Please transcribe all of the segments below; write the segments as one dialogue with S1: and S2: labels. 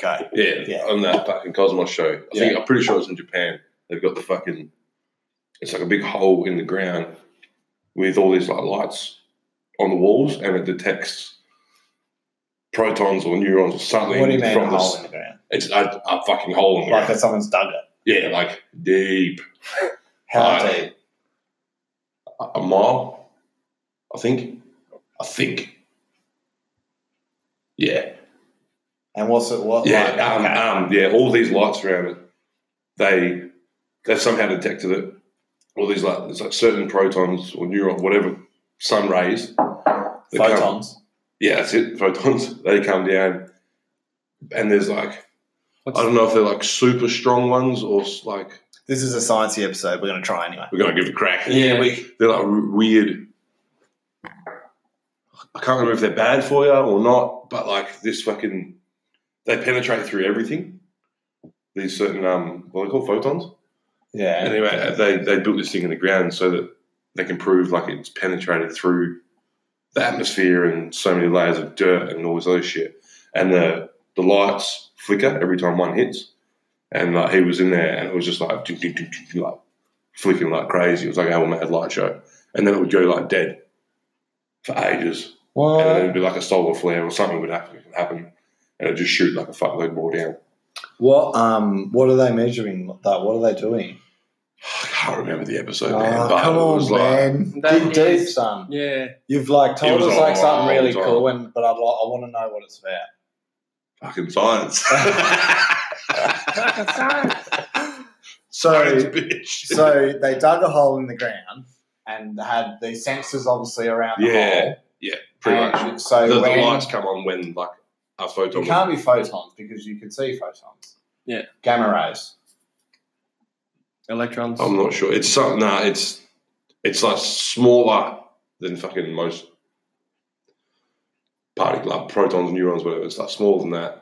S1: guy.
S2: Yeah,
S1: Yeah.
S2: on that fucking Cosmos show. I think
S3: Yeah.
S2: I'm pretty sure it's in Japan. They've got the fucking it's like a big hole in the ground with all these like lights on the walls, and it detects protons or neurons or something
S1: What do you mean a
S2: from
S1: hole
S2: this.
S1: in the ground?
S2: It's a, a fucking hole in the
S1: Like
S2: ground.
S1: that someone's dug it.
S2: Yeah, like deep,
S1: How
S2: Uh,
S1: deep?
S2: a a mile, I think. I think. Yeah.
S1: And what's it? What?
S2: Yeah,
S1: like,
S2: um,
S1: okay.
S2: um, yeah, all these lights around it, they they've somehow detected it. All these like there's like certain protons or neuron, whatever sun rays. that come-
S1: photons.
S2: yeah, that's it. Photons. They come down, and there's like
S3: What's-
S2: I don't know if they're like super strong ones or s- like
S1: This is a sciencey episode. We're going to try anyway.
S2: we're gonna give it a crack.
S3: Yeah, we.
S2: They're like w- weird. I can't remember if they're bad for you or not, but like this fucking, they penetrate through everything. These certain um, what are they called photons.
S1: Yeah.
S2: Anyway, they, they built this thing in the ground so that they can prove like it's penetrated through the atmosphere and so many layers of dirt and all this other shit. And the the lights flicker every time one hits. And like he was in there and it was just like ding, ding, ding, ding, ding, like flicking like crazy. It was like a whole mad light show. And then it would go like dead for ages.
S1: What?
S2: and then it'd be like a solar flare or something would happen happen. And it'd just shoot like a fuckload more down.
S1: What um what are they measuring that? What are they doing?
S2: I can't remember the episode, man.
S1: Oh,
S2: but
S1: come
S2: it
S1: on,
S2: was like
S1: man.
S3: That
S1: Dig deep,
S3: is-
S1: son.
S3: Yeah.
S1: You've like
S2: It
S1: told
S2: was
S1: us
S2: a
S1: like something
S2: long
S1: really
S2: time.
S1: cool, and but I'd like, I want to know what it's about.
S2: fucking science.
S1: So,
S2: bitch.
S1: so they dug a hole in the ground and had the sensors obviously around the
S2: Yeah,
S1: hole.
S2: pretty
S1: And
S2: much.
S1: uh, So
S2: The, the
S1: when,
S2: lights come on when like a photon.
S1: it can't be photons because you could see photons.
S3: Yeah.
S1: Gamma rays.
S3: Electrons.
S2: I'm not sure. It's something. Nah, it's it's like smaller than fucking most particle, like protons, neurons, whatever. It's like smaller than that.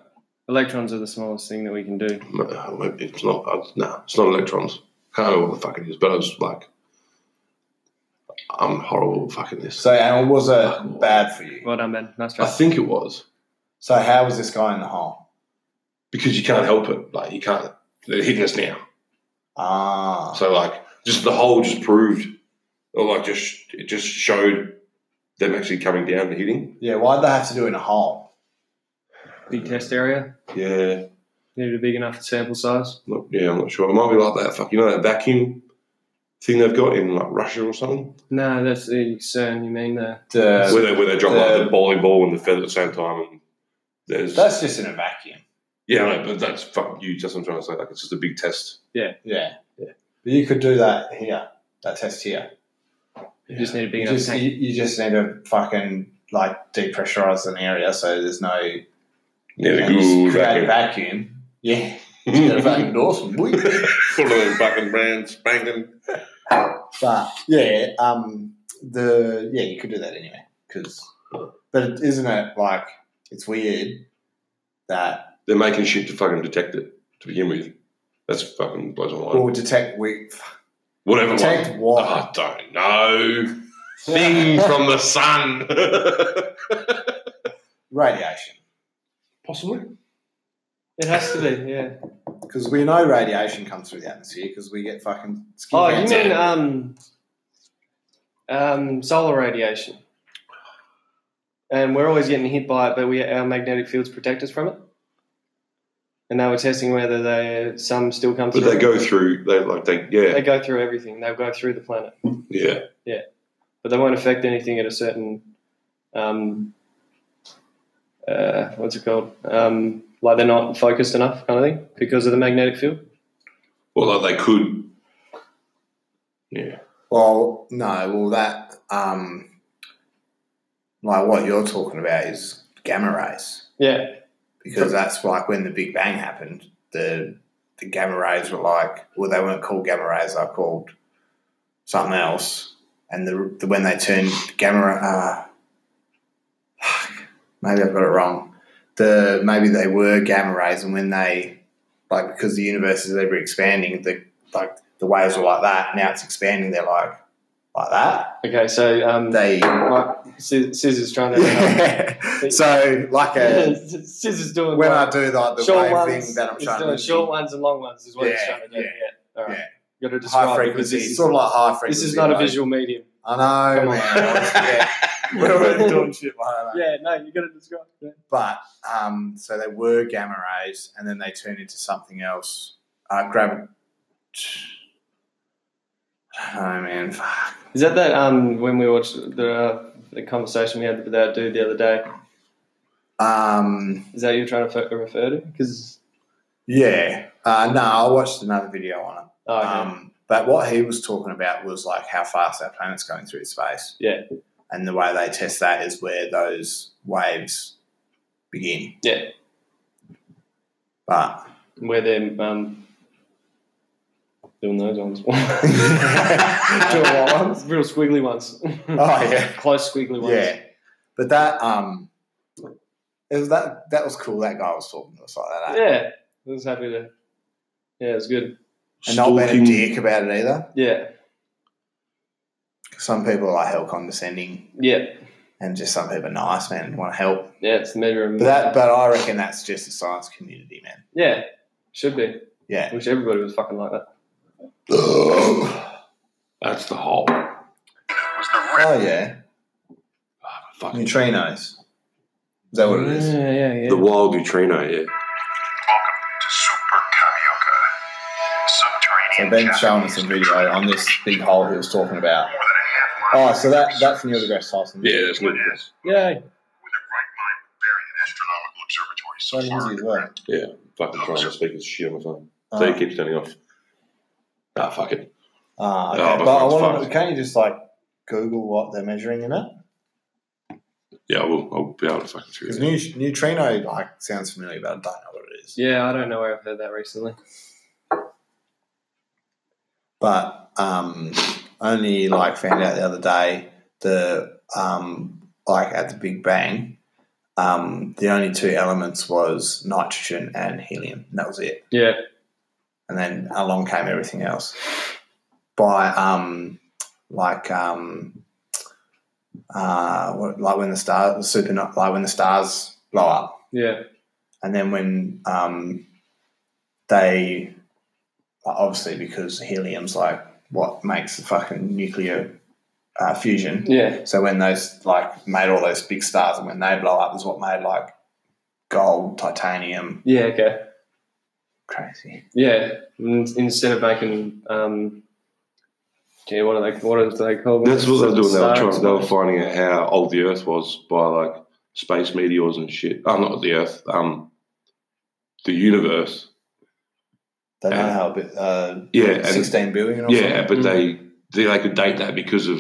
S3: Electrons are the smallest thing that we can do.
S2: No, maybe It's not. uh, Nah, it's not electrons. Can't remember what the fuck it is, but I was like, I'm horrible at fucking this.
S1: So and was it bad for you?
S3: Well done, Ben. Nice
S2: I
S3: try.
S2: think it was
S1: So how was this guy in the hole?
S2: because you can't help it. Like you can't. They're hitting us now.
S1: Ah.
S2: So like, just the whole just proved, or like just it just showed them actually coming down and hitting.
S1: yeah. Why'd they have to do it in a hole?
S3: Big test area.
S2: Yeah,
S3: Needed a big enough sample size.
S2: not, yeah, I'm not sure. It might be like that. Fuck, you know that vacuum thing they've got in like Russia or something,
S3: No, that's the CERN. You mean the
S1: The-
S2: where they where they drop like
S1: the-
S2: Uh, the bowling ball and the feather at the same time. And there's
S1: that's just in a vacuum.
S2: yeah, no, but that's fucking huge. That's what I'm trying to say. Like it's just a big test.
S1: Yeah. But you could do that here, that test here.
S3: You just need a
S1: You
S3: big enough
S1: just,
S3: tank.
S1: you, you just need to fucking like depressurize an area so there's no
S2: Yeah, the
S1: and just
S2: goo
S1: create a
S2: vacuum.
S1: vacuum. Yeah. Get a fucking awesome. woo.
S2: Full of them fucking brand spanking.
S1: but yeah, um, the yeah, you could do that anyway. Because, but isn't it like it's weird that
S2: They're making shit to fucking detect it to begin with. That's fucking blows my mind.
S1: we'll detect we
S2: Whatever. one.
S1: detect what
S2: I don't know. Thing from the sun.
S1: radiation
S2: Possibly.
S3: It has to be, yeah.
S1: because we know radiation comes through the atmosphere because we get fucking skin
S3: Oh, you
S1: cancer.
S3: mean um, um, solar radiation? And we're always getting hit by it, but we our magnetic fields protect us from it. And they were testing whether they some still come
S2: But
S3: through.
S2: they go through. They like they yeah
S3: They go through everything. They go through the planet,
S2: yeah.
S3: but they won't affect anything at a certain, um, uh, what's it called? Um, like they're not focused enough, kind of thing, because of the magnetic field.
S2: Well, like they could. Yeah.
S1: Well, no. Well, that um, like what you're talking about is gamma rays
S3: Yeah,
S1: because that's like when the Big Bang happened. The the gamma rays were like, well, they weren't called gamma rays. They were called something else. And the, the when they turned gamma, uh, fuck, maybe I've got it wrong. The maybe they were gamma rays, and when they like because the universe is ever expanding, the like the waves were like that. Now it's expanding. They're like like that
S3: Okay, so um,
S1: they
S3: Like, Sciz- Scissors trying to.
S1: Yeah. so like a
S3: Scissors doing
S1: when
S3: well.
S1: I do like the
S3: short
S1: wave
S3: ones.
S1: thing that I'm
S3: he's
S1: trying
S3: doing
S1: to
S3: short ones and long ones is what he's
S1: Yeah,
S3: trying to do.
S1: yeah,
S3: Yeah. All right.
S1: yeah.
S3: You got to
S1: do,
S3: describe
S1: high
S3: it,
S1: frequency,
S3: because This is,
S1: sort of like high frequency.
S3: this is not a
S1: like-
S3: visual medium.
S1: I know,
S3: Come
S1: man.
S3: on.
S1: yeah. We're doing shit like that.
S3: Yeah. No, you got to describe. it.
S1: But um, so they were gamma rays, and then they turned into something else. Uh, gravi- I don't know, man. Fuck.
S3: Is that that um when we watched the uh, the conversation we had with that dude the other day?
S1: Um,
S3: Is that you trying to f- refer to? Because
S1: yeah. Uh, no, I watched another video on it.
S3: oh, okay.
S1: Um, but what he was talking about was like how fast our planet's going through space.
S3: Yeah.
S1: And the way they test that is where those waves begin.
S3: yeah,
S1: But
S3: where they're um doing those ones, doing
S1: oh
S3: what ones, real squiggly ones,
S1: yeah.
S3: close squiggly ones.
S1: Yeah, but that um, it was that that was cool. That guy was talking to us like that, eh?
S3: yeah. I was happy to. Yeah, it's good.
S1: and not being a
S2: Stalking-
S1: dick about it either.
S3: Yeah,
S1: Some people are like hell condescending,
S3: yeah,
S1: and just some people are nice, man, and want to help.
S3: yeah. It's the measure of
S1: But that, but I reckon that's just the science community, man.
S3: Yeah, should be.
S1: Yeah.
S3: Wish everybody was fucking like that.
S1: oh
S2: That's the whole
S1: yeah,
S2: fucking
S1: neutrinos. Is that what it is?
S3: Yeah, yeah, yeah.
S2: the wild neutrino. Yeah,
S4: to Super Kamioka.
S1: So
S4: Subterranean
S1: Ben's
S4: Japanese
S1: showing us a video on this big hole he was talking about.
S4: more than a half mile
S1: Oh, so that that's Neil deGrasse Tyson.
S2: yeah, that's what it is.
S3: yeah.
S4: with a right mind bearing an astronomical observatory so
S1: So easy
S4: far.
S1: as well.
S2: Fucking trying to speak his shit on the phone.
S1: Oh.
S2: So he keeps turning off. Ah, fuck it.
S1: Ah,
S2: Oh,
S1: okay.
S2: my
S1: but I
S2: phone's
S1: want to.
S2: fucked.
S1: Can't you just like Google what they're measuring in it?
S2: Yeah, I will. I'll be able to fucking
S1: Because
S2: figure it out.
S1: new, neutrino like sounds familiar, but I don't know what it is.
S3: Yeah, I don't know where I've heard that recently.
S1: But um, only like found out the other day the um, like at the Big Bang, um, the only two elements was nitrogen and helium. And that was it.
S3: Yeah,
S1: And then along came everything else by um, like um, uh, what- like when the stars super like when the stars blow up.
S3: yeah,
S1: And then when um, they like, obviously because helium's like what makes the fucking nuclear uh, fusion.
S3: yeah.
S1: So when those like made all those big stars, and when they blow up, is what made like gold, titanium,
S3: Yeah, okay.
S1: crazy.
S3: Yeah, In- instead of making, um, gee, what are they? What are they called?
S2: That's what they were doing. They were,
S3: Stars
S2: trying,
S3: or
S2: they were
S3: something.
S2: finding out how old the Earth was by like space meteors and shit. Oh, not the Earth. Um, the universe.
S1: They don't know
S2: Yeah.
S1: how bit uh,
S2: Yeah, and-
S1: sixteen billion. Or
S2: Yeah, but
S3: Mm.
S2: they, they they could date that because of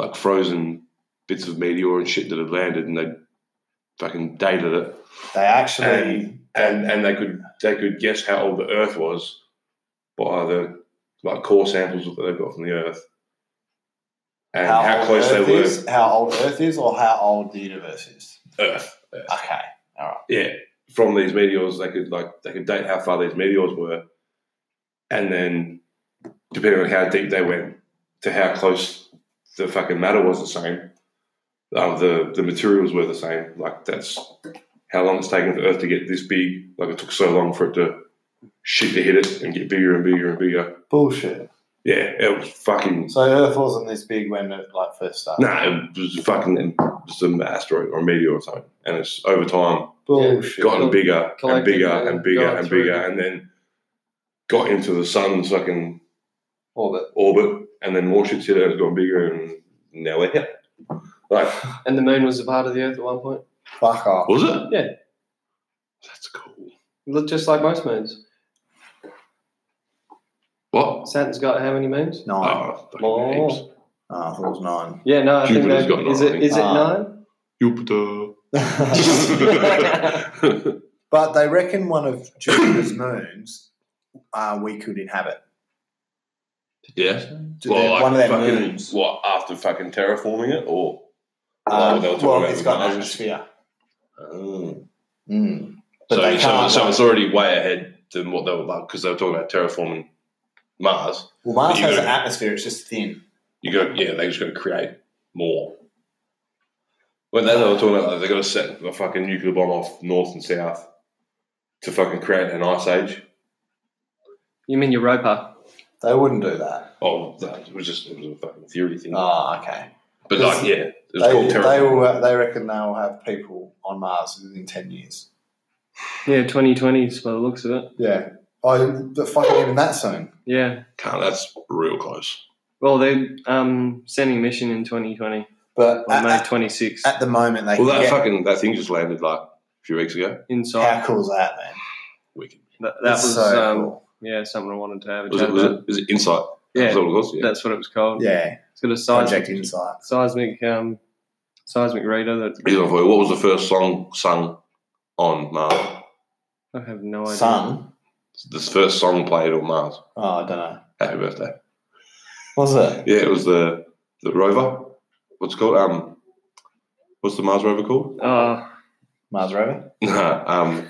S2: like frozen bits of meteor and shit that had landed, and they fucking dated it,
S1: something. they actually
S2: and and they could they could guess how old the Earth was by the like core samples that they got from the Earth, and how, close they
S1: Earth
S2: were.
S1: is, how old Earth is, or how old the universe is.
S2: Earth.
S1: Okay,
S2: yeah, from these meteors, they could like they could date how far these meteors were, and then depending on how deep they went to how close the fucking matter was the same, uh, the the materials were the same. Like that's how long it's taken for Earth to get this big. Like it took so long for it to shit to hit it and get bigger and bigger and bigger.
S1: bullshit.
S2: Yeah, it was fucking.
S1: So Earth wasn't this big when it like first started.
S2: Nah, it was fucking some asteroid or meteor or something, and it's over time
S1: Bullshit.
S2: gotten bigger and
S3: collected
S2: bigger
S3: and
S2: and bigger
S3: gone
S2: and
S3: through
S2: bigger,
S3: the-
S2: and then got into the sun's fucking
S1: Orbit.
S2: orbit, and then more shit's hit it, and it's gone bigger, and now we're here. Like,
S3: And the moon was a part of the Earth at one point.
S1: Fuck off.
S2: was it?
S3: Yeah.
S2: That's cool.
S3: Look, just like most moons.
S2: What?
S3: Saturn's got how many moons?
S1: Nine. Oh,
S2: Oh, fucking
S3: Oh.
S2: names.
S1: I thought it was nine.
S3: Yeah, no, I
S2: Jupiter's
S3: think
S2: got
S3: that, is
S2: nine, I
S3: it.
S2: think.
S3: Is it
S1: Ah.
S3: nine?
S2: Jupiter.
S1: but they reckon one of Jupiter's moons uh, we could inhabit.
S2: yeah.
S1: Do they- one of their moons.
S2: What, after fucking terraforming it, or?
S1: Um,
S2: they were talking
S1: well,
S2: about
S1: it's
S2: the
S1: got an
S2: Mars.
S1: atmosphere.
S2: Mm.
S1: Mm. But
S2: So,
S1: they
S2: so,
S1: can't.
S2: so it's already way ahead than what they were like, because they were talking about terraforming Mars.
S1: well, Mars
S2: you
S1: has an
S2: gotta-
S1: atmosphere. It's just thin.
S2: You got yeah, they just got to create more. Well, now they were talking about like, they got to set a fucking nuclear bomb off north and south to fucking create an ice age.
S3: You mean Europa?
S1: They wouldn't do that.
S2: Oh, that was just it was a fucking theory thing.
S1: Oh, okay.
S2: but like, yeah, it was
S1: They,
S2: called
S1: they,
S2: terrorism.
S1: will, uh, they reckon they'll have people on Mars within 10 years.
S3: Yeah, 2020s by the looks of it.
S1: Yeah. Oh, but fucking even that soon.
S3: Yeah.
S2: Can't, that's real close.
S3: Well, they're um, sending mission in 2020
S1: But
S3: on
S1: at,
S3: May
S1: at,
S3: 26th.
S1: at the moment, they can
S2: Well, that
S1: get.
S2: fucking that thing just landed like a few weeks ago.
S3: Inside.
S1: How cool is that, man?
S2: Wicked.
S3: That, that
S1: It's
S3: was
S1: so
S3: um,
S1: cool.
S3: yeah something I wanted to have a
S2: Was
S3: chat
S2: it? Was
S3: about.
S2: it? Is it Insight?
S3: Yeah,
S2: That's what it was. Yeah.
S3: that's what it was called.
S1: Yeah.
S3: It's got a seismic,
S1: Project Insight.
S3: seismic, um, seismic radar that
S2: Here's one for you. What was the first song sung on Mars?
S3: I have no idea.
S1: Sun.
S2: The first song played on Mars.
S1: Oh, I don't know.
S2: Happy birthday.
S1: Was it?
S2: Yeah, it was the the rover. What's it called? Um, what's the Mars rover called?
S3: Oh,
S1: Mars rover?
S2: Nah, um,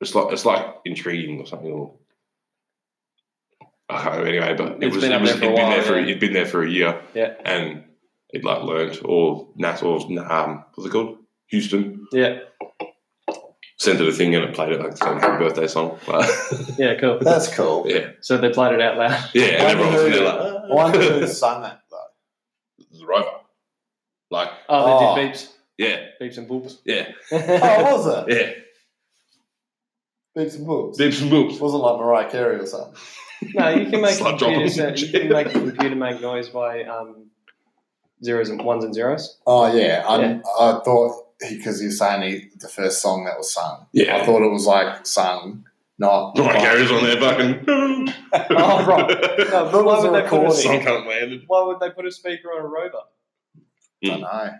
S2: it's like it's like intriguing or something. Or, I can't remember anyway, but it
S3: It's
S2: was
S3: been
S2: it
S3: up
S2: was
S3: there for a
S2: it'd been
S3: while,
S2: there for
S3: yeah.
S2: it'd been there for a year.
S3: Yeah.
S2: and it like learnt or NASA or um, what's it called? Houston
S3: yeah,
S2: sent it a thing and it played it like the same happy birthday song. But,
S3: yeah, cool.
S1: That's cool.
S2: yeah,
S3: So they played it out loud.
S2: yeah, and everyone was in there like
S1: I wonder who sung that, though.
S2: the rover, like
S3: Oh, they
S1: Oh.
S3: did beeps,
S2: yeah,
S3: beeps and boops.
S2: yeah,
S1: Oh, was it?
S2: yeah,
S1: Boots and books.
S2: dips and boops.
S1: Wasn't like Mariah Carey or something.
S3: no, you can make a
S2: Slap drop
S3: computer,
S2: them.
S3: sound- you can make a computer make noise by um, zeros and ones and zeros.
S1: Oh yeah, I
S3: Yeah.
S1: I thought because he, was saying he, the first song that was sung.
S2: Yeah.
S1: I thought it was like sung, not.
S2: Like Gary's on there fucking.
S3: Oh, right. No, but why
S1: was a
S3: would they put a
S1: recording.
S2: Some
S3: speaker-
S2: kind of landed.
S3: why would they put a speaker on a rover?
S1: I don't know.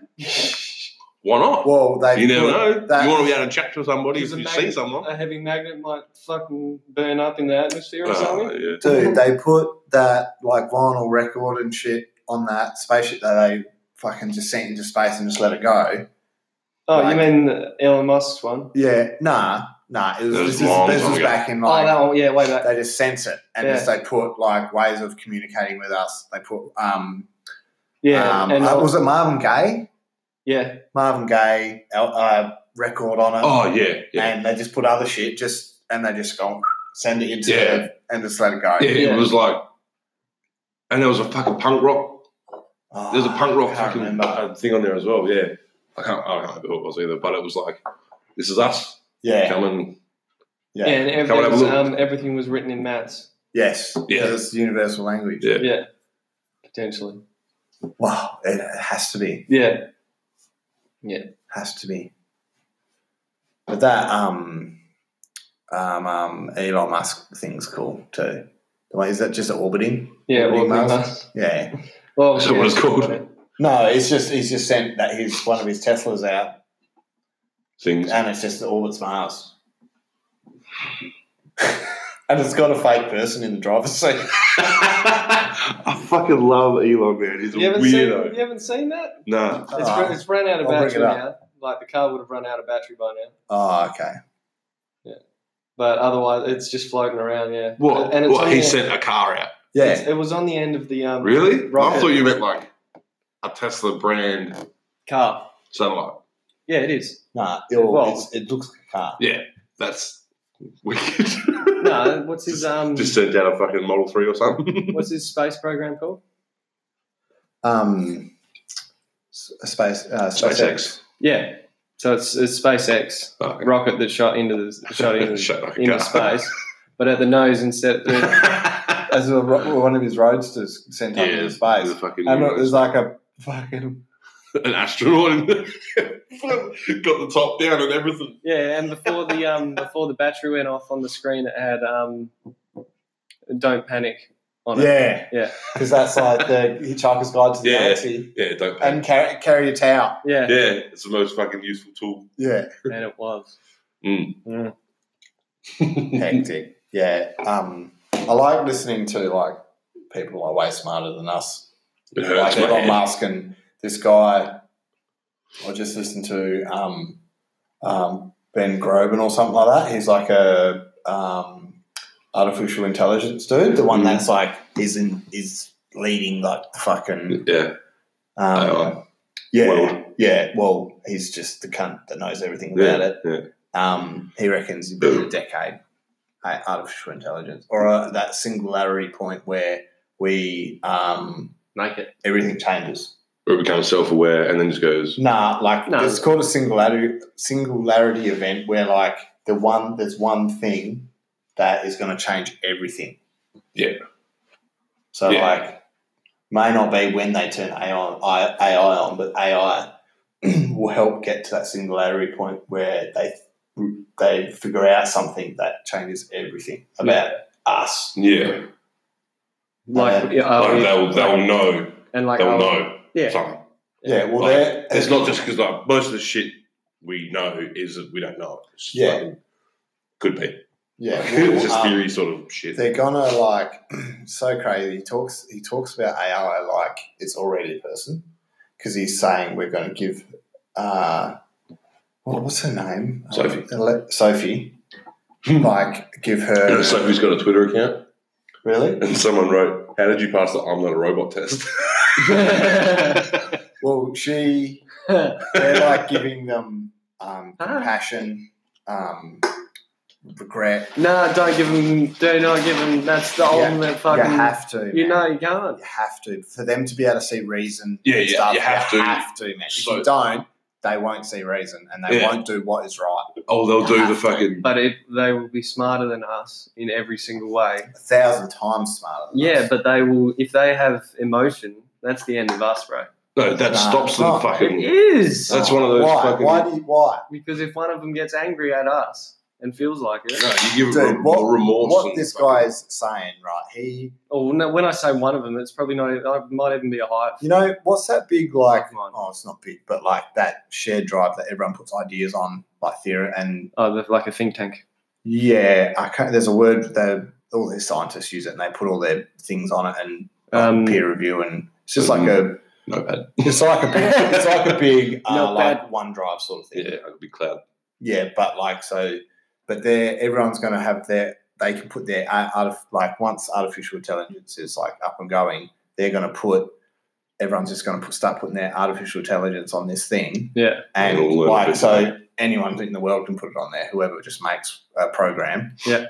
S2: Why not?
S1: Well, they
S2: Hmm. you never know.
S1: That,
S2: you want to be able to chat to somebody if
S3: Is it
S2: you
S3: mag-
S2: see someone.
S3: A heavy magnet might fucking burn up in the atmosphere or
S2: Uh,
S3: something.
S2: yeah.
S1: dude. They put that like vinyl record and shit on that spaceship that they fucking just sent into space and just let it go.
S3: Oh,
S1: Right.
S3: you mean the Elon Musk's one?
S1: Yeah, nah, nah. It was,
S2: That was
S1: this,
S2: long
S1: is, this
S2: time
S1: was
S2: ago.
S1: back in
S3: oh,
S1: like
S3: that one, yeah, way back.
S1: they just sense it and
S3: Yeah.
S1: just they put like ways of communicating with us. They put um,
S3: Yeah,
S1: um
S3: and
S1: uh,
S3: I'll-
S1: was it Marvin Gaye?
S3: yeah,
S1: Marvin Gaye el- uh, record on it,
S2: Oh yeah, yeah.
S1: and they just put other shit just and they just go send it into
S2: Yeah.
S1: and just let it go.
S2: yeah,
S3: yeah.
S2: It was like, and there was a fucking punk rock.
S1: Oh,
S2: There's a punk rock
S1: I can't
S2: fucking
S1: remember.
S2: uh, thing on there as well. Yeah, I can't. I can't remember who it was either. But it was like, this is us.
S1: Yeah,
S2: Come and
S1: yeah,
S3: and
S2: Come and
S3: everything
S2: have a
S3: was,
S2: look.
S3: um, everything was written in maths.
S1: yes,
S2: Yeah.
S1: because it's universal language.
S2: yeah.
S3: Yeah. potentially.
S1: Wow, it has to be,
S3: Yeah,
S1: has to be. But that um, um, um, Elon Musk thing's cool too. The way is that just orbiting?
S3: yeah,
S1: Orbiting
S3: well,
S1: Mars?
S3: Mars.
S1: Yeah.
S3: Well,
S2: That's what
S3: yeah,
S2: it's called.
S1: No, it's just he's just sent that his one of his Teslas out,
S2: Things.
S1: and it's just the orbits Mars. and it's got a fake person in the driver's seat.
S2: I fucking love Elon, man. He's a
S3: You haven't
S2: weirdo.
S3: seen you haven't seen that?
S2: Nah.
S3: It's,
S1: Ah.
S3: run, it's run out of
S1: I'll bring
S3: battery
S1: it up.
S3: now. Like the car would have run out of battery by now.
S1: Oh, okay.
S3: But otherwise, it's just floating around. Yeah.
S2: What?
S3: And it's
S2: what?
S3: on
S2: He
S3: the-
S2: sent a car out.
S1: Yeah.
S3: it's- It was on the end of the um,
S2: Really? I
S3: Rocket.
S2: thought you meant like a Tesla brand
S3: car.
S2: satellite.
S3: Yeah, it is.
S1: Nah, it, all-
S3: Well-
S1: it's, it looks like a car.
S2: That's wicked.
S3: No, what's his um,
S2: Just sent out a fucking Model 3 or something.
S3: what's his space program called?
S1: Um, s- space, uh, SpaceX.
S2: SpaceX.
S3: Yeah. So it's, it's SpaceX
S2: Oh, okay.
S3: rocket that shot into the shot into,
S2: Shut like a
S3: into
S2: car.
S3: space, but at the nose instead. yeah,
S2: yeah,
S1: As a, ro- one of his roadsters sent up into
S2: it's
S1: space.
S2: a fucking
S1: And look,
S2: universe.
S1: there's like a fucking.
S2: an astronaut in the- got the top down and everything.
S3: and before the um before the battery went off on the screen, it had um, "Don't panic" on it.
S1: Yeah.
S3: Yeah.
S1: Because that's like the Hitchhiker's Guide to the
S2: Yeah.
S1: Galaxy.
S2: Yeah, don't panic.
S1: And carry, carry it out.
S3: Yeah,
S2: yeah, it's the most fucking useful tool.
S1: Yeah.
S3: and it was. Mm.
S1: Hectic. Yeah. Um, I like listening to like people who are way smarter than us
S2: It
S1: like
S2: hurts my
S1: Elon
S2: head.
S1: Musk and this guy. I just listened to um, um, Ben Groban or something like that. He's like a um, artificial intelligence dude, the one
S2: Mhm.
S1: that's like is in, is leading like the fucking
S2: Yeah,
S1: um,
S2: AI.
S1: Yeah,
S2: Well-
S1: yeah. Well, he's just the cunt that knows everything
S2: Yeah,
S1: about it.
S2: yeah.
S1: Um, he reckons it'd be a decade. uh, Artificial intelligence, or uh, that singularity point where we um,
S3: Make it.
S1: everything changes.
S2: Or it becomes self aware and then just goes,
S1: Nah, like
S3: No.
S1: it's called a singularity singularity event where like the one there's one thing that is going to change everything.
S2: Yeah.
S1: So
S2: Yeah.
S1: like, may not be when they turn AI on, I- AI on, but AI will help get to that singularity point where they they figure out something that changes everything about us.
S2: yeah.
S3: Like, yeah, are
S2: Like
S3: we-
S2: they'll, they'll know.
S3: and like,
S2: They'll
S3: are we-
S2: know
S3: Yeah.
S2: something.
S1: Yeah. Well,
S2: Like,
S1: there
S2: It's not just because like most of the shit we know is that we don't know. it. It's just
S1: Yeah.
S2: fucking- could be.
S1: Yeah.
S2: Like,
S1: well,
S2: it's just
S1: um,
S2: theory sort of shit.
S1: They're gonna like so crazy. He talks he talks about AI like it's already a person because he's saying we're going to give uh what, what's her name Um,
S2: Sophie.
S1: Ele- Sophie like give her
S2: Sophie's got a Twitter account,
S1: really
S2: and someone wrote, "How did you pass the I'm not a robot test?"
S1: well she they're like giving them um,
S3: Ah.
S1: compassion um, regret.
S3: no, don't give them. Do not give them. That's the
S1: Yeah.
S3: ultimate
S1: You
S3: fucking.
S1: have to.
S3: you
S1: man.
S3: know you can't.
S1: You have to for them to be able to see reason.
S2: Yeah,
S1: and
S2: yeah,
S1: stuff,
S2: you have to.
S1: Have to, man. If
S2: So-
S1: you don't, they won't see reason, and they
S2: Yeah.
S1: won't do what is right.
S2: oh, they'll do the fucking.
S3: But if they will be smarter than us in every single way.
S1: A thousand times smarter. Than
S3: Yeah,
S1: us.
S3: but they will. If they have emotion, that's the end of us, bro.
S2: No, that
S1: Nah,
S2: stops
S1: nah.
S2: them
S3: It
S2: fucking.
S3: is
S2: That's one of those
S1: Why?
S2: fucking-
S1: Why do you? Why?
S3: because if one of them gets angry at us and feels like it,
S2: No, you give
S1: Dude,
S2: them
S1: what-
S2: remorse.
S1: What
S2: and
S1: this
S2: fucking-
S1: guy is saying, right? He,
S3: or no, when I say one of them, it's probably not. It might even be a hype.
S1: you know, what's that big like?
S3: Mine.
S1: Oh, it's not big, but like that shared drive that everyone puts ideas on, like theory, and
S3: Oh, they're like a think tank.
S1: yeah, I can't, there's a word that all these scientists use it, and they put all their things on it and like,
S3: Um,
S1: peer review, and it's just like a
S2: notepad.
S1: It's like a big, it's like a big uh,
S3: Not
S1: like one drive sort of thing.
S2: Yeah, I'll be cloud.
S1: Yeah, but like so, but there everyone's going to have their they can put their art, like once artificial intelligence is like up and going, they're going to put everyone's just going to put, start putting their artificial intelligence on this thing,
S3: Yeah,
S1: and
S2: It'll learn
S1: like
S2: it.
S1: so anyone in the world can put it on there. Whoever just makes a program,
S3: Yeah.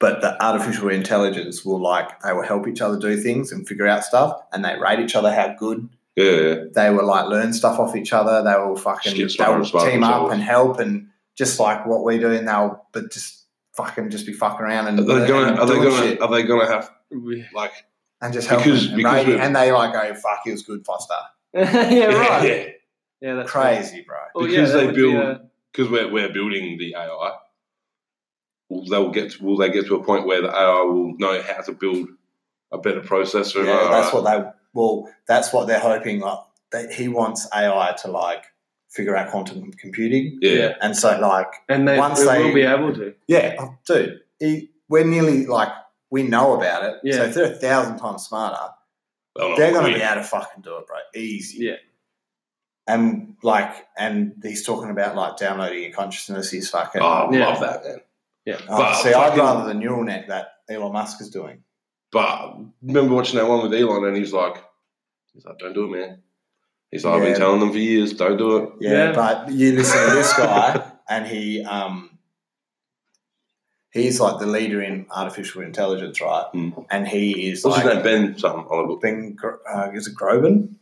S1: But the artificial intelligence will like they will help each other do things and figure out stuff, and they rate each other how good
S2: Yeah, yeah.
S1: they were like learn stuff off each other. They will fucking
S2: Just
S1: they
S2: get smarter
S1: will
S2: and smarter
S1: team up
S2: themselves.
S1: and help and just like what we're doing, they'll but just fucking just be fucking around and,
S2: Are they gonna?
S1: and
S2: Are they
S1: doing
S2: gonna?
S1: shit
S2: Are they gonna have
S3: yeah,
S2: like?
S1: and just help
S2: because-
S1: them and,
S2: because
S1: rate it.
S2: we're-
S1: and they like go fuck, he was good, Foster.
S3: right.
S2: Yeah,
S3: Yeah, that's
S1: Crazy, bro.
S3: Well,
S2: Because
S3: that
S2: they
S3: would be
S2: build-
S3: a-
S2: because we're we're building the AI. Will they'll get? To, will they get to a point where the AI will know how to build a better processor?
S1: Yeah,
S2: Like,
S1: that's what they well, that's what they're hoping. Like that he wants AI to like figure out quantum computing,
S2: yeah.
S3: yeah.
S1: and so like
S3: and they,
S1: Once
S3: we
S1: they-
S3: will be able to.
S1: yeah, oh, dude, he, we're nearly like we know about it.
S3: Yeah.
S1: So if they're a thousand times smarter,
S2: They'll know
S1: They're
S2: what
S1: going
S2: we-
S1: to be able to fucking do it, bro. Easy.
S3: Yeah.
S1: And like, and he's talking about like downloading your consciousness. He's fucking.
S2: Oh, I
S3: Yeah.
S2: love that, man.
S1: Oh,
S2: but
S1: see, I'd
S2: fucking-
S1: rather the neural net that Elon Musk is doing.
S2: But remember watching that one with Elon, and he's like, he's like, don't do it, man. He's like, I've
S1: Yeah.
S2: been telling them for years, don't do it.
S1: Yeah,
S3: Yeah.
S1: But you listen to this guy, and he um, he's like the leader in artificial intelligence, right?
S2: Mm.
S1: And he is
S2: What's his name?
S1: like
S2: Ben something on a book.
S1: Ben. Gro- Uh, is it Groban?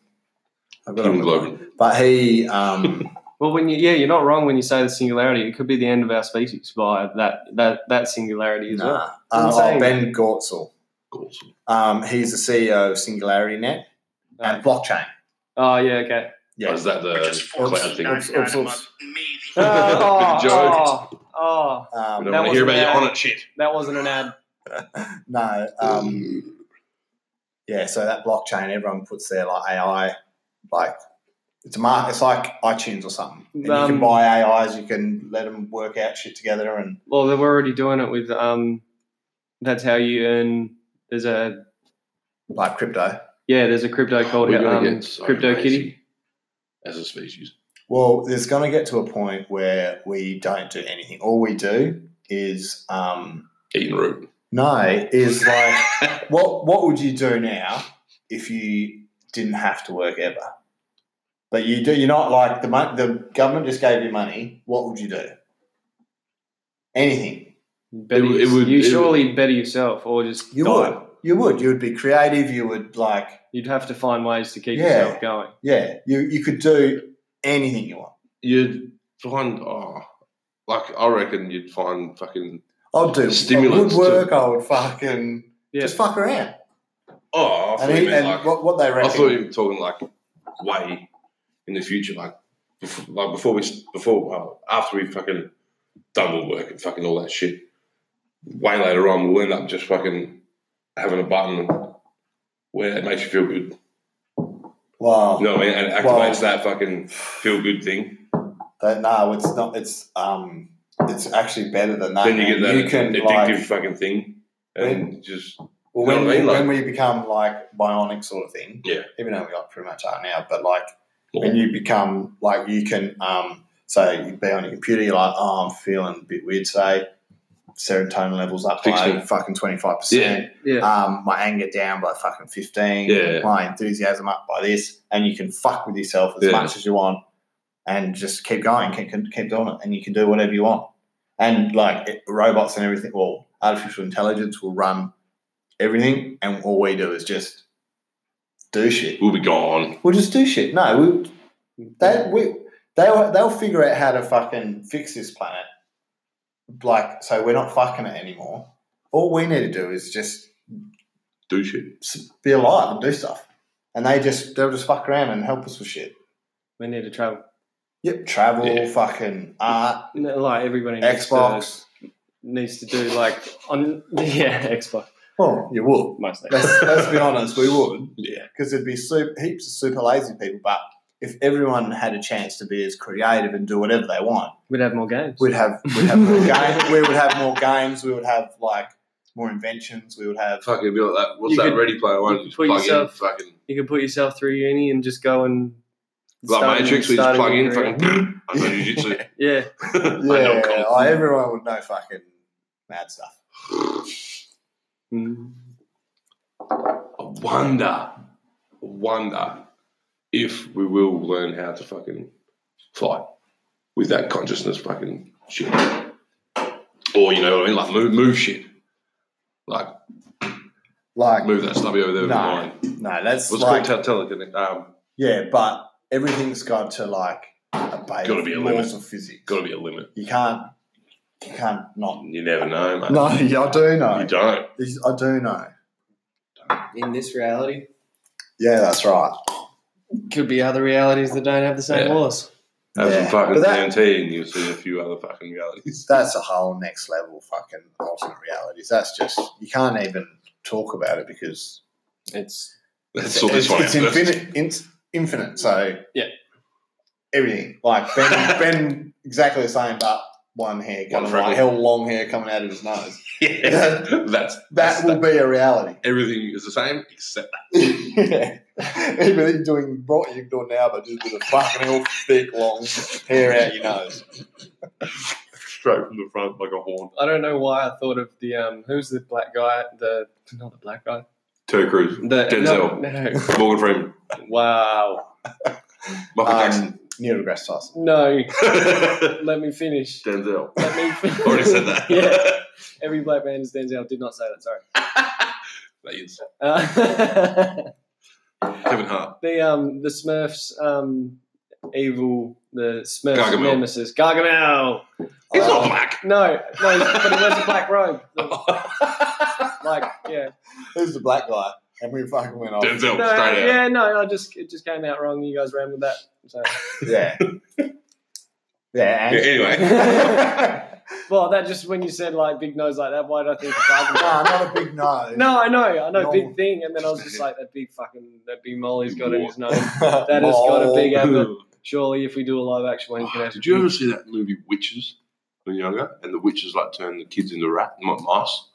S1: I've got it on
S2: Kim
S1: the-
S2: Globin.
S1: But he um,
S3: Well, when you yeah, you're not wrong when you say the singularity. It could be the end of our species by that that that singularity as well.
S1: nah, uh, oh,
S3: Insane.
S1: Ben Gortzel.
S2: Awesome.
S1: Um, he's the CEO of Singularity Net and blockchain.
S3: Oh yeah, okay.
S2: Oh, is that the
S4: Which is
S2: cloud
S1: Oops,
S2: thing?
S1: oops, oops, oops.
S4: Maybe.
S3: oh,
S2: Good
S3: oh, oh,
S2: We
S1: Um,
S2: don't
S3: That
S2: want to hear
S3: wasn't
S2: about
S3: bad.
S2: your on it shit.
S3: that wasn't an ad.
S1: no, um, yeah. So that blockchain, everyone puts their like AI, like it's a mar- It's like iTunes or something. And you
S3: Um,
S1: can buy AIs. You can let them work out shit together, and
S3: Well, they were already doing it with um. That's how you earn. There's a
S1: like crypto.
S3: yeah. There's a crypto called
S2: We're gonna
S3: um,
S2: get so
S3: Crypto
S2: crazy
S3: Kitty.
S2: as a species.
S1: Well, there's going to get to a point where we don't do anything. All we do is um,
S2: Eating root.
S1: no, is like what what would you do now if you didn't have to work ever? But you do. You're not like the mon- the government just gave you money. What would you do? Anything.
S3: Better
S2: It would- it
S3: you-
S2: would-
S3: you
S2: it
S3: surely better yourself, or just
S1: You
S3: die.
S1: would. You would. You would be creative. You would like.
S3: You'd have to find ways to keep
S1: Yeah.
S3: yourself going.
S1: Yeah. You you could do anything you want.
S2: You'd find, oh, like, I reckon you'd find fucking,
S1: I'd do
S2: Stimulants
S1: I would work. I would fucking
S3: Yeah.
S1: just fuck around.
S2: oh, I thought
S1: and
S2: you
S1: he,
S2: meant
S1: and
S2: like,
S1: what, what they
S2: I
S1: reckon.
S2: thought you were talking like way in the future, like, bef- like before we, s- before, well, after we fucking done all work and fucking all that shit, way later on, we'll end up just fucking having a button where it makes you feel good.
S1: wow.
S2: You know what I mean? And it activates
S1: Well-
S2: that fucking feel good thing.
S1: That no, it's not. It's um, it's actually better than that.
S2: then you get
S1: man.
S2: that
S1: You can
S2: addictive
S1: like
S2: fucking thing. And just
S1: well,
S2: you know
S1: when,
S2: what I
S1: we,
S2: mean? Like-
S1: when we become like bionic sort of thing.
S2: Yeah.
S1: Even though we are pretty much are now, but like when you become like you can um, say you be on your computer, you're like, oh, I'm feeling a bit weird. Say serotonin levels up
S2: Fix
S1: by
S2: me.
S1: fucking twenty five
S2: Yeah.
S1: percent.
S2: uh,
S3: Yeah.
S1: Um, my anger down by fucking fifteen.
S2: Yeah.
S1: My enthusiasm up by this, and you can fuck with yourself as
S2: Yeah.
S1: much as you want, and just keep going, keep keep doing it, and you can do whatever you want. And like it, robots and everything, well, artificial intelligence will run everything, and all we do is just do shit.
S2: we'll be gone.
S1: We'll just do shit. No, we, they we they'll they'll figure out how to fucking fix this planet. Like, so we're not fucking it anymore. All we need to do is just
S2: Do shit.
S1: s- be alive and do stuff, and they just they'll just fuck around and help us with shit.
S3: We need to travel.
S1: Yep, travel,
S2: Yeah.
S1: fucking art,
S3: No, Like everybody needs to,
S1: Xbox.
S3: needs to do like on yeah Xbox
S1: Well, you would.
S3: mostly.
S1: Let's, let's be honest, we would,
S2: Yeah.
S1: because there'd be super, heaps of super lazy people. But if everyone had a chance to be as creative and do whatever they want.
S3: We'd have more games.
S1: We'd have we'd have more games. We would have more games. We would have like more inventions. We would have
S2: Fucking be like that. What's
S3: You
S2: that
S3: could-
S2: ready player one?
S3: you
S2: Just
S3: could put
S2: plug in
S3: yourself-
S2: fucking
S3: You could put yourself through uni and just go and
S2: like
S3: start a-
S2: Matrix, we just
S3: start a
S2: plug
S3: new
S2: in
S3: career.
S2: fucking I know jiu jitsu.
S3: yeah.
S2: I know
S1: yeah.
S2: kung
S1: like, everyone would know fucking mad stuff.
S3: Mm.
S2: fu. I wonder I wonder if we will learn how to fucking fly with that consciousness fucking shit. Or you know what I mean? Like move move shit. Like
S1: Like
S2: move that stubby over there with
S1: No.
S2: mine.
S1: no, that's
S2: What's
S1: like
S2: called tell teleconnect um
S1: yeah, but everything's got to like obey
S2: Gotta be a
S1: laws
S2: limit.
S1: of physics.
S2: gotta be a limit.
S1: You can't you can't not.
S2: You never know, mate.
S1: No, yeah, I do know.
S2: You don't.
S1: I do know.
S3: In this reality,
S1: Yeah, that's right.
S3: could be other realities that don't have the same
S2: Yeah.
S3: laws.
S2: Have
S1: Yeah.
S2: some fucking
S1: But that-
S2: TNT and you'll see a few other fucking realities.
S1: That's a whole next level fucking alternate realities. That's just you can't even talk about it because
S3: It's
S2: Let's sort this one out
S1: it's
S2: first.
S1: infinite, in, infinite. So
S3: Yeah.
S1: everything like Ben, ben exactly the same, but one hair
S2: One
S1: coming,
S2: freckle.
S1: like hell long hair coming out of his nose.
S2: Yeah. That's, that's
S1: That will be a reality.
S2: everything is the same except that.
S1: yeah, even if you're doing what you're doing now, but just with a fucking hell thick long hair out your nose.
S2: straight from the front like a horn.
S3: I don't know why I thought of the um who's the black guy the not the black guy
S2: Terry Crews,
S3: the
S2: Denzel.
S3: no, no.
S2: Morgan Freeman,
S3: wow
S2: Michael Jackson,
S1: Um, Neil deGrasse Tyson.
S3: no let me finish
S2: Denzel.
S3: let me finish.
S2: Already said that.
S3: yeah every black man is Denzel did not say that sorry
S2: That is
S3: uh,
S2: Kevin Hart.
S3: the um the Smurfs um evil the Smurfs
S2: Gargamel.
S3: nemesis Gargamel
S2: He's not
S1: Um,
S2: black.
S3: no no but he wears a black robe like yeah
S1: Who's the black guy? And we fucking went off.
S2: Denzel,
S3: no,
S2: straight out.
S3: yeah no I just it just came out wrong you guys ran with that so.
S1: Yeah. Yeah.
S2: Yeah,
S1: And-
S2: anyway,
S3: Well, that just when you said like big nose like that, why did I think of Gargamel?
S1: no, not a big nose.
S3: No, I know, I know,
S1: No.
S3: big thing, and then I was just like that big fucking that big Molly's got in his nose.
S1: that
S3: has got a big advert.
S1: Oh.
S3: Surely, if we do a live action one, you can
S2: Oh,
S3: have.
S2: Did you ever see that movie Witches when you were younger? And the witches like turn the kids into rat, not mice.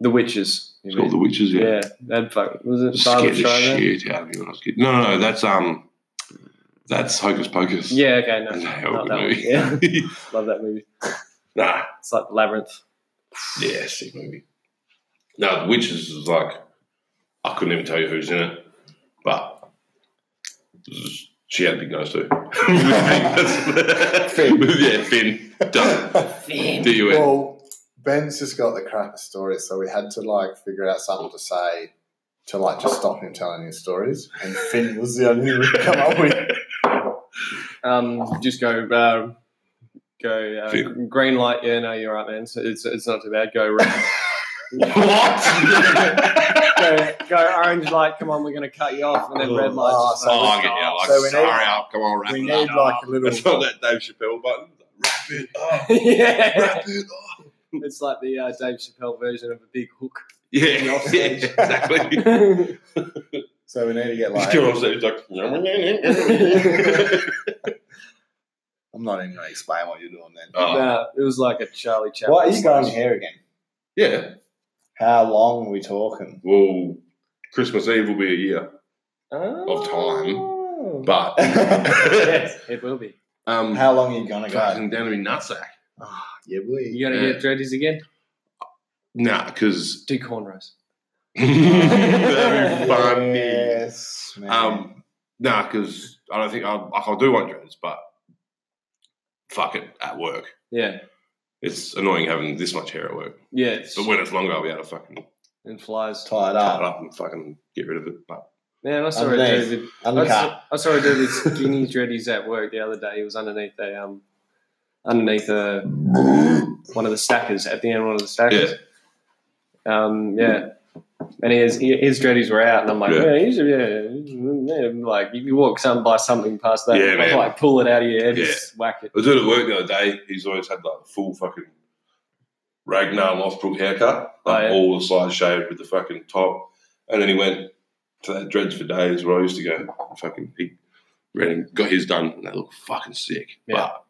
S3: the witches?
S2: It's called The Witches, yeah.
S3: yeah, that fuck was it?
S2: Just
S3: Barbra
S2: scared the
S3: Streisand?
S2: shit out of me when I was a kid. No, no, no, that's um, that's Hocus Pocus.
S3: Yeah, okay, no,
S2: That's a hell
S3: not
S2: of a
S3: that one.
S2: movie.
S3: Yeah, love that movie.
S2: nah,
S3: It's like Labyrinth.
S2: yeah, sick movie. No, The Witches is like I couldn't even tell you who's in it, but it was She had a big nose too. Fin. yeah, Finn. Done. Do you win?
S1: Well, Ben's just got the crappiest stories, so we had to like figure out something to say to like just stop him telling his stories. And Finn was the only thing we could come up with.
S3: Um, just go, uh, go uh,
S2: Feel.
S3: green light. Yeah, no, you're right, man. It's it's, it's not too bad. Go red.
S2: what?
S3: go, go orange light. Come on, we're gonna cut you off, and then red light.
S1: Oh,
S3: just-
S1: so-
S2: oh, I get you. Like,
S1: So we need-
S2: sorry, up. Come on, wrap
S1: We
S2: it
S1: need
S2: up.
S1: like a little.
S2: That's not that Dave Chappelle button. Wrap it up.
S3: yeah,
S2: Wrap it up.
S3: it's like the uh, Dave Chappelle version of a big hook.
S2: Yeah,
S3: The offstage.
S2: yeah, exactly.
S1: So we need to get
S2: He's
S1: like.
S2: going off stage like, oh,
S1: I'm not even going to explain what you're doing then.
S2: Uh, Oh.
S3: Nah, it was like a Charlie Chaplin.
S1: Why are you going
S3: slash-
S1: here again?
S2: yeah.
S1: How long are we talking?
S2: Well, Christmas Eve will be a year, Of
S3: Oh.
S2: but
S3: yes, it will be.
S2: um,
S1: How long are you going to go?
S2: fucking down to be eh? nutsack.
S1: Oh, yeah,
S3: You
S1: boy.
S3: gonna
S2: Yeah.
S3: get dredges again?
S2: Nah, because
S3: Do cornrows.
S2: that'd be funny.
S1: Yes, man.
S2: Um, Nah, because I don't think I'll, like, I'll do one dreads, but fuck it at work.
S3: Yeah,
S2: It's annoying having this much hair at work,
S3: yeah. It's,
S2: but when it's longer, I'll be able to fucking
S3: and flies.
S1: tie it
S2: cut it
S1: up.
S2: up and fucking get rid of it. But
S3: Man, I saw a
S1: Underneath.
S3: dude with I
S1: Undercut.
S3: saw, I saw a dude with skinny dreadies at work the other day. He was underneath a um, underneath a one of the stackers at the end. of One of the stackers. Um, yeah. And his his dreadies were out, and I'm like,
S2: Yeah.
S3: yeah, you should, yeah, yeah. Like if you walk some by something past that,
S2: Yeah, man.
S3: like pull it out of your head,
S2: Yeah.
S3: just whack it.
S2: I was doing at work the other day. He's always had like a full fucking Ragnar Lothbrok haircut, like
S3: Oh, yeah.
S2: all the sides shaved with the fucking top. And then he went to that dreads for days where I used to go fucking. He ran and got his done, and they look fucking sick.
S3: Yeah.
S2: But,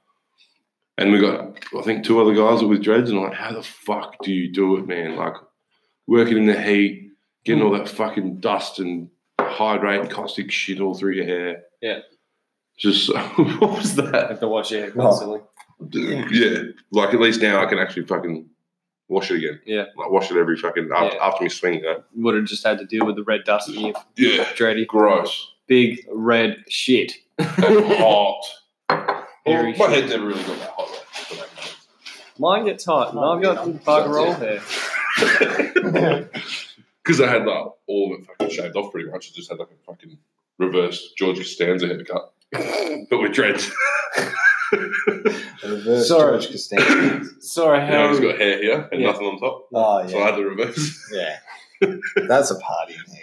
S2: and we got I think two other guys that with dreads, and I'm like, how the fuck do you do it, man? Like working in the heat, getting all that fucking dust and hydrate, caustic shit all through your hair.
S3: Yeah.
S2: Just what was that?
S3: I have to wash your hair
S1: Oh.
S3: constantly.
S2: yeah, like at least now I can actually fucking wash it again.
S3: Yeah.
S2: like wash it every fucking after,
S3: Yeah.
S2: after me swing. You know?
S3: Would have just had to deal with the red dust in your
S2: Yeah,
S3: dready.
S2: gross,
S3: Big red shit.
S2: hot. Well,
S3: Very
S2: my
S3: shit.
S2: head's never really got that hot. though,
S3: Mine gets hot, and I've got bugger all there.
S2: Because I had like all of it fucking shaved off pretty much. I just had like a fucking reverse George Costanza haircut, but with dreads.
S1: Reverse
S3: Sorry.
S1: George Costanza.
S3: Sorry,
S2: You know,
S3: how
S2: he's got hair here and
S3: Yeah.
S2: nothing on top,
S1: Oh,
S2: so I
S1: yeah.
S2: had the reverse.
S1: Yeah. That's a party in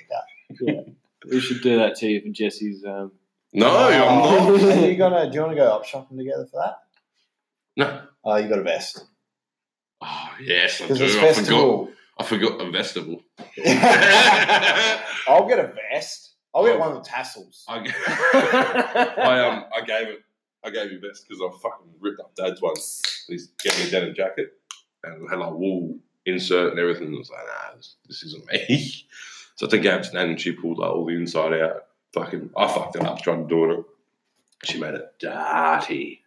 S1: haircut.
S3: we should do that to you for Jesse's. Um,
S2: No, I'm not.
S1: Oh, Are you gonna, do you want to go up shopping together for that?
S2: No.
S1: Oh, you got a vest.
S2: Oh yes, I do.
S1: Because it's
S2: I forgot.
S1: festival.
S2: I forgot a vestibule.
S1: I'll get a vest. I'll get one with tassels.
S2: I, g- I um I gave it I gave you this because I fucking ripped up Dad's one. He's gave me a denim jacket and it had like wool insert and everything. And I was like, nah, this, this isn't me. so I took it out to Nan and she pulled like, all the inside out. Fucking, I fucked it up trying to do it. She made it dirty.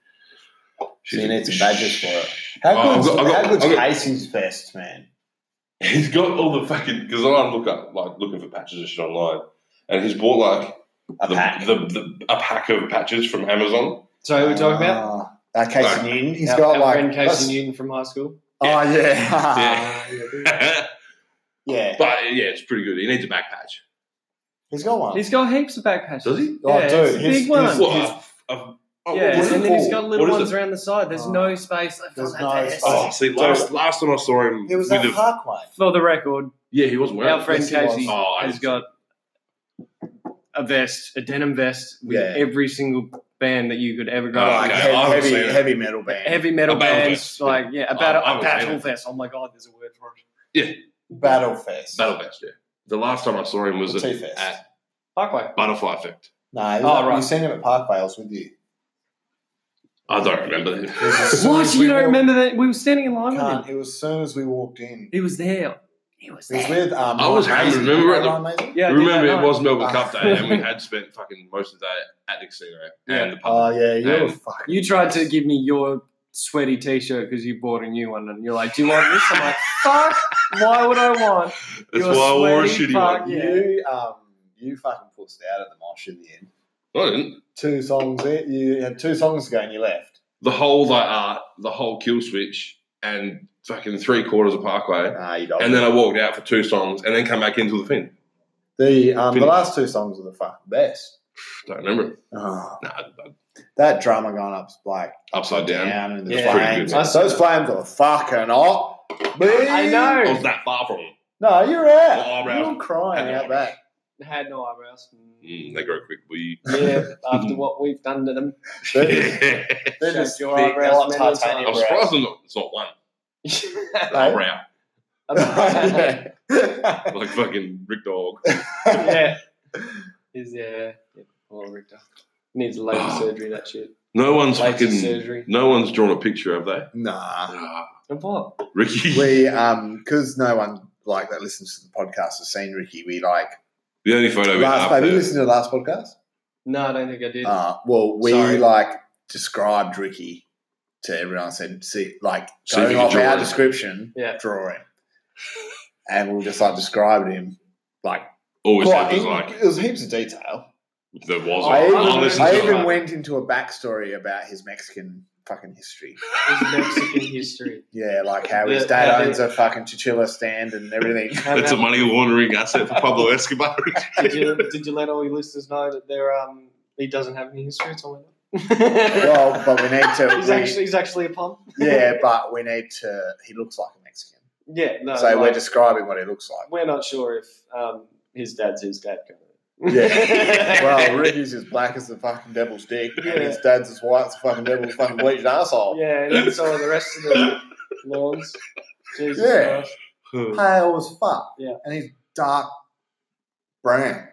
S1: So you need some badges for it. How
S2: Oh, I've
S1: good's,
S2: got- I've got-
S1: how good's
S2: I've got-
S1: Casey's vest, man?
S2: He's got all the fucking because I look up like looking for patches and shit online, and he's bought like
S1: A
S2: the,
S1: pack.
S2: The, the, a pack of patches from Amazon.
S3: Sorry, we're talking about
S1: Uh, Casey
S2: Like-
S1: Newton. He's
S3: our,
S1: got
S3: our
S1: like.
S3: friend
S1: that's-
S3: Casey Newton from high school.
S1: Oh, yeah.
S2: Yeah.
S1: yeah.
S2: but yeah, it's pretty good. He needs a back patch.
S1: He's got one.
S3: He's got heaps of back patches.
S2: Does he?
S1: Oh,
S3: yeah,
S1: dude,
S3: it's a
S1: his-
S3: big one.
S1: his-
S2: What? a- a- oh,
S3: yeah,
S2: what is
S3: and
S2: it
S3: then he's
S2: called?
S3: got little
S2: What is
S3: ones
S2: it?
S3: around the side. There's
S1: Oh.
S3: no space left
S1: There's
S3: on that
S1: no
S3: vest.
S1: space.
S2: Oh, see, last last time I saw him,
S1: It was
S2: with
S1: at
S2: a-
S1: Parkway.
S3: For the record,
S2: yeah, he was
S3: our
S2: wearing.
S3: friend
S1: yes, he was.
S3: Casey
S2: Oh, I
S3: has got a vest, a denim vest with
S1: Yeah.
S3: every single band that you could ever go.
S2: Oh,
S3: to.
S1: Like
S2: okay.
S1: heavy,
S2: I haven't
S1: heavy,
S2: seen it.
S1: heavy metal band.
S3: Heavy metal
S2: A battle
S3: bands,
S2: vest.
S3: like yeah, a battle,
S2: I
S3: a
S2: haven't seen
S3: battle
S2: it.
S3: vest. Oh my god, there's a word for it.
S1: Battlefest.
S2: battle vest. Yeah, the last time I saw him was
S1: The
S2: at,
S1: Two-Face.
S2: at
S3: Parkway.
S2: Butterfly Effect.
S1: No, it was
S3: Oh,
S1: up-
S3: right.
S1: you seen him at Parkway. I was with you.
S2: I don't remember that.
S3: What? You don't remember that? We were standing in line with him.
S1: Can't. It was as soon as we walked in.
S3: He was there. He was
S1: It was
S3: there.
S1: with. Um,
S2: I was
S1: Ryan
S2: hammered,
S1: Maisie.
S2: remember
S1: Ryan Maisie?
S3: Yeah, I did
S2: remember,
S3: that
S2: it
S3: night.
S2: was Melbourne
S1: Ah.
S2: Cup Day, and we had spent fucking most of the day at the casino and the
S1: Oh
S2: pub.
S1: yeah, you were
S2: And-
S1: fucking.
S3: You tried to give me your sweaty T-shirt because you bought a new one, and you're like, "Do you want this?" I'm like, "Fuck! Why would I want?"
S2: That's why
S3: you're
S2: I wore a shitty
S3: sweaty fuck.
S2: one.
S1: You um, you fucking pushed out at the mosh in the end.
S2: I didn't.
S1: Two songs in, you had two songs to go and you left.
S2: The whole like art, the whole kill switch, and fucking three quarters of Parkway,
S1: Nah, you don't.
S2: and then I walked out for two songs, and then come back into the thing.
S1: the um, the
S2: Finish.
S1: last two songs were the fucking best.
S2: Don't remember it.
S3: Ah.
S1: Oh,
S2: Nah, I- I-
S1: that drummer going up like
S2: upside down.
S1: down and the
S3: Yeah.
S2: Pretty
S1: flames.
S2: good.
S1: Those flames are fucking hot.
S3: I
S1: Bing.
S2: I
S3: know.
S2: was that far from them.
S1: No, you're out.
S2: Oh, I'm
S1: you're
S2: out.
S1: crying
S2: I'm
S1: out
S2: out.
S1: back.
S3: Had no eyebrows.
S2: Oh. Mm, they grow quick. We
S3: Yeah, after what we've done to them.
S1: They're, they're
S3: Shut
S1: just
S3: your
S1: big,
S3: eyebrows,
S1: they're
S3: man,
S1: like titanium
S2: I'm
S1: brows.
S2: surprised I'm not, it's not one.
S1: Right?
S2: I'm out.
S3: I'm not-
S1: yeah.
S2: Like fucking Rick Dog.
S3: yeah. He's, yeah. yeah. Poor Richter. Needs laser surgery, that shit.
S2: No one's
S3: Laser
S2: fucking.
S3: surgery.
S2: No one's drawn a picture, have they?
S1: nah.
S2: Ah,
S3: And what?
S2: Ricky.
S1: We um because no one like that listens to the podcast has seen Ricky, we like
S2: the only photo we
S1: last
S2: have.
S1: baby
S2: there-
S1: listened to the last podcast?
S3: No, I don't think I did.
S1: Uh well we
S3: Sorry.
S1: like described Ricky to everyone said see like
S2: See if
S1: going
S2: you can
S1: off
S2: draw
S1: our
S2: him.
S1: description,
S3: Yeah.
S1: draw him. And we just like described him like
S2: Always
S1: quite-
S2: had was
S1: it-
S2: like
S1: it was heaps of detail.
S2: there was.
S3: Oh,
S1: I
S2: I,
S1: even,
S2: I listened
S1: I
S2: to
S1: even
S2: it.
S1: went into a backstory about his Mexican fucking history.
S3: His Mexican history.
S1: Yeah, like how his
S3: Yeah,
S1: dad
S3: I
S1: owns a fucking chichilla stand and everything.
S3: How
S2: It's a
S3: about-
S2: money laundering asset for Pablo Escobar.
S3: did, you, did you let all your listeners know that they're, um, he doesn't have any history? It's all in it.
S1: well, but we need to.
S3: he's,
S1: we-
S3: actually, he's actually a pump.
S1: yeah, but we need to. He looks like a Mexican,
S3: Yeah, no.
S1: so we're
S3: like,
S1: describing what he looks like.
S3: we're not sure if um, his dad's his dad.
S1: Yeah. well, Ricky's as black as the fucking devil's dick, and his dad's as white as the fucking devil's fucking bleached asshole.
S3: yeah, and then so are the rest of the lawns. Jesus
S1: Yeah.
S3: Christ.
S1: Pale as fuck.
S3: Yeah.
S1: and he's dark brown,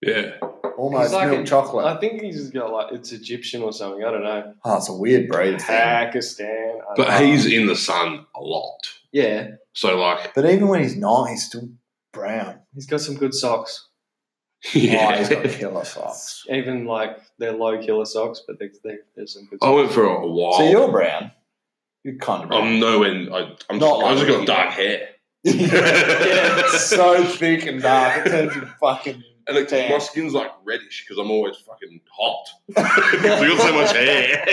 S2: yeah.
S1: almost
S3: like
S1: milk
S3: a-
S1: chocolate.
S3: I think he's got like it's Egyptian or something. I don't know.
S1: oh, it's a weird breed. of thing.
S3: Pakistan. I don't
S2: But
S3: know.
S2: he's in the sun a lot.
S3: yeah,
S2: So like
S1: But even when he's not, he's still brown.
S3: he's got some good socks.
S1: Oh, he's got
S2: yeah.
S1: killer socks.
S3: Even like they're low killer socks, but they, they, there's some good.
S2: I
S3: Socks.
S2: went for a while.
S1: So you're brown. You're kind of brown.
S2: I'm nowhere. I, I'm.
S1: Not
S2: I just
S1: like-
S2: got dark hair.
S1: yeah, it's so thick and dark. It turns you fucking.
S2: And it,
S1: Damn.
S2: my skin's like reddish because I'm always fucking hot. because I got so much hair.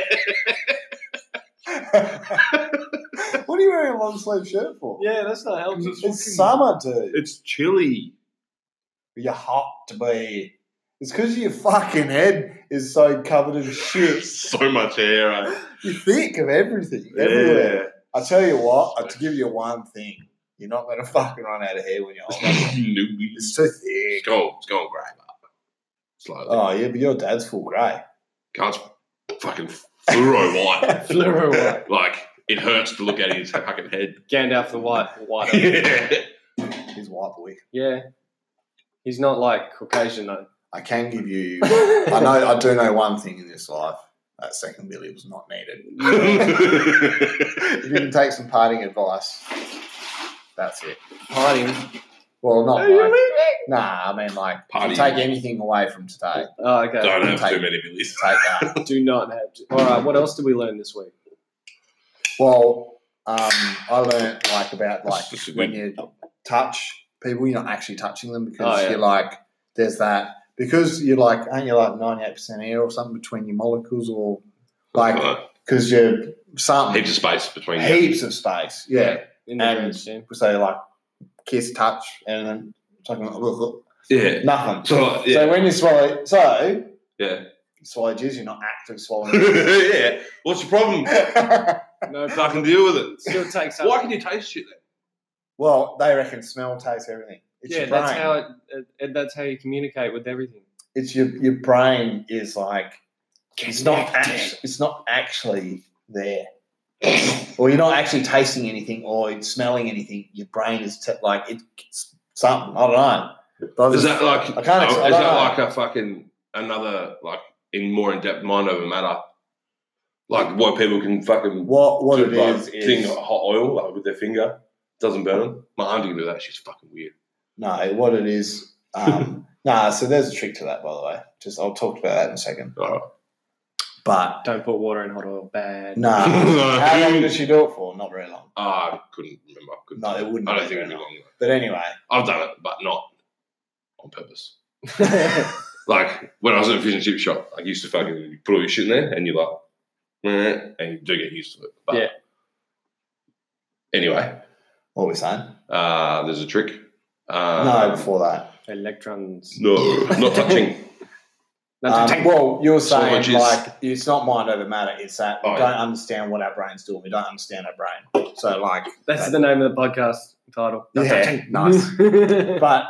S1: what are you wearing a long sleeve shirt for?
S3: Yeah, that's not helping.
S2: It's
S1: It's summer, dude.
S2: It's chilly.
S1: You're hot to be. It's because your fucking head is so covered in shit.
S2: So much hair. I,
S1: You're thick of everything, everywhere.
S2: yeah.
S1: I tell you what, I will give you one thing. You're not going to fucking run out of hair when you're old. It's
S2: it's,
S1: too thick.
S2: going, it's going grey, but slowly.
S1: Oh yeah, but your dad's full grey.
S2: Can't fucking fluoro white.
S3: Fluoro white.
S2: Like, it hurts to look at his fucking head.
S3: Gandalf the White, white.
S2: yeah.
S1: He's white boy.
S3: yeah, he's not like Caucasian though.
S1: I can give you. I
S3: I
S1: know. I do know one thing in this life. That second Billy was not needed. If you can take some parting advice, that's it.
S3: Hiding.
S1: Well, not like, nah. I mean, like, if
S2: Party.
S1: you take anything away from today,
S3: Oh, okay.
S2: Don't have
S1: Take-
S2: too many billies.
S1: take that.
S3: Do not have. To. All right. What else did we learn this week?
S1: well, um, I learned like about like
S2: That's just
S1: when you touch people, you're not actually touching them because
S3: Oh, yeah.
S1: you're like there's that because you're like aren't you like ninety eight percent air or something between your molecules or like
S2: Uh,
S1: because you're something
S2: heaps of space between you.
S1: heaps of space. Yeah.
S3: In the
S1: And-
S3: grand scheme.
S1: So like kiss, touch, and then talking
S2: Yeah.
S1: nothing.
S2: So, like, yeah.
S1: So when you swallow, so
S2: yeah.
S1: you swallow jizz, you're not actually swallowing.
S2: yeah. What's your problem?
S1: it.
S3: No, but
S2: Fucking deal with it.
S3: still takes up.
S2: Why can you taste shit then?
S1: well, they reckon smell, taste, everything. It's
S3: yeah,
S1: your brain.
S3: that's how it, it, it- That's how you communicate with everything.
S1: it's your your brain is like it's not act- it's not actually there. or you're not actually tasting anything or it's smelling anything. Your brain is t- like it's something. I don't know.
S2: Is that like
S1: I can't.
S2: Oh,
S1: ex- I
S2: is
S1: don't
S2: that
S1: know.
S2: like a fucking another like in more in depth mind over matter? Like what people can fucking
S1: what what
S2: do,
S1: it
S2: like,
S1: is
S2: thing
S1: is
S2: of hot oil like, with their finger doesn't burn them. My auntie can do that. She's fucking weird.
S1: no what it is. Um, nah, so there's a trick to that, by the way. Just I'll talk about that in a second.
S2: Alright.
S1: But
S3: Don't put water in hot oil. Bad.
S1: nah, how long did
S2: Ah,
S1: she do it for? Not very long.
S2: I couldn't remember. I couldn't.
S1: No, it wouldn't
S2: I
S1: be
S2: don't think it'd be
S1: very
S2: long.
S1: But anyway,
S2: I've done it, but not on purpose. Like when I was in a fish and chip shop, I used to fucking you put all your shit in there, and you're like, "Meh," and you do get used to it. But
S3: Yeah.
S2: Anyway,
S1: What were we saying?
S2: uh, there's a trick. Uh,
S1: No, before that.
S3: Electrons.
S2: no, not touching.
S1: Um,
S3: Not to take-
S1: well, you're
S2: So
S1: saying
S2: much is-
S1: like it's not mind over matter. It's that we
S2: Oh,
S1: don't understand what our brains do. and We don't understand our brain. So like,
S3: that's the name of the podcast title. Not
S1: Yeah,
S3: touching.
S1: nice.
S3: But
S1: but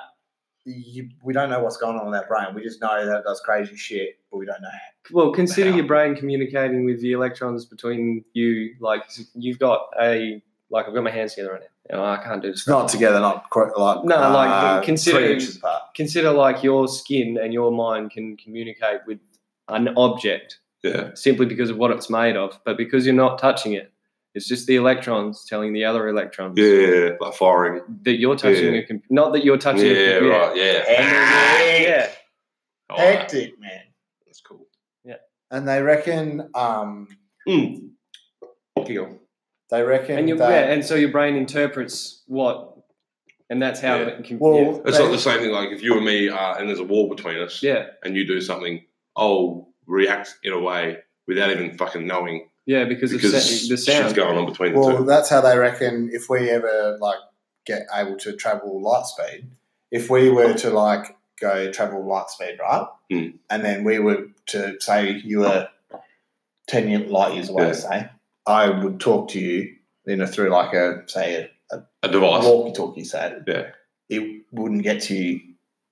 S1: you, we don't know what's going on in our brain. We just know that it does crazy shit, but we don't know.
S3: well, consider
S1: Wow.
S3: your brain communicating with the electrons between you. Like you've got a like I've got my hands together right now, and I can't do this.
S1: It's not together. Not quite like uh,
S3: No, like, consider-
S1: three inches apart.
S3: Consider like your skin and your mind can communicate with an object
S2: Yeah,
S3: simply because of what it's made of, but because you're not touching it, it's just the electrons telling the other electrons
S2: yeah, yeah, like firing.
S3: that you're touching
S2: Yeah.
S3: a computer. Not that you're touching a
S2: Yeah,
S3: computer.
S2: right. Yeah, Ah,
S1: Hectic,
S3: Yeah.
S2: Oh,
S1: hectic, man.
S2: that's cool.
S1: And they reckon. Um,
S2: Mm. Giggle.
S1: they reckon
S3: And you
S2: uh,
S1: that.
S3: yeah, and so your brain interprets what, and that's how
S2: Yeah.
S3: it can.
S1: well,
S2: It's
S1: they-
S2: not the same thing. Like if you and me are, and there's a wall between us,
S3: yeah,
S2: and you do something, I'll react in a way without even fucking knowing
S3: yeah, yeah, because,
S2: because
S3: of sa- the
S2: shit's
S3: sound.
S2: going on between the
S1: Well,
S2: two.
S1: that's how they reckon if we ever like get able to travel light speed, if we were to like go travel light speed, right?
S2: Hmm.
S1: And then we were to say you were ten year- light years away,
S2: Yeah.
S1: say, I would talk to you, you know, through like a say
S2: A
S1: a
S2: device.
S1: walkie talkie, say.
S2: Yeah.
S1: It wouldn't get to you.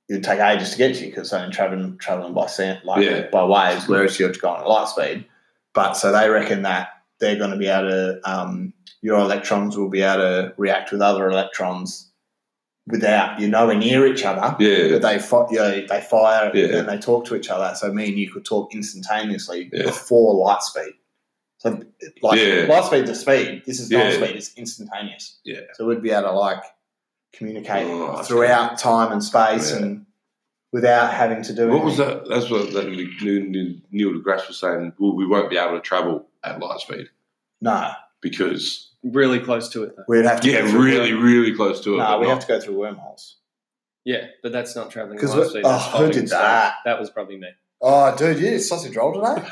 S1: It would take ages to get to you because they're only traveling traveling by sound, like
S2: Yeah.
S1: by waves, whereas you're going at light speed. But so they reckon that they're going to be able to um, your electrons will be able to react with other electrons without you nowhere near each other.
S2: yeah,
S1: But they fi- you know, they fire
S2: Yeah.
S1: and they talk to each other. So me and you could talk instantaneously
S2: Yeah.
S1: before light speed. So like
S2: Yeah.
S1: light speed to speed. This is not
S2: Yeah.
S1: speed. It's instantaneous.
S2: Yeah.
S1: So we'd be able to like communicate
S2: Oh, that's
S1: throughout time and space
S2: Yeah.
S1: and without having to do
S2: What was
S1: anything.
S2: that? That's what that Neil, Neil, Neil deGrasse was saying. Well, we won't be able to travel at light speed
S1: No,
S2: because
S3: Really close to it, though.
S1: we'd have to.
S2: yeah,
S1: go through
S2: really,
S1: worm-
S2: really close to it.
S1: No,
S2: but
S1: we
S2: not-
S1: have to go through wormholes.
S3: Yeah, but that's not traveling.
S1: 'Cause
S3: light
S1: what-
S3: speed,
S1: oh,
S3: that's
S1: who
S3: following
S1: did
S3: sound.
S1: that?
S3: That was probably me.
S1: Oh, dude, you did sausage roll today?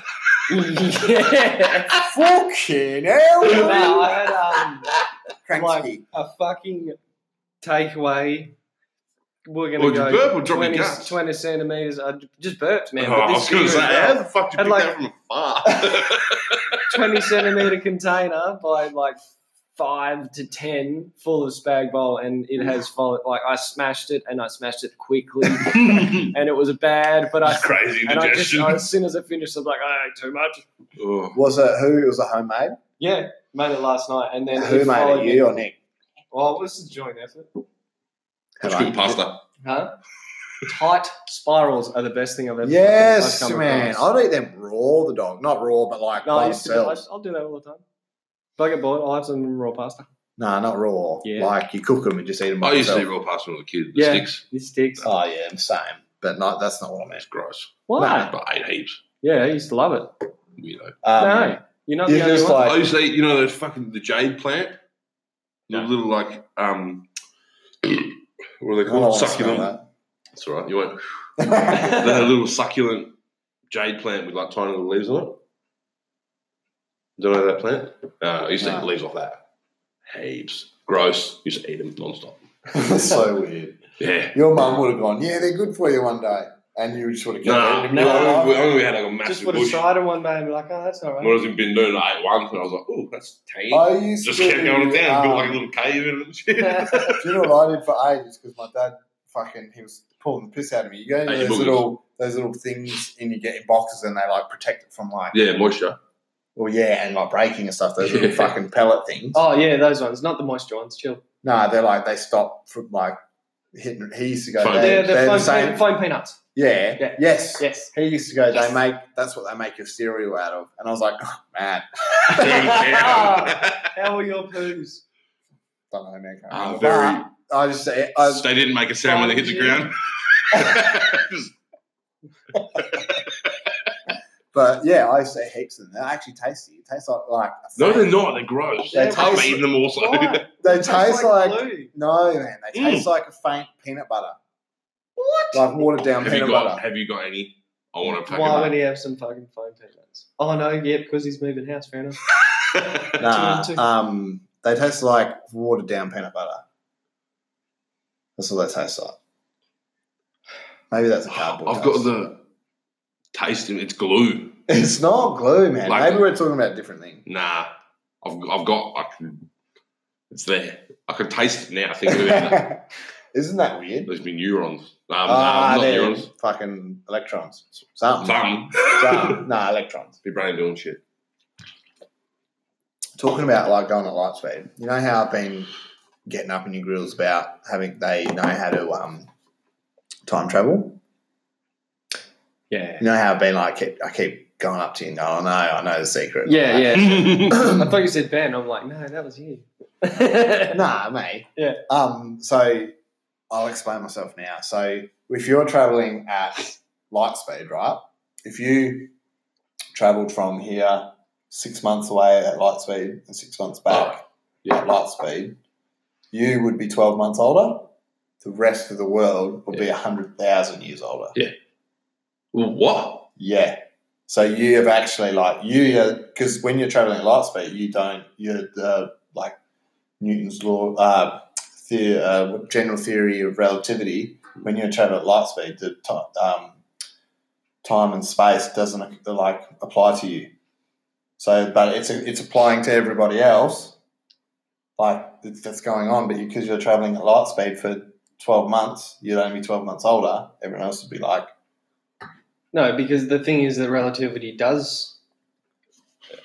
S3: yeah.
S1: Fucking hell!
S3: No, I had um,
S1: Cranky.
S3: a fucking takeaway. We're gonna
S2: Well, did
S3: go
S2: you burp or drop your
S3: 20,
S2: guts?
S3: 20 centimeters. I just burped, man.
S2: Oh,
S3: but
S2: I
S3: this
S2: was going to
S3: year
S2: say,
S3: as well.
S2: how the fuck did you
S3: And
S2: pick
S3: like-
S2: that from afar?
S3: 20 centimeter container by like five to 10 full of spag bowl and it has followed like i smashed it and i smashed it quickly and it was bad but i
S2: It's crazy
S3: and i just
S2: digestion.
S3: I, as soon as i finished i was like "Ah, i ate too much
S2: oh,
S1: Was it who? It was a homemade.
S3: yeah made it last night and then
S1: who
S3: it
S1: made
S3: followed
S1: it?
S3: me-
S1: You or Nick?
S3: well it was a joint effort
S2: that's
S1: Hello.
S2: good pasta.
S3: huh tight spirals are the best thing i've ever
S1: Yes,
S3: fucking- I've come
S1: man.
S3: across.
S1: I'd eat them raw, the dog. Not raw, but like
S3: no,
S1: by
S3: I used to, I,
S1: themselves.
S3: i'll do that all the time if i get bored i'll have some raw pasta
S1: No, not raw.
S3: Yeah.
S1: Like you cook them and just eat them by
S2: I used to eat
S1: themselves.
S2: raw pasta when I was a kid. The
S3: Yeah.
S2: sticks.
S3: this sticks
S1: Oh yeah, I'm same. But not that's not what I meant.
S2: It's gross.
S3: why
S2: But I ate heaps.
S3: yeah i used to love it
S2: You know.
S1: Um,
S3: no you're not
S1: you
S3: the only
S1: just
S3: one.
S1: like
S2: I used to eat, you know, those fucking the jade plant, the little like um, what are
S1: I
S2: they
S1: don't wanna
S2: called?
S1: smell
S2: Succulent.
S1: that.
S2: That's all right. You won't.
S1: I
S2: They're a little succulent jade plant with like tiny little leaves on it. Don't know that plant. Uh, I used to eat
S1: No.
S2: the leaves off that. Heaps. Gross. Used to eat them nonstop.
S1: That's so weird.
S2: Yeah.
S1: Your mum would have gone, yeah, they're good for you one day, and you just would have kept
S2: No,
S1: eating them. You're
S2: no,
S1: like,
S2: we only had like a
S3: just
S2: massive
S3: would have
S2: bush.
S3: tried him one day and be like, oh, that's all
S2: When
S3: right.
S2: I was in Bindoon, I ate one, and I was like, "Oh, that's tame."
S1: I used
S2: Just
S1: to
S2: kept going down, built like a
S1: um,
S2: little cave in it and shit.
S1: Do you know what I did for ages? Because my dad fucking he was pulling the piss out of me. You go into
S2: Hey, you
S1: those
S2: boogers.
S1: little those little things and you get in boxes and they like protect it from like
S2: yeah, moisture.
S1: well yeah and like breaking and stuff. Those little
S2: Yeah.
S1: fucking pellet things.
S3: Oh, yeah, those ones. Not the moisture ones. Chill.
S1: No, they're like they stop from like hitting. He used to go.
S2: Foam.
S1: They,
S3: They're,
S1: they're,
S3: they're,
S1: the
S3: fine,
S1: same.
S3: pe- fine peanuts.
S1: Yeah.
S3: Yeah.
S1: Yes.
S3: Yes.
S1: He used to go.
S3: Yes.
S1: They make. That's what they make your cereal out of. And I was like, oh, man,
S2: Ah,
S3: How are your poos?
S1: don't know, man. can't remember.
S2: very.
S1: But I just say I,
S2: they didn't make a sound when they hit the ground. Just-
S1: but yeah, I used to eat heaps of them. They're actually tasty. It tastes like like. a
S2: no,
S1: fruit.
S2: they're not. They're gross.
S1: They
S2: I've
S1: taste-
S2: eaten them also.
S3: Why?
S1: They
S3: Tastes
S1: taste like,
S3: glue.
S1: no man. They
S2: Mm.
S1: taste like a faint peanut butter. What?
S5: Like watered down
S2: Have you
S5: peanut
S2: got?
S5: butter.
S2: Have you got any? I want to
S3: Why would
S2: fucking.
S3: he have some fucking fine peanuts? Oh no, yeah, because he's moving house. Fair enough.
S1: Nah,
S3: Two and two.
S1: um, they taste like watered down peanut butter. That's all they taste like. Maybe that's a cardboard.
S2: I've got
S1: taste.
S2: the taste in it's glue.
S1: It's not glue, man.
S2: Like-
S1: Maybe we're talking about a different thing.
S2: Nah, I've I've got. I can, it's there. I can taste it now. I think about it.
S1: Isn't that weird?
S2: There's been neurons. Um,
S1: Ah,
S2: not
S1: they're
S2: neurons.
S1: fucking electrons. Something.
S2: Some.
S1: Something. Nah, electrons.
S2: Your brain doing shit.
S1: Talking about like going at light speed. You know how I've been getting up in your grills about having they know how to um time travel.
S3: Yeah.
S1: You know how I've been like, keep, I keep going up to you and going, oh no, I know the secret.
S3: Yeah, yeah.
S2: yeah.
S3: I thought you said Ben. I'm like, no, that was you. yeah.
S1: Nah, mate.
S3: Yeah.
S1: Um, so I'll explain myself now. So if you're traveling at light speed, right? If you traveled from here six months away at light speed and six months back
S2: Yeah.
S1: at light speed, you would be 12 months older. The rest of the world would be 100,000 years older.
S2: Well, what?
S1: Yeah. So you have actually like you because when you're traveling at light speed, you don't you're the like Newton's law, uh, the uh, general theory of relativity. When you're traveling at light speed, the ti um, time and space doesn't like apply to you. So, but it's it's applying to everybody else, like it's, that's going on. But because you're traveling at light speed for twelve months, you'd only be twelve months older. Everyone else would be like.
S3: No, because the thing is that relativity does.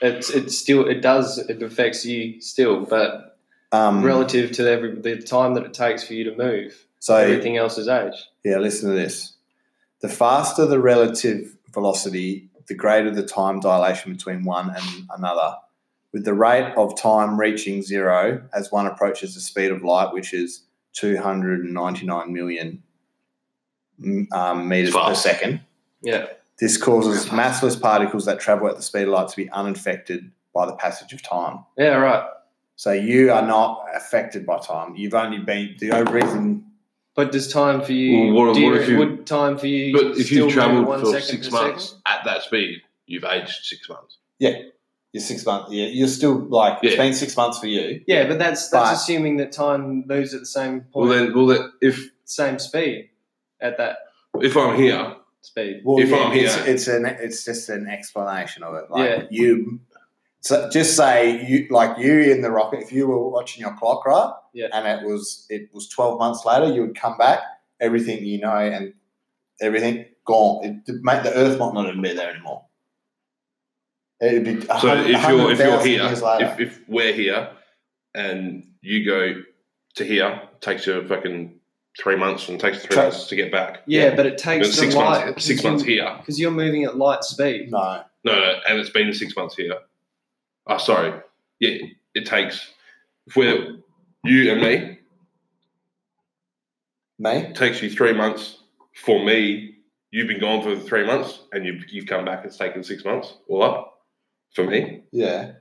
S3: It's it's still it does it affects you still, but
S2: Mm.
S1: Um,
S3: relative to every the time that it takes for you to move,
S1: so
S3: everything else is age.
S1: Yeah, listen to this. The faster the relative velocity, the greater the time dilation between one and another, with the rate of time reaching zero as one approaches the speed of light, which is 299 million mm, um, meters per
S2: Fast.
S1: second.
S3: Yeah.
S1: This causes massless particles that travel at the speed of light to be unaffected by the passage of time.
S3: Yeah. Right.
S1: So you are not affected by time. You've only been the only reason
S3: But does time for you?
S2: Well, what-
S3: do you,
S2: what if you-
S3: would time for you?
S2: But if
S3: still
S2: you've
S3: move
S2: travelled
S3: one
S2: for
S3: second
S2: six
S3: per
S2: months
S3: second?
S2: at that speed, you've aged six months.
S1: you're six months. Yeah, you're still like it's
S2: Yeah.
S1: been six months for you.
S3: Yeah, but that's that's
S1: But-
S3: assuming that time moves at the same
S2: Well,
S3: point,
S2: then, well, then, if
S3: same speed, at that
S2: if I'm here,
S3: speed.
S1: Well,
S2: If
S1: yeah,
S2: I'm
S1: it's,
S2: here.
S1: it's an it's just an explanation of it. Like
S3: Yeah.
S1: you, so just say you like you in the rocket. If you were watching your clock, right?
S3: Yeah.
S1: And it was it was twelve months later. You would come back, everything you know, and everything gone. It mate, the Earth might not even be there anymore. It'd be a
S2: so
S1: hun-
S2: if you're if you're
S1: 100,000
S2: here,
S1: years later.
S2: if, if we're here, and you go to here, takes you fucking three months, and takes three
S1: Tra-
S2: months to get back.
S3: Yeah, but it
S2: But
S3: takes the
S2: six
S3: light
S2: months, six months here.
S3: because you're moving at light speed.
S1: no,
S2: No, no, and it's been six months here. Oh, sorry. Yeah, it takes. If we're you and me,
S1: me.
S2: it takes you three months. For me, you've been gone for three months, and you've you've come back. It's taken six months all up. For me,
S1: Yeah,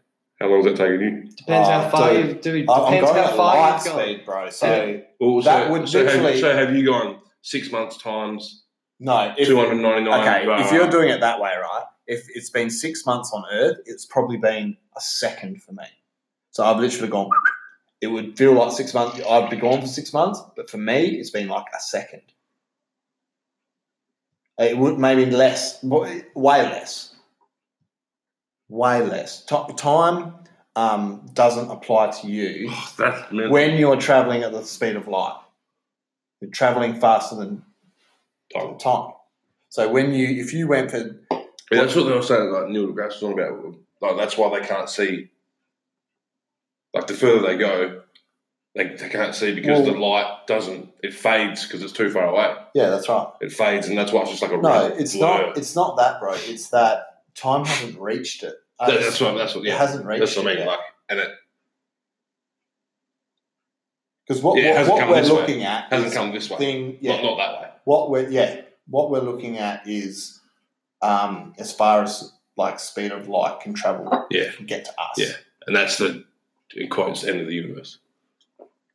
S2: how long's that taking you?
S3: Depends
S1: Oh,
S3: how far
S1: dude.
S3: you've dude,
S1: I'm, I'm
S3: depends
S1: going
S3: how
S1: at
S3: far
S1: light
S3: you've gone.
S1: speed, bro. So
S2: Well,
S1: That
S2: so,
S1: would
S2: so have,
S1: literally-
S2: so have you gone six months times
S1: no, if,
S2: two hundred ninety nine?
S1: Okay, if you're doing it that way, right? If it's been six months on Earth, it's probably been a second for me. So I've literally gone. It would feel like six months. I'd be gone for six months, but for me, it's been like a second. It would maybe less, w- way less, way less. Ti- Time um, doesn't apply to you
S2: that's mental.
S1: when you're traveling at the speed of light. You're traveling faster than
S2: Time.
S1: time. So when you, if you went for
S2: Yeah, that's what they were saying. Like Neil deGrasse was on about. Like that's why they can't see. Like the further they go, they, they can't see because
S1: Well-
S2: the light doesn't. It fades because it's too far away.
S1: Yeah, that's right.
S2: It fades, and that's why it's just like a
S1: No,
S2: red
S1: it's
S2: blur.
S1: not. It's not that, bro. It's that time hasn't reached it.
S2: That- that's what. That's what.
S1: It
S2: Yeah,
S1: hasn't reached.
S2: that's what I mean.
S1: it
S2: Like, and it
S1: because what
S2: yeah, it
S1: what,
S2: hasn't
S1: what
S2: come
S1: we're
S2: this way.
S1: looking at
S2: hasn't
S1: is
S2: come this way.
S1: thing. Yeah,
S2: Not not that way.
S1: what we're yeah what we're looking at is um as far as like speed of light can travel.
S2: Yeah.
S1: can get to us.
S2: Yeah. And that's the in quotes end of the universe,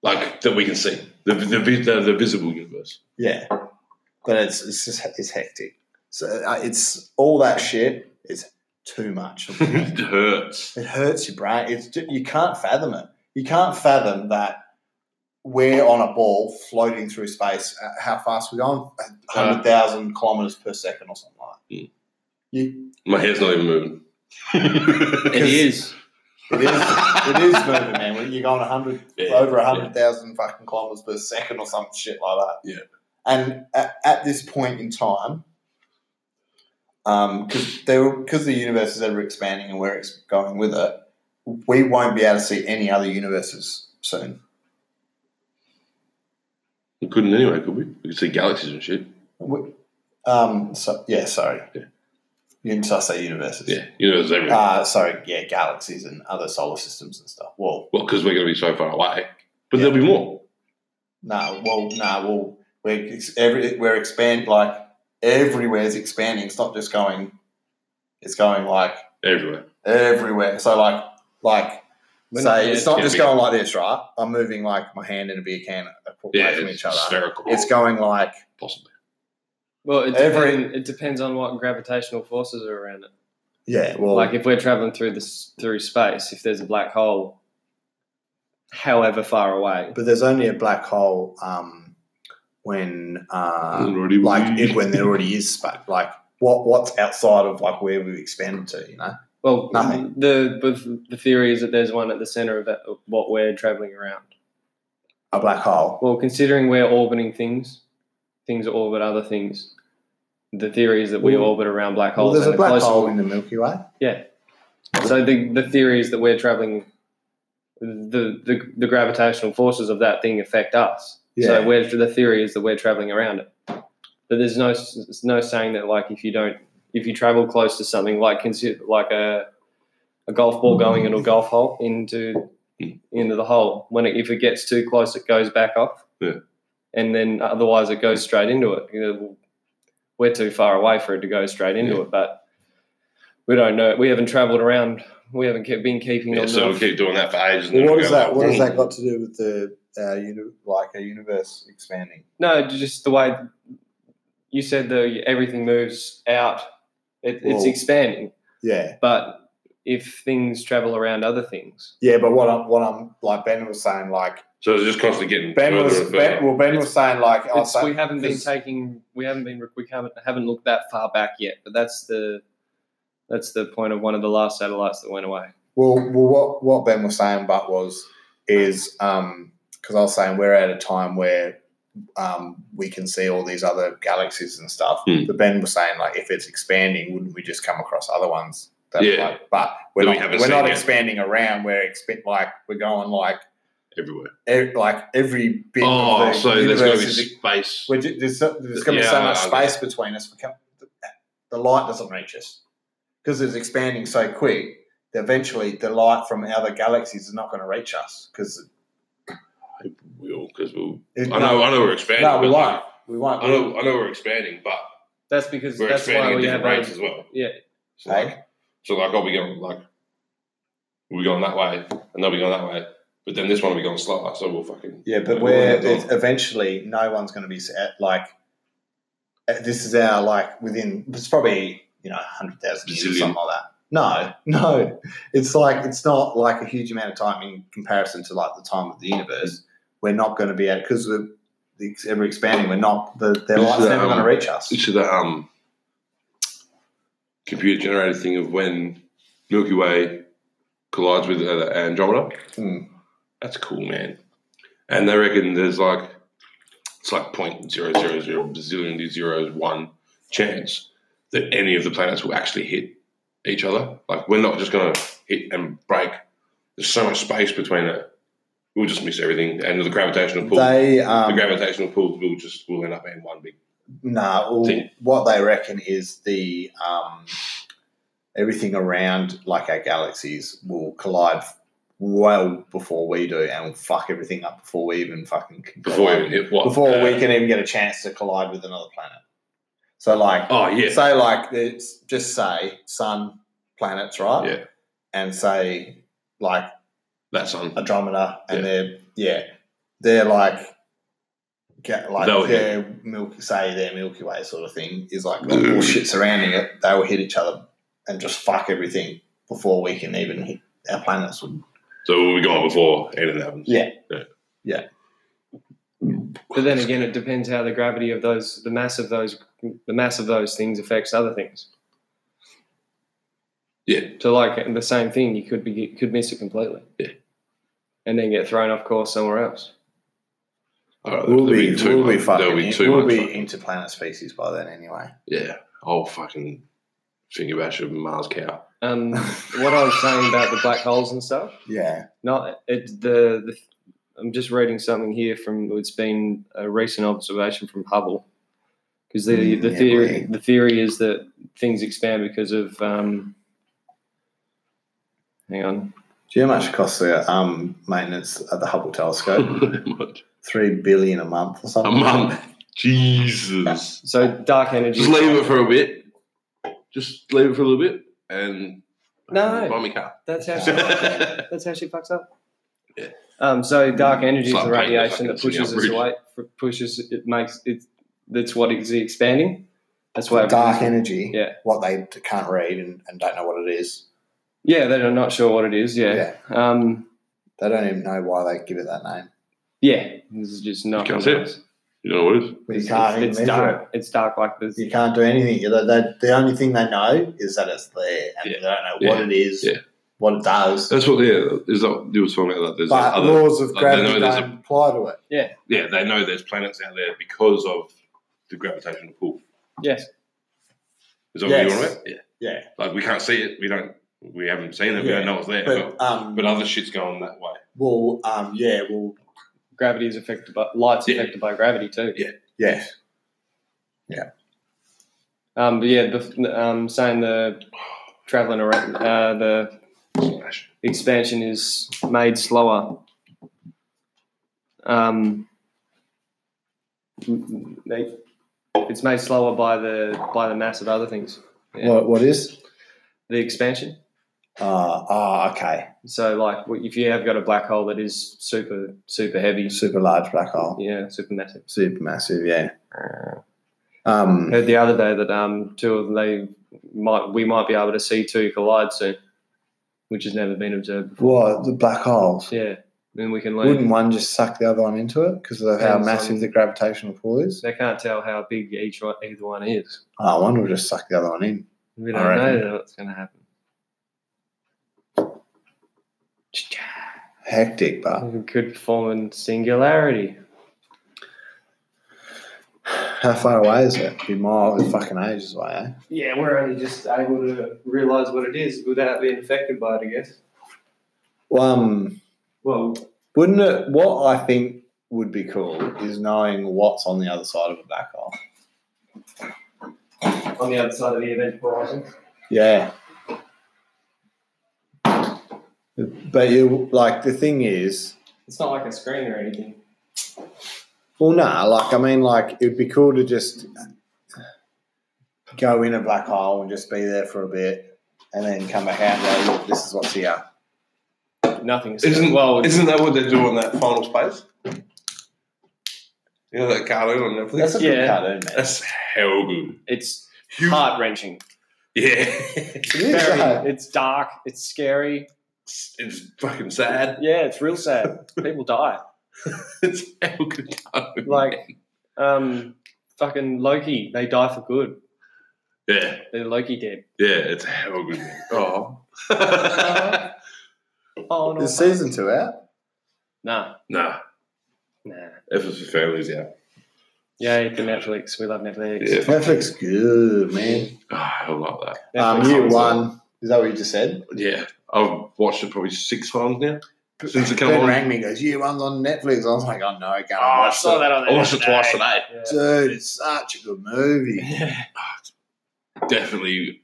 S2: like that we can see the the, vi- the, the visible universe.
S1: yeah. but it's it's just it's hectic. So uh, it's all that shit is too much.
S2: it hurts.
S1: It hurts your brain. It's ju- you can't fathom it. You can't fathom that we're on a ball floating through space. At how fast we're going? Hundred thousand kilometers per second or something like. That.
S2: Mm.
S1: You,
S2: My hair's not even moving. it
S3: It is.
S1: it is it is moving, man. You're going hundred
S2: Yeah,
S1: over
S2: yeah.
S1: hundred thousand fucking kilometers per second or some shit like that.
S2: Yeah.
S1: And at, at this point in time, um, because they because the universe is ever expanding and where it's going with it, we won't be able to see any other universes soon.
S2: We couldn't anyway, could we? We could see galaxies and shit.
S1: We- Um, so yeah, sorry.
S2: Yeah.
S1: You so I say universes.
S2: Yeah, you know, there's everything.
S1: Uh, sorry, yeah, galaxies and other solar systems and stuff. Well,
S2: well, because we're going to be so far away, but
S1: Yeah.
S2: there'll be more.
S1: No, well, no, well, we're ex- every we're expand like everywhere's expanding. It's not just going. It's going like
S2: Everywhere.
S1: everywhere. So like like
S3: We're
S1: say
S3: not yet.
S1: it's not
S2: Yeah,
S1: just
S2: big.
S1: going like this, right? I'm moving like my hand in a beer can away
S2: Yeah,
S1: from
S2: it's
S1: each other.
S2: spherical.
S1: It's going like
S2: possibly.
S3: Well, it,
S1: Every-
S3: depend, it depends on what gravitational forces are around it.
S1: yeah, well,
S3: Like if we're traveling through this through space, if there's a black hole, however far away,
S1: but there's only a black hole um, when uh,
S2: Already
S1: like
S2: we-
S1: it, when there already is space. Like what what's outside of like where we've expanded to, you know?
S3: well,
S1: Nothing.
S3: the the the theory is that there's one at the center of that, of what we're traveling around.
S1: A black hole.
S3: Well, considering we're orbiting things, things orbit other things. The theory is that we
S1: Well-
S3: orbit around black
S1: Well,
S3: holes.
S1: there's
S3: and
S1: a
S3: the
S1: black
S3: closer-
S1: hole in the Milky Way.
S3: So the the theory is that we're traveling. The, the the gravitational forces of that thing affect us. So
S1: Yeah.
S3: we're, the theory is that we're traveling around it. But there's no there's no saying that like if you don't if you travel close to something like consider like a a golf ball going into a golf hole into into the hole when it, if it gets too close it goes back off.
S2: Yeah.
S3: And then otherwise it goes straight into it. You know, we're too far away for it to go straight into
S2: Yeah.
S3: it, but we don't know. We haven't travelled around. We haven't kept, been keeping
S2: Yeah,
S3: on.
S2: so
S3: the-
S2: we keep doing that for ages.
S1: Well,
S2: and then
S1: what
S2: we
S1: is
S2: go,
S1: that? What has
S2: "Vroom."
S1: that got to do with the uh, uni- like a universe expanding?
S3: No, just the way you said the everything moves out. It, it's
S1: Well-
S3: expanding,
S1: Yeah,
S3: but if things travel around other things,
S1: yeah. But what I'm, what I'm like Ben was saying, like
S2: So it's just constantly getting
S1: Ben
S2: further
S1: was
S2: and
S1: ben,
S2: further.
S1: well, Ben was saying like oh, I
S2: Oh,
S3: it's, we haven't been
S1: 'cause-
S3: taking. We haven't been. We haven't haven't looked that far back yet. But that's the that's the point of one of the last satellites that went away.
S1: well, well, what what Ben was saying, but was is um because I was saying we're at a time where um we can see all these other galaxies and stuff.
S2: Hmm.
S1: But Ben was saying like if it's expanding, wouldn't we just come across other ones? That
S2: Yeah.
S1: like- but we're
S2: That we
S1: not
S2: haven't
S1: we're
S2: seen
S1: not
S2: yet.
S1: expanding around. We're expect like we're going like.
S2: everywhere.
S1: ev- e, like every bit
S2: Oh,
S1: of the
S2: so there's
S1: universe
S2: going to be
S1: is,
S2: space.
S1: we're ju- there's, so- there's going to be so
S2: Yeah,
S1: much
S2: I
S1: space between us. We can't- the light doesn't reach us because it's expanding so quick. That eventually, the light from other galaxies is not going to reach us because
S2: We'll, because we'll.
S1: it,
S2: I know, I know we're expanding.
S1: no, we
S2: but-
S1: won't. We won't.
S2: I know, I know we're expanding, but
S3: That's because
S2: we're
S3: that's why
S2: expanding at
S3: we
S2: different
S1: um,
S2: rates
S3: haven't.
S2: as well.
S3: yeah.
S2: So like, so like, I'll be going like, we're going that way, and they'll be going that way, but then this one will be going slower, so we'll fucking
S1: Yeah, but
S2: Like,
S1: we're
S2: we'll end
S1: it's
S2: up-
S1: eventually no one's going to be s- at like at- this is our like within it's probably you know hundred thousand years or
S2: Bazillion.
S1: something like that. No, no, it's like it's not like a huge amount of time in comparison to like the time of the universe. We're not going to be at because we're it's ever expanding. We're not the their
S2: This
S1: light's
S2: is,
S1: never
S2: um,
S1: going to reach us.
S2: to that um computer generated thing of when Milky Way collides with uh, Andromeda.
S1: Hmm.
S2: That's cool, man. And they reckon there's like it's like point zero zero zero bazillion zero one chance that any of the planets will actually hit each other. Like we're not just gonna hit and break. There's so much space between it. We'll just miss everything, and the gravitational pull.
S1: They um,
S2: the gravitational pull will just will end up in one big.
S1: No, well,
S2: Thing.
S1: what they reckon is the um, everything around like our galaxies will collide well before we do, and will fuck everything up before we even fucking can
S2: Before
S1: collide.
S2: it hit what?
S1: before
S2: Uh,
S1: we can even get a chance to collide with another planet. So like,
S2: Oh yeah.
S1: say like it's just say sun planets, right?
S2: Yeah.
S1: and say like
S2: That's on.
S1: Andromeda, and
S2: Yeah.
S1: they're yeah, they're like
S6: get like
S2: They'll hit.
S6: their milk, say their Milky Way sort of thing is like the bullshit surrounding it. They will hit each other and just fuck everything before we can even hit our planets. Would
S2: So we'll be gone before anything happens.
S6: Yeah.
S3: But then again, it depends how the gravity of those, the mass of those, the mass of those things affects other things.
S2: Yeah.
S3: So, like the same thing, you could be you could miss it completely.
S2: Yeah.
S3: And then get thrown off course somewhere else.
S2: All right,
S1: We'll
S2: there'll
S1: be,
S2: too
S1: we'll be
S2: much-
S1: fucking.
S2: There'll be too
S1: we'll
S2: much.
S1: be
S2: fucking-
S1: interplanet species by then anyway.
S2: yeah, I'll fucking finger bash a Mars cow.
S3: Um, what I was saying about the black holes and stuff.
S1: Yeah.
S3: No, it, the, the I'm just reading something here from it's been a recent observation from Hubble because the,
S1: Mm,
S3: the
S1: yeah,
S3: theory
S1: boy.
S3: the theory is that things expand because of um, hang on
S1: Do you know how much it costs the um, maintenance at the Hubble telescope?
S2: a
S1: Three billion a month or something.
S2: month. Jesus.
S3: so dark energy
S2: Just leave it for a bit. Just leave it for a little bit and
S3: No.
S2: buy me a car.
S3: that's how she
S2: yeah,
S3: that's how she fucks up
S2: Yeah.
S3: um, so dark energy
S2: It's like
S3: is the
S2: painting a
S3: radiation
S2: fucking
S3: that
S2: city
S3: pushes
S2: on
S3: us
S2: bridge.
S3: away pushes it makes it that's what is expanding that's why it
S1: Dark energy.
S3: Yeah.
S1: What they can't read and, and don't know what it is.
S3: yeah they're not sure what it is yeah, um
S1: They don't even know why they give it that name.
S3: Yeah, this is just not.
S2: can't see it. You know what it is?
S1: But
S3: It's,
S1: you can't even
S3: it's
S1: measure
S3: dark. It's dark like this.
S1: it. You can't do anything. You know, they, the only thing they know is that it's there, and
S2: Yeah.
S1: they don't know
S2: Yeah.
S1: what it is,
S2: Yeah.
S1: what it does.
S2: That's what yeah, is that you were talking about that there's
S1: but
S2: other
S1: laws of
S2: like, they
S1: gravity
S2: know there's
S1: don't apply to it.
S2: yeah, they know there's planets out there because of the gravitational pull.
S3: Yes.
S2: Is that what you
S1: Yes.
S2: want to Yeah.
S1: Yeah.
S2: Like we can't see it, we don't we haven't seen it, we
S1: Yeah.
S2: don't know it's there. But,
S1: But um,
S2: but other shit's going that way.
S1: well, um, yeah, well,
S3: Gravity is affected by light's
S2: Yeah.
S3: affected by gravity too.
S1: yeah,
S3: Um, but yeah, the, um, saying the traveling around, uh, the
S2: Smash.
S3: expansion is made slower. Um, they, it's made slower by the by the mass of other things. Yeah.
S1: What, what is?
S3: The expansion.
S1: Uh, oh, okay.
S3: So like, if you have got a black hole that is super super heavy,
S1: Super large black hole.
S3: yeah, super massive.
S1: Super massive, yeah. Um,
S3: heard the other day that um, two of them they might we might be able to see two collide soon, which has never been observed before.
S1: what, the black holes?
S3: Yeah, then we can learn.
S1: Wouldn't one just suck the other one into it because of how
S3: Depends
S1: massive
S3: on-
S1: the gravitational pull is?
S3: They can't tell how big each one, either one is.
S1: Oh, one will just suck the other one in.
S3: We
S1: I
S3: don't know
S1: reckon.
S3: that what's going to happen.
S1: Hectic, but
S3: We could form in singularity.
S1: how far away is it? Be miles, fucking ages away. Eh?
S3: Yeah, we're only just able to realize what it is without being affected by it. I guess.
S1: Well, um,
S3: Well,
S1: wouldn't it? What I think would be cool is knowing what's on the other side of a black hole.
S3: on the other side of the event horizon.
S1: Yeah. But you like the thing is,
S3: It's not like a screen or anything.
S1: well, nah. Like I mean, like it'd be cool to just go in a black hole and just be there for a bit, and then come back out. and go, Look, this is what's here.
S3: Nothing. is-
S2: Isn't
S3: well,
S2: isn't that what they do on that final space? You know that cartoon on Netflix?
S1: That's a
S3: Yeah.
S1: good cartoon, man.
S2: That's hell good.
S3: it's
S2: You-
S3: heart wrenching.
S2: yeah.
S1: It is, eh?
S3: Very, it's dark. It's scary.
S2: it's fucking sad.
S3: Yeah, it's real sad. People die.
S2: It's hell good cartoon.
S3: Like, um, fucking Loki. They die for good.
S2: Yeah,
S3: They're Loki dead.
S2: yeah, it's hell good. man. Oh.
S3: Oh no.
S1: Is season two out?
S3: Nah,
S2: nah,
S3: nah.
S2: if it's for families, yeah.
S3: Yay for Netflix. We love Netflix.
S2: Yeah.
S1: Netflix, good man.
S2: Oh, I like that.
S1: Um,
S3: Netflix
S1: year
S3: owns it.
S1: one. Is that what you just said?
S2: Yeah, I've watched it probably six times now since it came
S1: Ben
S2: on.
S1: rang me and goes, year one's on Netflix. I was like, oh no, go and
S3: Oh, I
S1: watch
S3: saw
S1: it.
S3: that on the
S2: I watched it
S3: other
S2: twice
S3: day.
S2: today.
S1: Dude, it's such a good movie.
S3: Yeah.
S2: Definitely,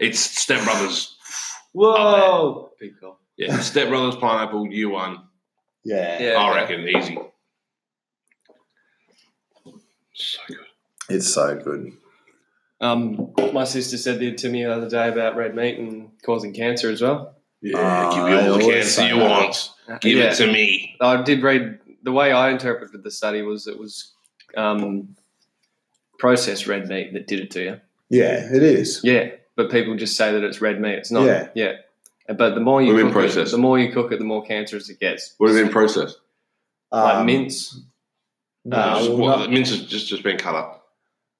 S2: it's Step Brothers.
S3: Whoa. Big call.
S2: Yeah, Step Brothers Pineapple Year One.
S1: Yeah.
S3: Yeah.
S2: I
S3: okay.
S2: reckon easy. So good.
S1: It's so good.
S3: Um, my sister said that to me the other day about red meat and causing cancer as well.
S2: Yeah,
S1: Ah,
S2: give you
S1: I
S2: all the
S1: always
S2: cancer
S1: say
S2: you
S1: that.
S2: want. Give
S3: yeah.
S2: it to me.
S3: I did read the way I interpreted the study was it was um, processed red meat that did it to you.
S1: Yeah, it is.
S3: Yeah, but people just say that it's red meat. It's not.
S1: Yeah.
S3: yeah. But the more
S2: What
S3: you
S2: do you
S3: cook
S2: mean
S3: it,
S2: processed?
S3: the more you cook it, the more cancerous it gets.
S2: What have been processed?
S3: like
S6: Um,
S3: mince?
S1: Uh,
S6: No,
S2: Just-
S6: well,
S2: what-
S6: not,
S2: it means it's just, just been cut up.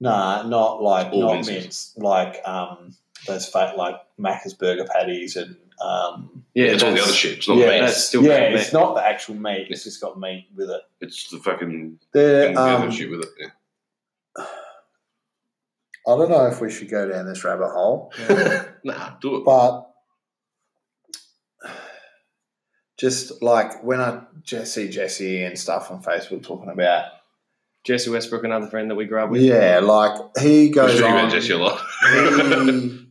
S6: nah, not like
S2: All
S6: not
S2: minces.
S6: mince, like um, those fat like Macca's burger patties and um,
S3: Yeah,
S2: it's all the
S3: that's-
S2: other shit. It's not
S6: yeah,
S2: the meat.
S3: that's still
S6: yeah,
S3: red
S6: it's
S3: meat.
S6: not the actual meat. It's just got meat with it.
S2: It's the fucking
S1: The,
S2: thing, the
S1: um,
S2: other shit with it. Yeah.
S1: I don't know if we should go down this rabbit hole,
S2: Nah, do it.
S1: but just like when I just see Jesse and stuff on Facebook talking about,
S3: Jesse Westbrook, another friend that we grew up with.
S1: yeah, like he
S2: We're
S1: goes
S2: shooting
S1: on.
S2: about Jesse a lot.
S1: he-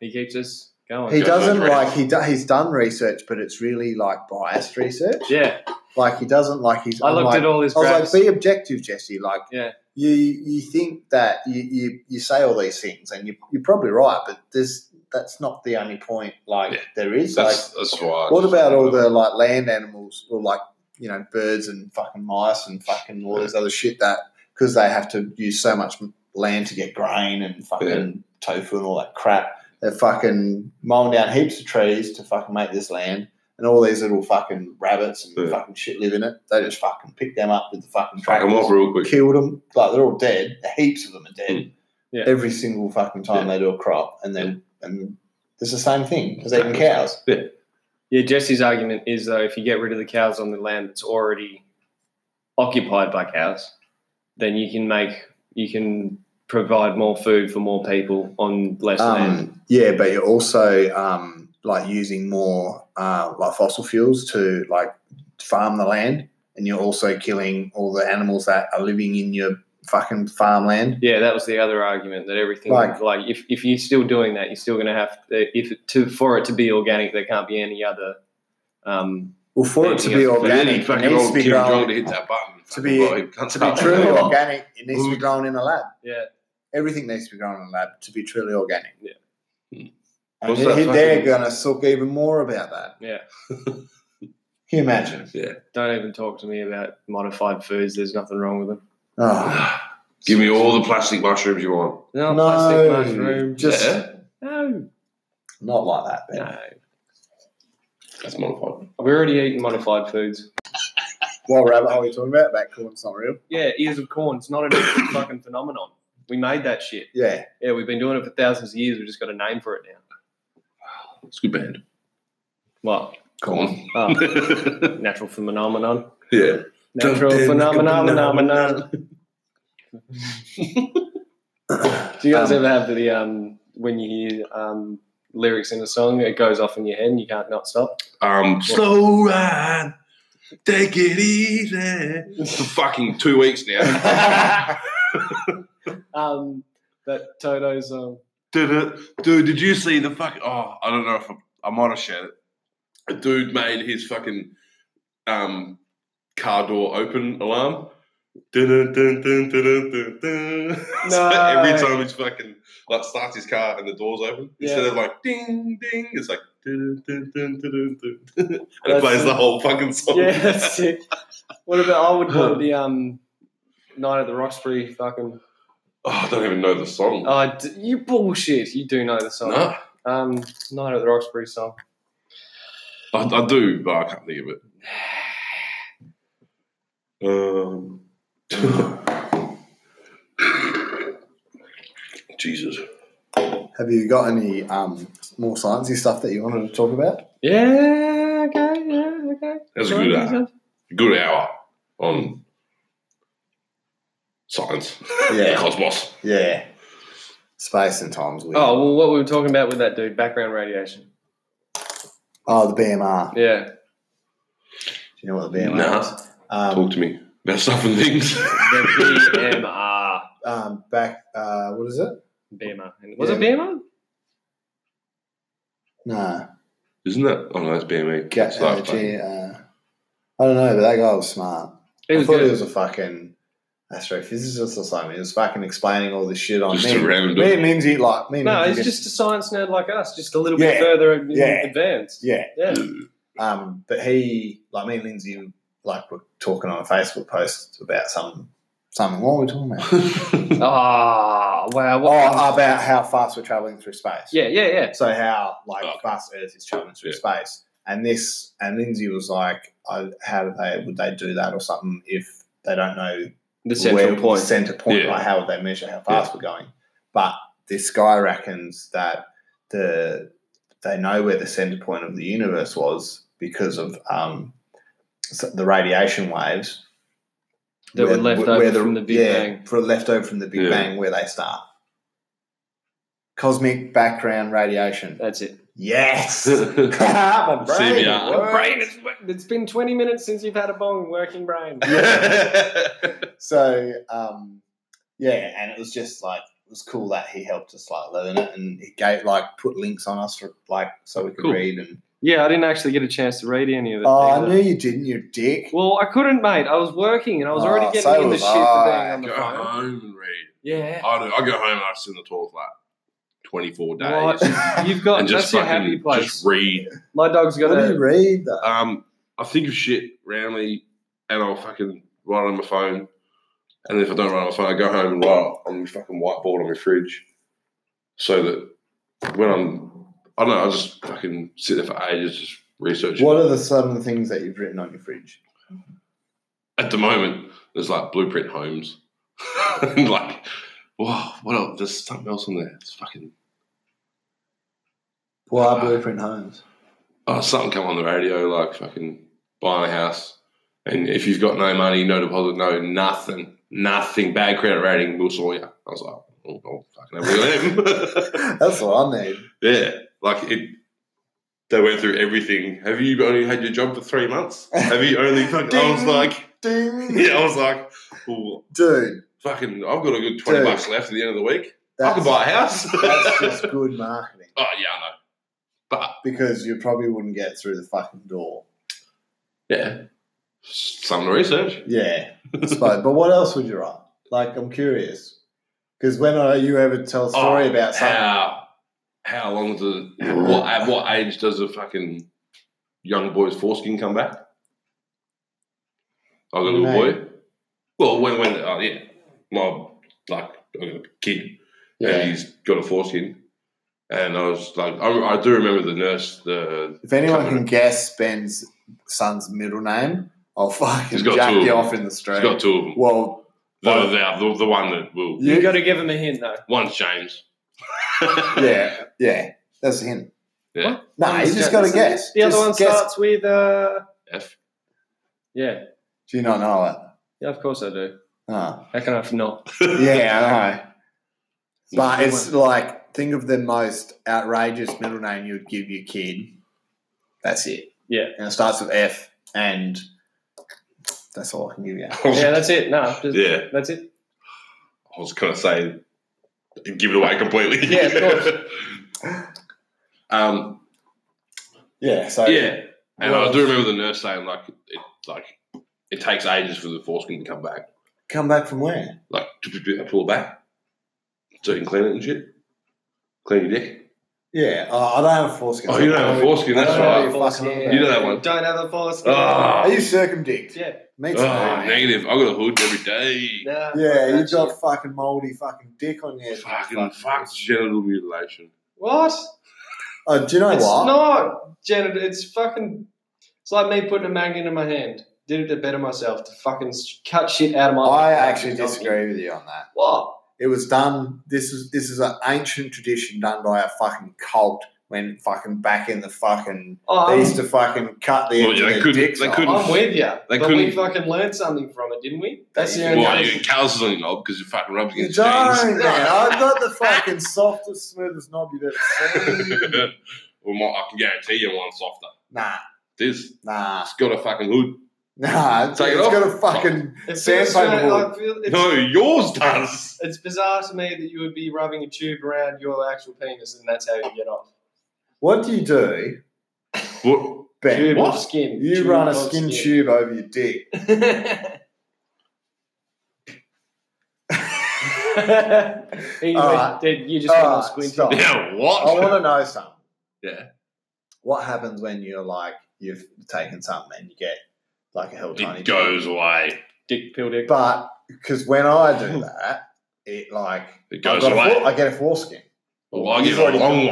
S3: He keeps us going.
S1: he
S2: Goes
S1: doesn't
S2: over it.
S1: like he do, he's done research, but it's really like biased research.
S3: yeah,
S1: Like he doesn't like he's.
S3: I
S1: I'm
S3: looked
S1: like,
S3: at all his
S1: I was
S3: graphs.
S1: like, be objective, Jesse. Like,
S3: Yeah.
S1: you you think that you, you you say all these things, and you you're probably right, but there's that's not the only point. Like
S2: Yeah.
S1: there is.
S2: That's, that's why. I
S1: like, what
S2: just-
S1: about all the like land animals or like you know birds and fucking mice and fucking all this other shit that because they have to use so much land to get grain and fucking tofu and all that crap. They're fucking mowing down heaps of trees to fucking make this land. And all these little fucking rabbits and
S2: Yeah.
S1: fucking shit live in it. They just fucking pick them up with the fucking
S2: Fuck them
S1: tractors
S2: off real quick.
S1: killed them. Like they're all dead. Heaps of them are
S2: Hmm.
S1: dead.
S3: Yeah.
S1: Every single fucking time they do a crop, and then and it's the same thing because even cows.
S3: Yeah, Jesse's argument is though, if you get rid of the cows on the land that's already occupied by cows, then you can make you can provide more food for more people on less land.
S1: Um, yeah, but you're also um, like using more uh, like fossil fuels to like farm the land, and you're also killing all the animals that are living in your fucking farmland.
S3: Yeah, that was the other argument that everything
S1: Like-
S3: like, if, if you're still doing that, you're still going to have if it- to for it to be organic, there can't be any other. Um,
S1: Well, for it to be
S3: Yeah,
S1: organic, it
S2: fucking
S1: needs
S2: old
S1: to be
S2: Kim Jong to
S1: grown.
S2: hit that button.
S1: To be- To be truly organic, it needs to be grown in a lab.
S3: yeah,
S1: Everything needs to be grown in a lab to be truly organic.
S3: Yeah.
S1: And
S2: Hmm. What's
S1: he-
S2: that
S1: he- they're
S2: fucking-
S1: going to suck even more about that.
S3: yeah.
S1: Can you imagine?
S3: Don't even talk to me about modified foods. There's nothing wrong with them.
S1: Oh,
S2: Give me all the plastic mushrooms you want.
S3: No, plastic
S1: no,
S3: mushroom.
S1: just
S2: Yeah.
S3: No,
S1: not like that. Ben.
S3: no.
S2: That's modified.
S3: We're already eating modified foods.
S1: What rabbit hole are you oh, talking about? That corn's not real.
S3: Yeah, ears of corn. It's not a fucking phenomenon. We made that shit.
S1: Yeah,
S3: Yeah, we've been doing it for thousands of years. We just got a name for it now.
S2: It's a good band.
S3: What?
S2: Corn.
S3: Oh, natural phenomenon.
S2: yeah.
S3: Natural
S2: Goddamn,
S3: phenomenon.
S2: phenomenon.
S3: Do you guys
S1: Um,
S3: ever have the um when you hear um lyrics in a song, it goes off in your head and you can't not stop?
S2: Um, slow ride. Take it easy. For fucking two weeks now.
S3: Um, that Toto's um.
S2: Did it, dude? Did you see the fuck? Oh, I don't know if I, I might have shared it. A dude made his fucking um, car door open alarm. Dun, dun, dun, dun, dun, dun, dun. So
S3: No.
S2: every time he's fucking like starts his car and the doors open, instead
S3: Yeah.
S2: of like ding ding, it's like dun, dun, dun, dun, dun, dun. and
S3: That's
S2: it plays
S3: it.
S2: the whole fucking song.
S3: Yeah, that's it. What about I would call it the um night at the Roxbury fucking.
S2: Oh, I don't even know the song.
S3: Oh, d- you bullshit! You do know the song.
S2: no,
S3: Um, night at the Roxbury song.
S2: I, I do, but I can't think of it. Um, Jesus.
S1: have you got any um, more sciencey stuff that you wanted to talk about?
S3: Yeah, okay, yeah, okay.
S2: That's a good, uh, good hour on science.
S1: Yeah.
S2: Cosmos.
S1: Yeah, space and time's weird.
S3: Oh, well, what we were talking about with that dude, background radiation.
S1: Oh, the BMR. Do
S3: Yeah.
S1: you know what the BMR
S2: Nah.
S1: is? Um,
S2: Talk to me about stuff and things.
S3: The BMR.
S1: um, back, uh, what is it?
S3: BMR. And- Was it BMR?
S1: No,
S2: Isn't that? Oh no, that's BME.
S1: Gap
S2: It's like,
S1: energy. Uh, I don't know, but that guy was smart.
S3: It was
S1: I thought
S3: good.
S1: he was a fucking astrophysicist or something. He was fucking explaining all this shit on
S2: Just
S1: me.
S2: a
S1: me
S2: random dude.
S1: and Lindsay, like me and
S3: no,
S1: Lindsay
S3: he's
S1: get-
S3: just a science nerd like us, just a little
S1: Yeah.
S3: bit further in
S1: Yeah.
S3: advanced.
S1: yeah.
S3: Yeah.
S1: Um, but he, like me and Lindsay, like we're talking on a Facebook post about some something. What are we talking about?
S3: Ah, wow. What,
S1: oh, about how fast we're traveling through space.
S3: yeah, yeah, yeah.
S1: So how like
S2: Okay.
S1: fast Earth is traveling through space, and this and Lindsay was like, I, "How do they would they do that or something if they don't know
S3: The central
S1: where-
S3: point.
S1: Center point.
S2: Yeah.
S1: Like how would they measure how fast we're going? But this guy reckons that the they know where the center point of the universe was because of um, s- the radiation waves
S3: that were
S1: where-
S3: left
S1: where
S3: over from the Big
S1: yeah,
S3: Bang.
S1: for- left over from the Big
S2: Yeah.
S1: Bang, where they start. Cosmic background radiation.
S3: That's it.
S1: Yes.
S2: yeah.
S1: My brain
S2: CBR.
S1: works.
S3: Brain, it's, it's been 20 minutes since you've had a bong working brain.
S1: so um, yeah, and it was just like it was cool that he helped us like learn it, and he gave like put links on us for like so we could
S2: Cool.
S1: read. And
S3: Yeah, I didn't actually get a chance to read any of it.
S1: oh, I
S3: either.
S1: knew you didn't, you dick.
S3: Well, I couldn't, mate. I was working and I was
S1: Oh,
S3: already getting
S1: so
S3: in the
S1: was
S3: shit for being
S1: I.
S3: on the
S2: Go
S3: phone.
S2: home and read.
S3: Yeah.
S2: I do. I go home and I sit in the toilet for like twenty four days
S3: What? You've got
S2: and
S3: that's
S2: just
S3: your
S2: fucking
S3: happy place.
S2: just read.
S3: My dog's got
S1: What did you
S3: a
S1: read? Though?
S2: Um, I think of shit randomly, and I'll fucking write it on my phone. And if I don't write it on my phone, I go home and write it on my fucking whiteboard on my fridge, so that when I'm, I don't know, I just fucking sit there for ages just researching.
S1: What are the some of the things that you've written on your fridge?
S2: At the moment, there's like blueprint homes, and like, wow, what else? There's something else on there. It's fucking
S1: Why
S2: Uh,
S1: blueprint homes?
S2: oh, something come on the radio like fucking buying a house. And if you've got no money, no deposit, no nothing, nothing, bad credit rating, we'll sort you. I was like, oh, oh fucking have we got him.
S1: That's what I need.
S2: yeah, like it. They went through everything. Have you only had your job for three months? Have you only fucking? I was
S1: Ding.
S2: like,
S1: Ding.
S2: yeah, I was like, well,
S1: Dude,
S2: fucking, I've got a good twenty
S1: Dude.
S2: bucks left at the end of the week. I
S1: that's,
S2: can buy a house.
S1: that's just good marketing
S2: oh yeah, I know. But
S1: because you probably wouldn't get through the fucking door.
S2: yeah, some research.
S1: Yeah, I suppose. but what else would you write? Like, I'm curious. Because when are you ever tell a story
S2: Oh,
S1: about something?
S2: How, how long does what at what age does a fucking young boy's foreskin come back? I got a little
S1: Mate.
S2: boy. Well, when when oh yeah, my like I got a kid
S1: Yeah.
S2: and he's got a foreskin, and I was like, I, I do remember the nurse. The
S1: If anyone can guess Ben's son's middle name, I'll fucking
S2: He's got
S1: jack
S2: two of
S1: you
S2: them.
S1: off in the street.
S2: he's got two of them.
S1: well,
S2: The, the, the, the one that will
S3: you
S1: you
S3: gotta give him a hint though.
S2: one's James.
S1: yeah, yeah. That's a hint.
S2: Yeah.
S1: No, Ah, you just got to guess.
S3: The other
S1: Just
S3: one
S1: guess.
S3: starts with uh
S2: F.
S3: Yeah.
S1: Do you not know that?
S3: Yeah, of course I do.
S1: No.
S3: How can I not?
S1: Yeah, I know. But it's like, think of the most outrageous middle name you would give your kid. That's it.
S3: Yeah.
S1: And it starts with F, and that's all I can give you.
S3: Yeah, that's it. No, just,
S2: yeah.
S3: that's it.
S2: I was gonna say, give it away completely.
S3: Yeah, of
S2: um,
S1: Yeah, so
S2: yeah, and
S1: Well-
S2: I do remember the nurse saying like, it, like it takes ages for the foreskin to come back,
S1: come back from where?
S2: like to, to, to pull it back, so you can clean it and shit. Clean your dick.
S1: Yeah, oh, I don't have a foreskin.
S2: Oh, you don't have a foreskin.
S1: I
S2: That's
S1: don't
S2: right.
S1: have a foreskin.
S2: You don't have one.
S3: Don't have a force.
S2: Ah.
S1: Are you circumdict?
S3: Yeah.
S1: Me too.
S2: Oh, negative. I got a hood every day.
S3: Nah,
S1: Yeah,
S3: fuck
S1: you've
S3: that
S1: got
S3: shit.
S1: fucking moldy fucking dick on your
S2: Fucking fuck genital mutilation.
S3: What?
S1: Oh, do you know
S3: it's
S1: what?
S3: not Janet, it's fucking it's like me putting a magnet in my hand. Did it to better myself to fucking s- cut shit out of my
S1: I actually
S3: Fucking
S1: disagree with you on that.
S3: What?
S1: It was done. This is this is an ancient tradition done by a fucking cult when fucking back in the fucking
S3: Oh,
S1: they
S3: I'm-
S1: used to fucking cut the
S2: Well,
S1: end
S2: yeah,
S1: of
S2: they
S1: their
S2: couldn't-
S1: dicks
S2: they
S1: off. Oh,
S2: couldn't-
S3: I'm with you.
S2: They
S3: but we
S2: couldn't-
S3: fucking learned something from it, didn't we? That's the
S1: They-
S3: only
S2: Why
S3: other-
S2: you get calluses on your knob because you fucking rubbed
S1: You
S2: against
S1: don't, man.
S2: jeans?
S1: I've got the fucking softest, smoothest knob you've ever seen.
S2: well, my, I can guarantee you one softer.
S1: nah,
S2: This
S1: nah,
S2: it's got a fucking hood.
S1: nah. It's,
S2: Take it
S1: it's
S2: off.
S1: got a fucking.
S3: It feels
S1: Sandpaper
S3: so-
S1: wood.
S3: I feel- it's,
S2: No, yours does.
S3: it's bizarre to me that you would be rubbing a tube around your actual penis and that's how you get off.
S1: What do you do,
S2: What?
S1: Ben?
S3: tube
S2: what?
S3: of skin.
S1: You
S3: Tube
S1: run a
S3: of
S1: skin tube over your dick.
S3: anyway,
S1: Alright.
S3: Dad, you just
S1: Alright,
S3: want to squint.
S1: stop.
S2: Yeah,
S1: I
S2: what?
S1: want to know something.
S2: yeah.
S1: What happens when you're like you've taken something and you get like a hell tiny
S7: It goes away.
S3: Dick pill dick.
S1: But because when I do that, it like
S7: It
S1: I,
S7: goes
S1: got a
S7: away.
S1: fore- I get a foreskin.
S7: Well, I give
S1: You've
S7: it a
S1: already
S7: long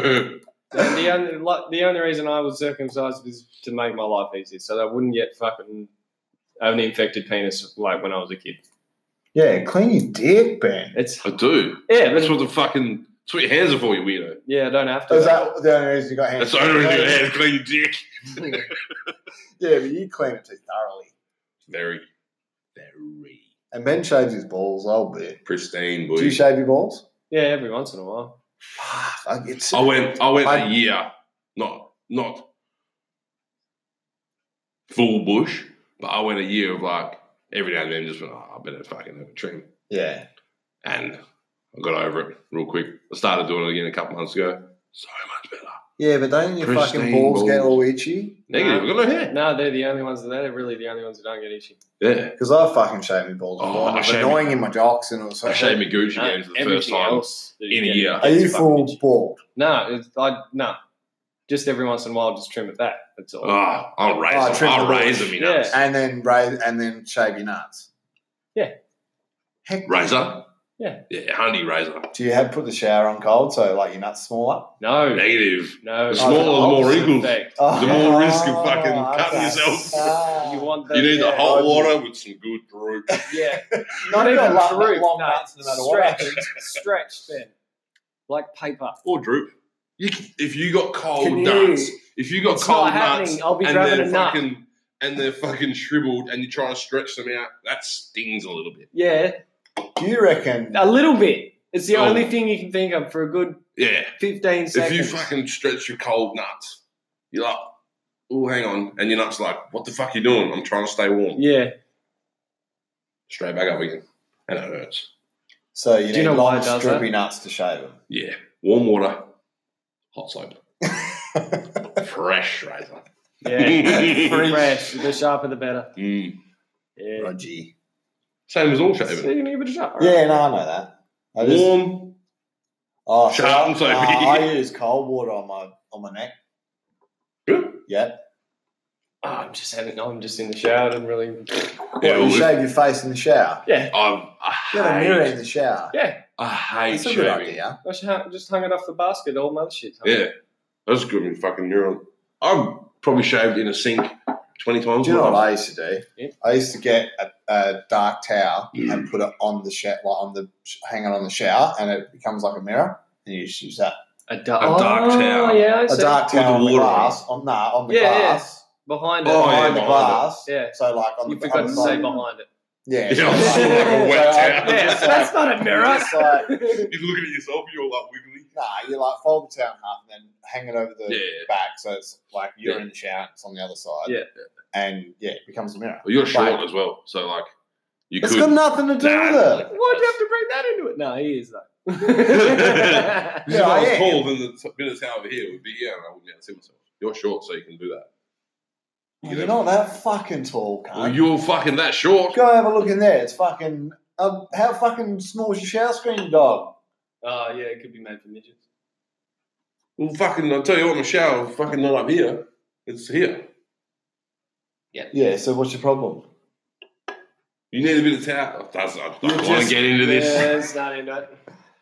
S7: one.
S3: the only like, the only reason I was circumcised was to make my life easier, so that I wouldn't get fucking have an infected penis like when I was a kid.
S1: Yeah, clean your dick, Ben.
S3: It's
S7: I do.
S3: yeah,
S7: That's
S3: but,
S7: what the fucking. That's what your hands are for, you weirdo.
S3: yeah. I don't have to.
S1: Is that the only reason you got hands?
S7: That's the only reason your hands clean your dick.
S1: Yeah, but you clean it too thoroughly.
S2: Very
S7: Very
S1: And Ben shaves his balls. I'll be.
S2: pristine,
S1: Do you
S2: boy.
S1: shave your balls?
S3: yeah, every once in a while.
S1: Fuck, it's
S2: I went. I went a
S1: I-
S2: year, not not full bush, but I went a year of like every now and then just went. Oh, I better fucking have a trim,
S1: yeah.
S2: and I got over it real quick. I started doing it again a couple months ago. So much better.
S1: Yeah, but don't your fucking
S2: Pristine
S1: balls, get
S2: balls.
S1: all itchy?
S2: Negative. I got no hair.
S3: No, they're the only ones that they're really the only ones that don't get itchy.
S2: Yeah.
S1: Because I fucking shave my balls.
S2: Oh,
S1: before, and
S2: I
S1: it was
S2: shave
S1: annoying in my jocks and it was
S2: I
S1: like,
S2: shaved my Gucci
S3: No,
S2: games for the first
S3: Uh, everything
S2: time.
S3: else that
S2: in a
S3: getting
S2: year.
S1: Are you
S3: gets fucking
S1: full
S3: itchy.
S1: bald?
S3: No, it's, I no. Just every once in a while, just trim it back. That's all.
S2: Ah, I'll raise
S1: Oh,
S2: them.
S1: trim
S2: I'll
S1: the
S2: raise
S1: bush.
S2: them, you
S3: Yeah.
S2: know.
S1: And then raise, and then shave your nuts.
S3: Yeah.
S1: Heck,
S2: Razor?
S3: Yeah.
S2: Yeah, honey razor.
S1: do you have put the shower on cold so like your nuts smaller?
S3: No,
S2: Negative.
S3: no.
S2: The smaller, the more
S3: Opposite
S2: wrinkles.
S3: effect.
S1: Oh,
S2: more risk of fucking cutting yourself.
S1: Ah.
S3: You want the,
S2: You need the
S3: yeah,
S2: hot
S1: I'd-
S2: water with some good brew.
S3: Yeah,
S1: Not
S3: not
S1: even
S3: even
S1: long-
S3: droop.
S1: long
S3: no,
S1: nuts, no matter what
S3: stretch, stretch thin, like paper.
S2: or droop. You c if you got cold
S3: Can you-
S2: nuts, if you got
S3: It's
S2: cold
S3: not happening.
S2: nuts,
S3: I'll be
S2: and
S3: grabbing
S2: they're
S3: a nut.
S2: fucking and they're fucking shriveled, and you try to stretch them out, that stings a little bit.
S3: Yeah,
S1: Do you reckon?
S3: a little bit. It's the
S2: Oh.
S3: only thing you can think of for a good
S2: Yeah,
S3: fifteen
S2: if
S3: seconds.
S2: you fucking stretch your cold nuts, you're like, oh, hang on, and your nuts like, what the fuck you doing? I'm trying to stay warm.
S3: yeah,
S2: Straight back up again, and it hurts.
S1: So you
S3: Do you
S1: need
S3: know why
S1: long,
S3: it does
S1: droopy
S3: that?
S1: nuts to shave them.
S2: Yeah, warm water, hot soap, fresh razor.
S3: yeah. Fresh, the sharper the better.
S2: Mm.
S3: Yeah,
S1: Rogie.
S2: Same as all
S3: so
S2: shaving.
S3: you can give it a shot. right?
S1: Oh, Yeah, no, I know that. I just,
S2: Warm.
S1: oh,
S2: Shut
S1: I-
S2: up and say
S1: nah,
S2: me.
S1: I use cold water on my on my neck. Yep.
S3: Oh, I'm just having. I'm just in the shower. I'm really.
S2: Yeah,
S1: What, you
S2: well,
S1: shave your face in the shower.
S2: I've, I
S1: Get a mirror in
S2: hate,
S1: the shower.
S3: Yeah,
S2: I hate
S1: That's a
S2: shaving.
S1: good idea.
S3: I should ha- just hung it off the basket. All my other shit.
S2: Yeah, that's good. Me fucking neuron. I've probably shaved in a sink twenty times.
S1: Do you know what
S2: I
S1: I used to
S3: Yeah.
S1: do? I used to get a, a dark towel
S2: Mm.
S1: and put it on the sho like on the hang it on the shower, and it becomes like a mirror. And you just use that.
S3: A, dark oh,
S2: A dark towel.
S3: Yeah, I
S1: A
S3: see.
S1: dark
S2: With
S1: towel
S2: the
S1: on the
S2: water on
S1: glass. On nah, on the
S3: Yeah, yeah.
S1: glass.
S3: behind it.
S2: Oh, yeah,
S1: Behind the
S2: behind
S1: glass.
S3: it. Yeah.
S1: So like on
S3: You
S1: the
S3: forgot
S1: on
S3: to
S1: the-
S3: say behind it.
S1: Yeah.
S2: Yeah,
S1: so,
S3: it's like a
S2: wet
S1: so I-
S2: towel.
S1: I'm
S3: Yeah,
S1: just
S3: that's not a mirror.
S1: Just like,
S2: You're looking at yourself. You're all like wiggly.
S1: nah, you like fold the towel in half and then hang it over the
S2: Yeah.
S1: back, so it's like you're
S2: Yeah.
S1: in the shower, it's on the other side.
S3: Yeah.
S1: And yeah, it becomes a mirror.
S2: Well, you're short
S1: Right.
S2: as well, so like you
S1: It's
S2: could.
S1: got nothing to do
S2: Nah,
S1: with it.
S3: Why'd you have to bring that into it? No, he is
S2: This
S3: though.
S2: is
S1: Yeah,
S2: what I was
S1: I am.
S2: tall, then the t- bit of towel over here would be yeah, and I wouldn't be able to see myself. You're short, so you can do that.
S1: You're not that fucking tall, cunt.
S2: Well, you're fucking that short.
S1: Go have a look in there. It's fucking. Um, how fucking small is your shower screen, dog?
S3: oh yeah, it could be made for midgets.
S2: Well, fucking, I'll tell you what, my shower is fucking not up here. It's here.
S1: Yeah. So what's your problem?
S2: You need a bit of towel. That's, I
S1: You're
S2: don't want to
S1: just-
S2: get into this.
S3: Yeah, it's not into it.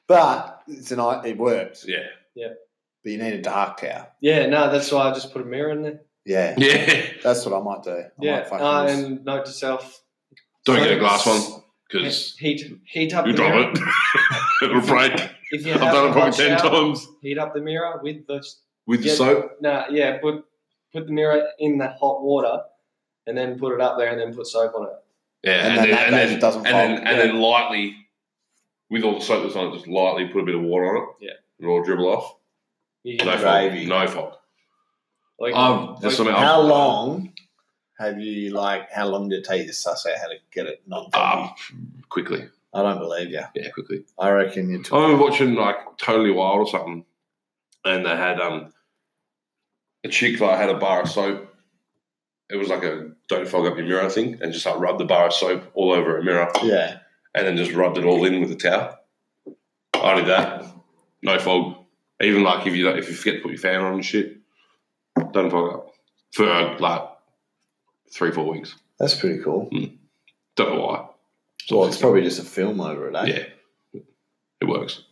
S1: But it's an. i- It works.
S2: Yeah.
S1: But you need a dark towel.
S3: Yeah, no, that's why I just put a mirror in there.
S1: Yeah.
S2: Yeah.
S1: That's what I might do. I
S3: Yeah,
S1: Might
S3: uh,
S1: fucking
S3: and note to self:
S2: Don't
S3: So
S2: get a glass
S3: it's-
S2: one because
S3: heat heat up
S2: you
S3: the
S2: drop
S3: mirror.
S2: it. It'll break.
S3: If you
S2: I've
S3: have
S2: done it
S3: a hot
S2: probably ten
S3: shower,
S2: times
S3: heat up the mirror with the
S2: with the
S3: Yeah.
S2: soap.
S3: no, yeah, put put the mirror in the hot water, and then put it up there, and then put soap on it.
S2: Yeah,
S1: And then that goes, it doesn't
S2: and then,
S1: fold.
S2: and then lightly with all the soap that's on it, just lightly put a bit of water on it.
S3: Yeah.
S2: it'll all dribble off.
S3: You
S2: No
S3: can-
S1: Gravy.
S2: fault. No fault.
S3: like,
S2: Um, there's something else.
S1: How long have you like? How long did it take you to suss out how to get it non?
S2: Ah, quickly.
S1: I don't believe you.
S2: Yeah, quickly.
S1: I reckon you took.
S2: I remember watching like Totally Wild or something, and they had um a chick like had a bar of soap. It was like a don't fog up your mirror thing, and just like rubbed the bar of soap all over a mirror.
S1: Yeah.
S2: and then just rubbed it all in with a towel. I did that. No fog. Even like if you don't, if you forget to put your fan on and shit, Done fog up for like three, four weeks.
S1: That's pretty cool.
S2: Don't know why.
S1: Well, it's probably just a film over it, eh?
S2: Yeah, it works.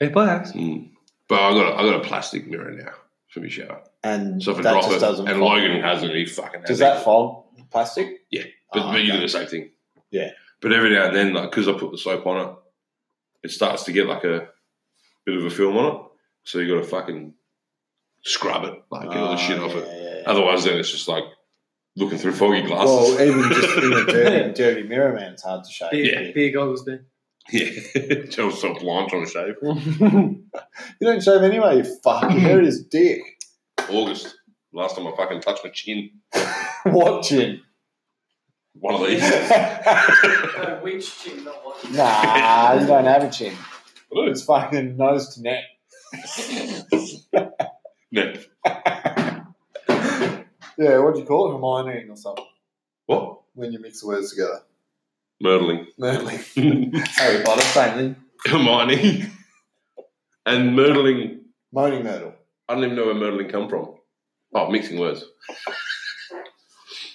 S3: It works.
S2: Mm. But I got a, I got a plastic mirror now for my shower.
S1: And
S2: So if I
S1: that
S2: drop
S1: just
S2: it,
S1: doesn't.
S2: and
S1: fog.
S2: Logan has it, he fucking has
S1: does
S2: it.
S1: that fog plastic?
S2: Yeah, But,
S1: Oh,
S2: but you do
S1: okay.
S2: the same thing.
S1: Yeah.
S2: But every now and then, like, because I put the soap on it, it starts to get like a bit of a film on it. So you got to fucking scrub it, like, get all the
S1: Oh,
S2: shit off
S1: yeah,
S2: it.
S1: yeah, yeah.
S2: Otherwise, then it's just like looking through foggy glasses.
S1: Well, even just in a dirty, dirty mirror, man, it's hard to shave.
S3: Beer,
S2: Yeah.
S3: beer goggles, then.
S2: yeah. Tell so blind trying to shave.
S1: You don't shave anyway, you fuck. There it is, dick.
S2: August, last time I fucking touched my chin,
S1: Watching.
S2: one of these.
S3: Which chin, not what?
S1: Nah, you don't have a chin.
S2: Hello.
S1: It's fucking nose to neck.
S2: no.
S1: Yeah, what do you call it? Hermione or something.
S2: What?
S1: When you mix the words together.
S2: Murdering.
S1: Merlin.
S6: Harry Potter, same thing.
S2: Hermione. and murdering.
S1: Moaning Myrtle.
S2: I don't even know where murdering come from. Oh, mixing words.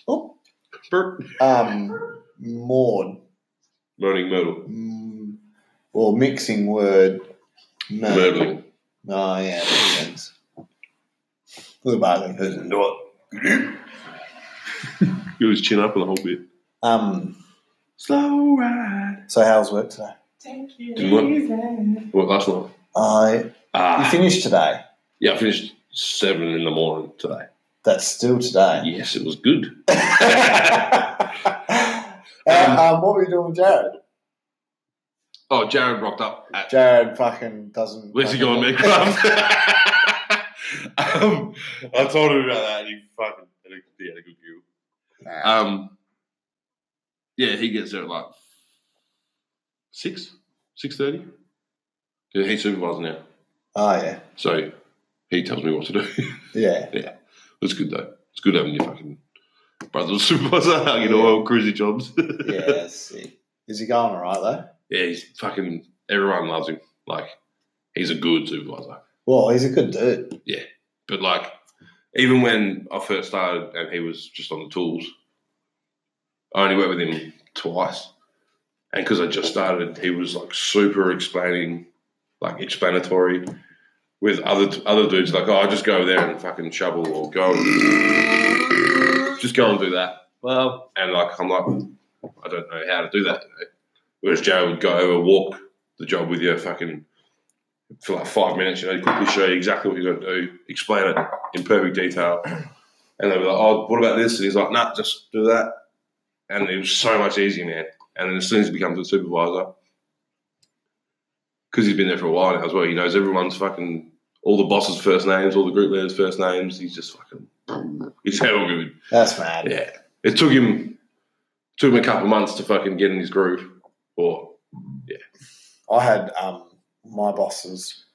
S1: Oh.
S2: Burp.
S1: Um, Maud.
S2: Murdering myrtle.
S1: Mm, or mixing word. Myrtle.
S2: Murdering.
S1: Oh, yeah, that makes sense. Good bargain. isn't it?
S2: He was chin up and the whole bit.
S1: Um,
S2: Slow ride.
S1: so, how's work today?
S2: Didn't work. Worked last night.
S1: I you
S2: Ah.
S1: finished today.
S2: Yeah, I finished seven in the morning today.
S1: That's still today.
S2: Yes, it was good.
S1: Uh, um, what were you doing with Jared?
S2: Oh, Jared rocked up at
S1: Jared fucking doesn't.
S2: Where's he
S1: fucking-
S2: going, mate? um, I told him about that. And he fucking had a, he had a good view. Um, yeah, he gets there at like six, six thirty. Yeah, he supervises now,
S1: Oh, yeah.
S2: so he tells me what to do.
S1: Yeah.
S2: it's good though. It's good having your fucking brother supervisor. You know, all cruisy jobs.
S1: Yeah. that's it. Is he going all right, though?
S2: yeah, he's fucking. Everyone loves him. Like, he's a good supervisor.
S1: Well, he's a good dude.
S2: But like, even when I first started and he was just on the tools, I only worked with him twice. And because I just started, he was like super explaining, like explanatory with other other dudes. Like, oh, I just go over there and fucking shovel or go, and- just go and do that.
S3: Well,
S2: And like, I'm like, I don't know how to do that. You know? Whereas Joe would go over, walk the job with you, fucking for like five minutes, you know, quickly show you exactly what you're going to do, explain it in perfect detail. And they'd be like, oh, what about this? And he's like, nah, just do that. And it was so much easier, man. And then as soon as he becomes a supervisor, because he's been there for a while now as well, he knows everyone's fucking, all the bosses' first names, all the group leaders' first names. He's just fucking, he's hell good.
S1: That's mad.
S2: Yeah. It took him took him a couple of months to fucking get in his groove. Or
S1: I had um, my bosses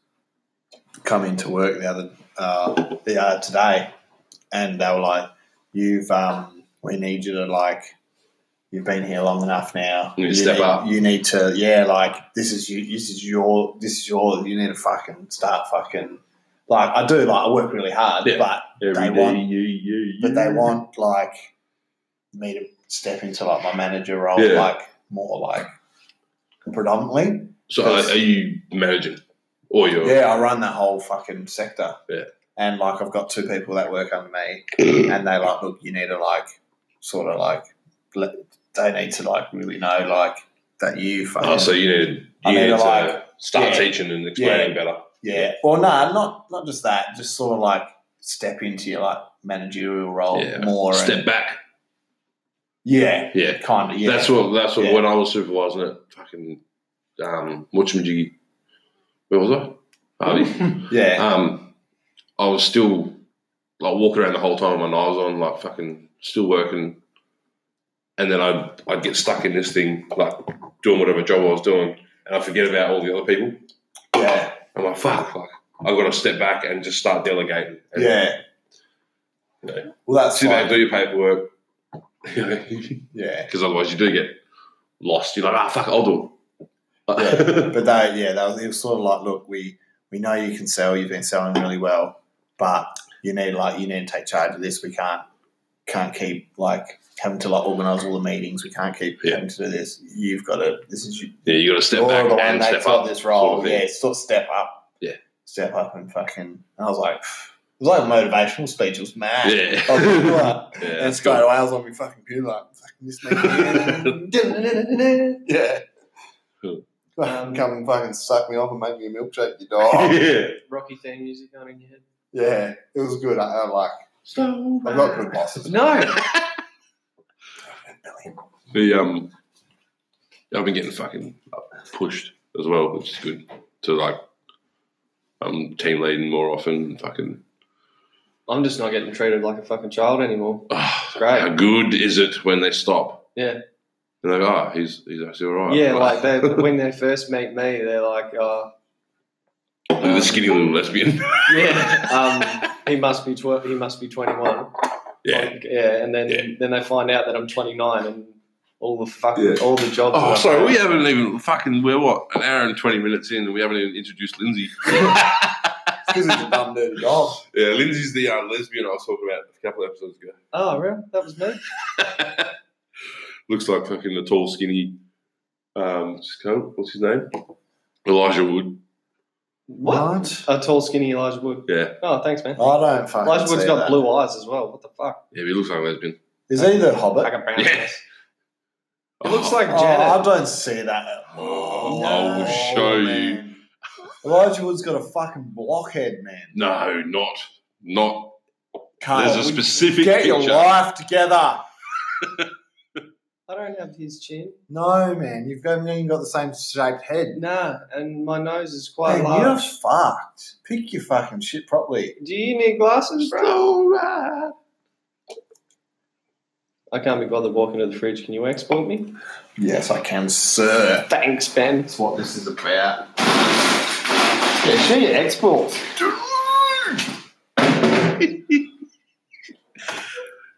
S1: come into work the other uh, the uh, today, and they were like, "You've um, we need you to like, you've been here long enough now.
S2: You need to step
S1: need,
S2: up."
S1: You need to, yeah, like this is you. This is your. This is your. You need to fucking start fucking. Like I do, like I work really hard,
S2: Yeah.
S1: but
S2: every
S1: They
S2: day
S1: want-
S2: you, you, you.
S1: but they want like me to step into like my manager role,
S2: Yeah.
S1: like more like predominantly.
S2: So uh, are, are you managing? Or you're
S1: Yeah, I run that whole fucking sector.
S2: Yeah.
S1: And like I've got two people that work under me and they like, look, you need to like sort of like let, they need to like really know like that you fucking
S2: Oh, so you need you
S1: I mean,
S2: need to
S1: like,
S2: start
S1: yeah.
S2: teaching and explaining better.
S1: Yeah. Well no, not not just that, just sort of like step into your like managerial role
S2: Yeah.
S1: more and-
S2: Step back.
S1: yeah,
S2: Yeah.
S1: kinda yeah.
S2: That's what that's what
S1: Yeah.
S2: when I was supervising it, fucking um whatchamajiggy. Where was I? Harvey.
S1: yeah.
S2: Um, I was still like walking around the whole time with my knives on, like fucking still working. And then I'd, I'd get stuck in this thing, like doing whatever job I was doing, and I forget about all the other people.
S1: yeah.
S2: I'm like, fuck, like I've got to step back and just start delegating. And
S1: Yeah.
S2: Yeah.
S1: Well that's
S2: Sit there,
S1: like,
S2: do your paperwork. Because
S1: yeah.
S2: otherwise you do get lost. You're like, ah, fuck, I'll do it.
S1: But they yeah, they was, it was sort of like, look, we we know you can sell, you've been selling really well. but you need like you need to take charge of this. We can't can't keep like having to like organise all the meetings. We can't keep
S2: Yeah.
S1: having to do this. You've got to. This is you.
S2: Yeah, you got to step
S1: you're
S2: back
S1: the one
S2: and
S1: that's
S2: step
S1: got
S2: up.
S1: this role.
S2: sort of thing.
S1: yeah, it's sort of step up.
S2: Yeah.
S1: step up and fucking. And I was like, it was like a motivational speech. It was mad.
S2: Yeah.
S1: I was like, "What?"
S2: Yeah,
S1: and
S2: that's
S1: straight
S2: cool.
S1: away I was on my fucking computer like, fucking this makes me- yeah.
S2: Cool.
S1: Fucking Come and fucking suck me off and make me a milkshake, you dog.
S2: yeah.
S3: Rocky theme music on in your head.
S1: yeah, it was good. I, I like,
S3: So
S1: I've got good bosses.
S3: No.
S2: The um, I've been getting fucking pushed as well, which is good. To like, I'm team leading more often. Fucking,
S3: I'm just not getting treated like a fucking child anymore.
S2: ah,
S3: Great.
S2: how good is it when they stop?
S3: Yeah.
S2: And they're like, oh, he's he's actually all right.
S3: yeah, like
S2: Like,
S3: they, when they first meet me, they're like, oh,
S2: look at this skinny little lesbian.
S3: yeah, um, he must be tw- he must be 21.
S2: yeah.
S3: Like, yeah, and then
S2: Yeah.
S3: then they find out that I'm 29 and all the fucking
S2: Yeah.
S3: all the jobs. that
S2: Oh,
S3: I've
S2: sorry,
S3: had-
S2: we haven't even fucking. We're what an hour and twenty minutes in, and we haven't even introduced Lindsay.
S1: Because he's a dumb dirty dog.
S2: yeah, Lindsay's the uh, lesbian I was talking about a couple of episodes ago.
S3: Oh, really? That was me.
S2: Looks like fucking the tall, skinny. Um, just go. What's his name? Elijah Wood.
S1: What?
S3: A tall, skinny Elijah Wood.
S2: Yeah,
S3: Oh, thanks, man.
S1: I don't fucking.
S3: Elijah Wood's
S1: see
S3: got
S1: that.
S3: blue eyes as well. What the fuck?
S2: yeah, he looks like a lesbian.
S1: Is he the Hobbit?
S3: Fucking brown
S2: Yeah.
S3: eyes. It looks like
S1: Oh,
S3: Janet.
S1: I don't see that. at all.
S2: Oh, I will show you.
S1: you. Elijah Wood's got a fucking blockhead, man.
S2: No, not not.
S1: Carl,
S2: There's a specific
S1: get
S2: picture.
S1: your life together.
S3: I don't have his chin.
S1: No, man, you've got, you've got the same shaped head.
S3: Nah, and my nose is quite
S1: Man, you're
S3: large.
S1: fucked. Pick your fucking shit properly.
S3: Do you need glasses, bro?
S2: Alright.
S3: I can't be bothered walking to the fridge. Can you export me?
S1: Yes, I can, sir.
S3: Thanks, Ben.
S1: That's what this is about.
S3: Yeah, show your exports.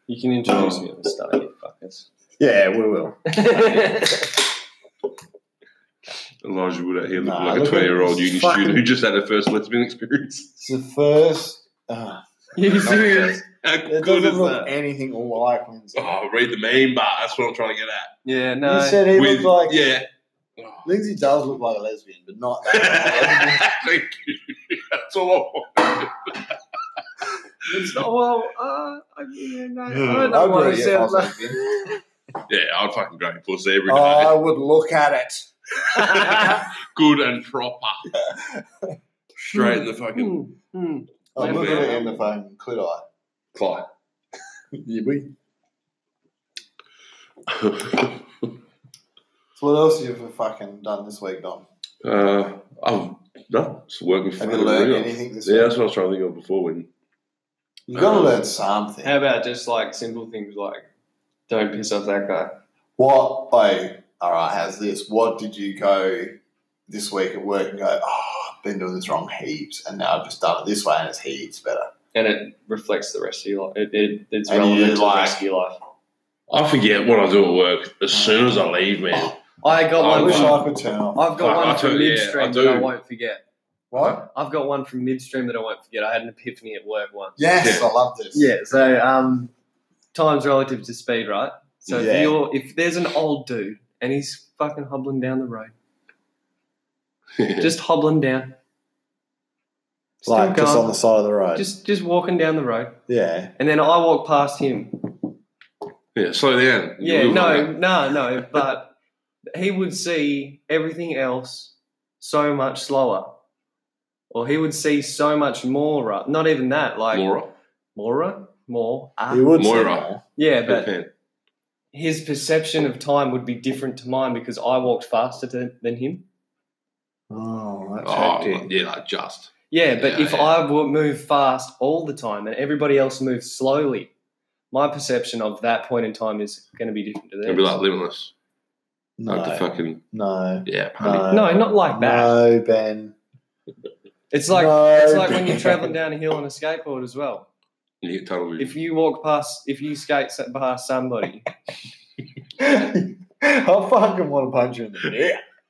S3: You can introduce me at the start, you fuckers.
S1: Yeah, we will.
S2: Elijah Wood out here looking
S1: Nah,
S2: like a
S1: look at-
S2: twenty-year-old uni
S1: fucking-
S2: student who just had her first lesbian experience.
S1: It's the first. Uh,
S3: you
S1: serious?
S2: How
S1: it
S2: good is
S1: doesn't look
S2: that?
S1: anything like Lindsay.
S2: Oh, read the meme, but that's what I'm trying to get at.
S3: Yeah,
S1: You
S3: no.
S1: said he
S2: With-
S1: looked like.
S2: yeah.
S1: Lindsay does look like a lesbian, but not that.
S2: Thank you. That's all I want.
S3: It's not, well, uh, I, yeah, no, I
S1: I'd
S3: don't know
S1: wear
S3: what
S1: it
S3: it
S1: if I
S3: sounds
S1: was
S3: like.
S1: lesbian.
S2: Yeah, I'd fucking great pussy every day.
S1: I would look at it.
S2: Good and proper. Straight in the fucking
S3: Hmm, hmm.
S1: I'd look at it in the fucking clit eye.
S2: climb.
S1: Yeah, we. So what else have you fucking done this week, Dom?
S2: uh, oh, no, it's working for
S1: Have you learned
S2: real.
S1: anything this
S2: Yeah,
S1: week?
S2: that's what I was trying to think of before when.
S1: You've got to
S2: Um,
S1: learn something.
S3: How about just like simple things like don't piss off that guy?
S1: What? Oh, all right. How's this? What did you go this week at work and go? Oh, I've been doing this wrong heaps, and now I've just done it this way, and it's heaps better.
S3: And it reflects the rest of your life. It, it, it's
S1: And
S3: relevant
S1: you
S3: to the
S1: like-
S3: rest of your life.
S2: I forget what I do at work as soon as I leave, man.
S3: I got
S2: Oh,
S1: I
S3: one.
S1: wish
S3: From,
S1: I could turn off.
S3: I've got
S2: I-
S3: one
S2: I
S3: from
S2: do, yeah,
S3: midstream
S2: I
S3: that I
S2: do.
S3: won't forget.
S1: What?
S3: I've got one from midstream that I won't forget. I had an epiphany at work once.
S1: Yes,
S2: Yeah.
S1: I love this.
S3: Yeah, so um, times relative to speed, right? So
S1: Yeah.
S3: if you're if there's an old dude and he's fucking hobbling down the road, just hobbling down, still
S1: like just
S3: going,
S1: on the side of the road.
S3: just just walking down the road,
S1: yeah.
S3: and then I walk past him.
S2: yeah, slow down.
S3: Yeah,
S2: You'll
S3: no,
S2: like
S3: no, no, but he would see everything else so much slower, or he would see so much more. Right? Not even that, like
S2: Laura.
S3: Mora, more, ah.
S1: You would say
S2: Moira.
S3: yeah, but
S2: Pen.
S3: his perception of time would be different to mine because I walked faster to, than him.
S1: that. Oh, that's
S2: Oh,
S1: hectic.
S2: yeah, like just.
S3: Yeah, but
S2: Yeah,
S3: if
S2: yeah.
S3: I w- move fast all the time and everybody else moves slowly, my perception of that point in time is going to be different to
S2: It'd be
S3: theirs.
S2: like limitless.
S1: No,
S2: Like the fucking.
S1: no,
S2: Yeah, honey.
S1: no,
S3: no, not like that.
S1: No, Ben.
S3: It's like
S1: No,
S3: it's like when you're
S1: Ben.
S3: traveling down a hill on a skateboard as well.
S2: You get tunnel vision.
S3: If you walk past, if you skate s- past somebody,
S1: I fucking want to punch you in the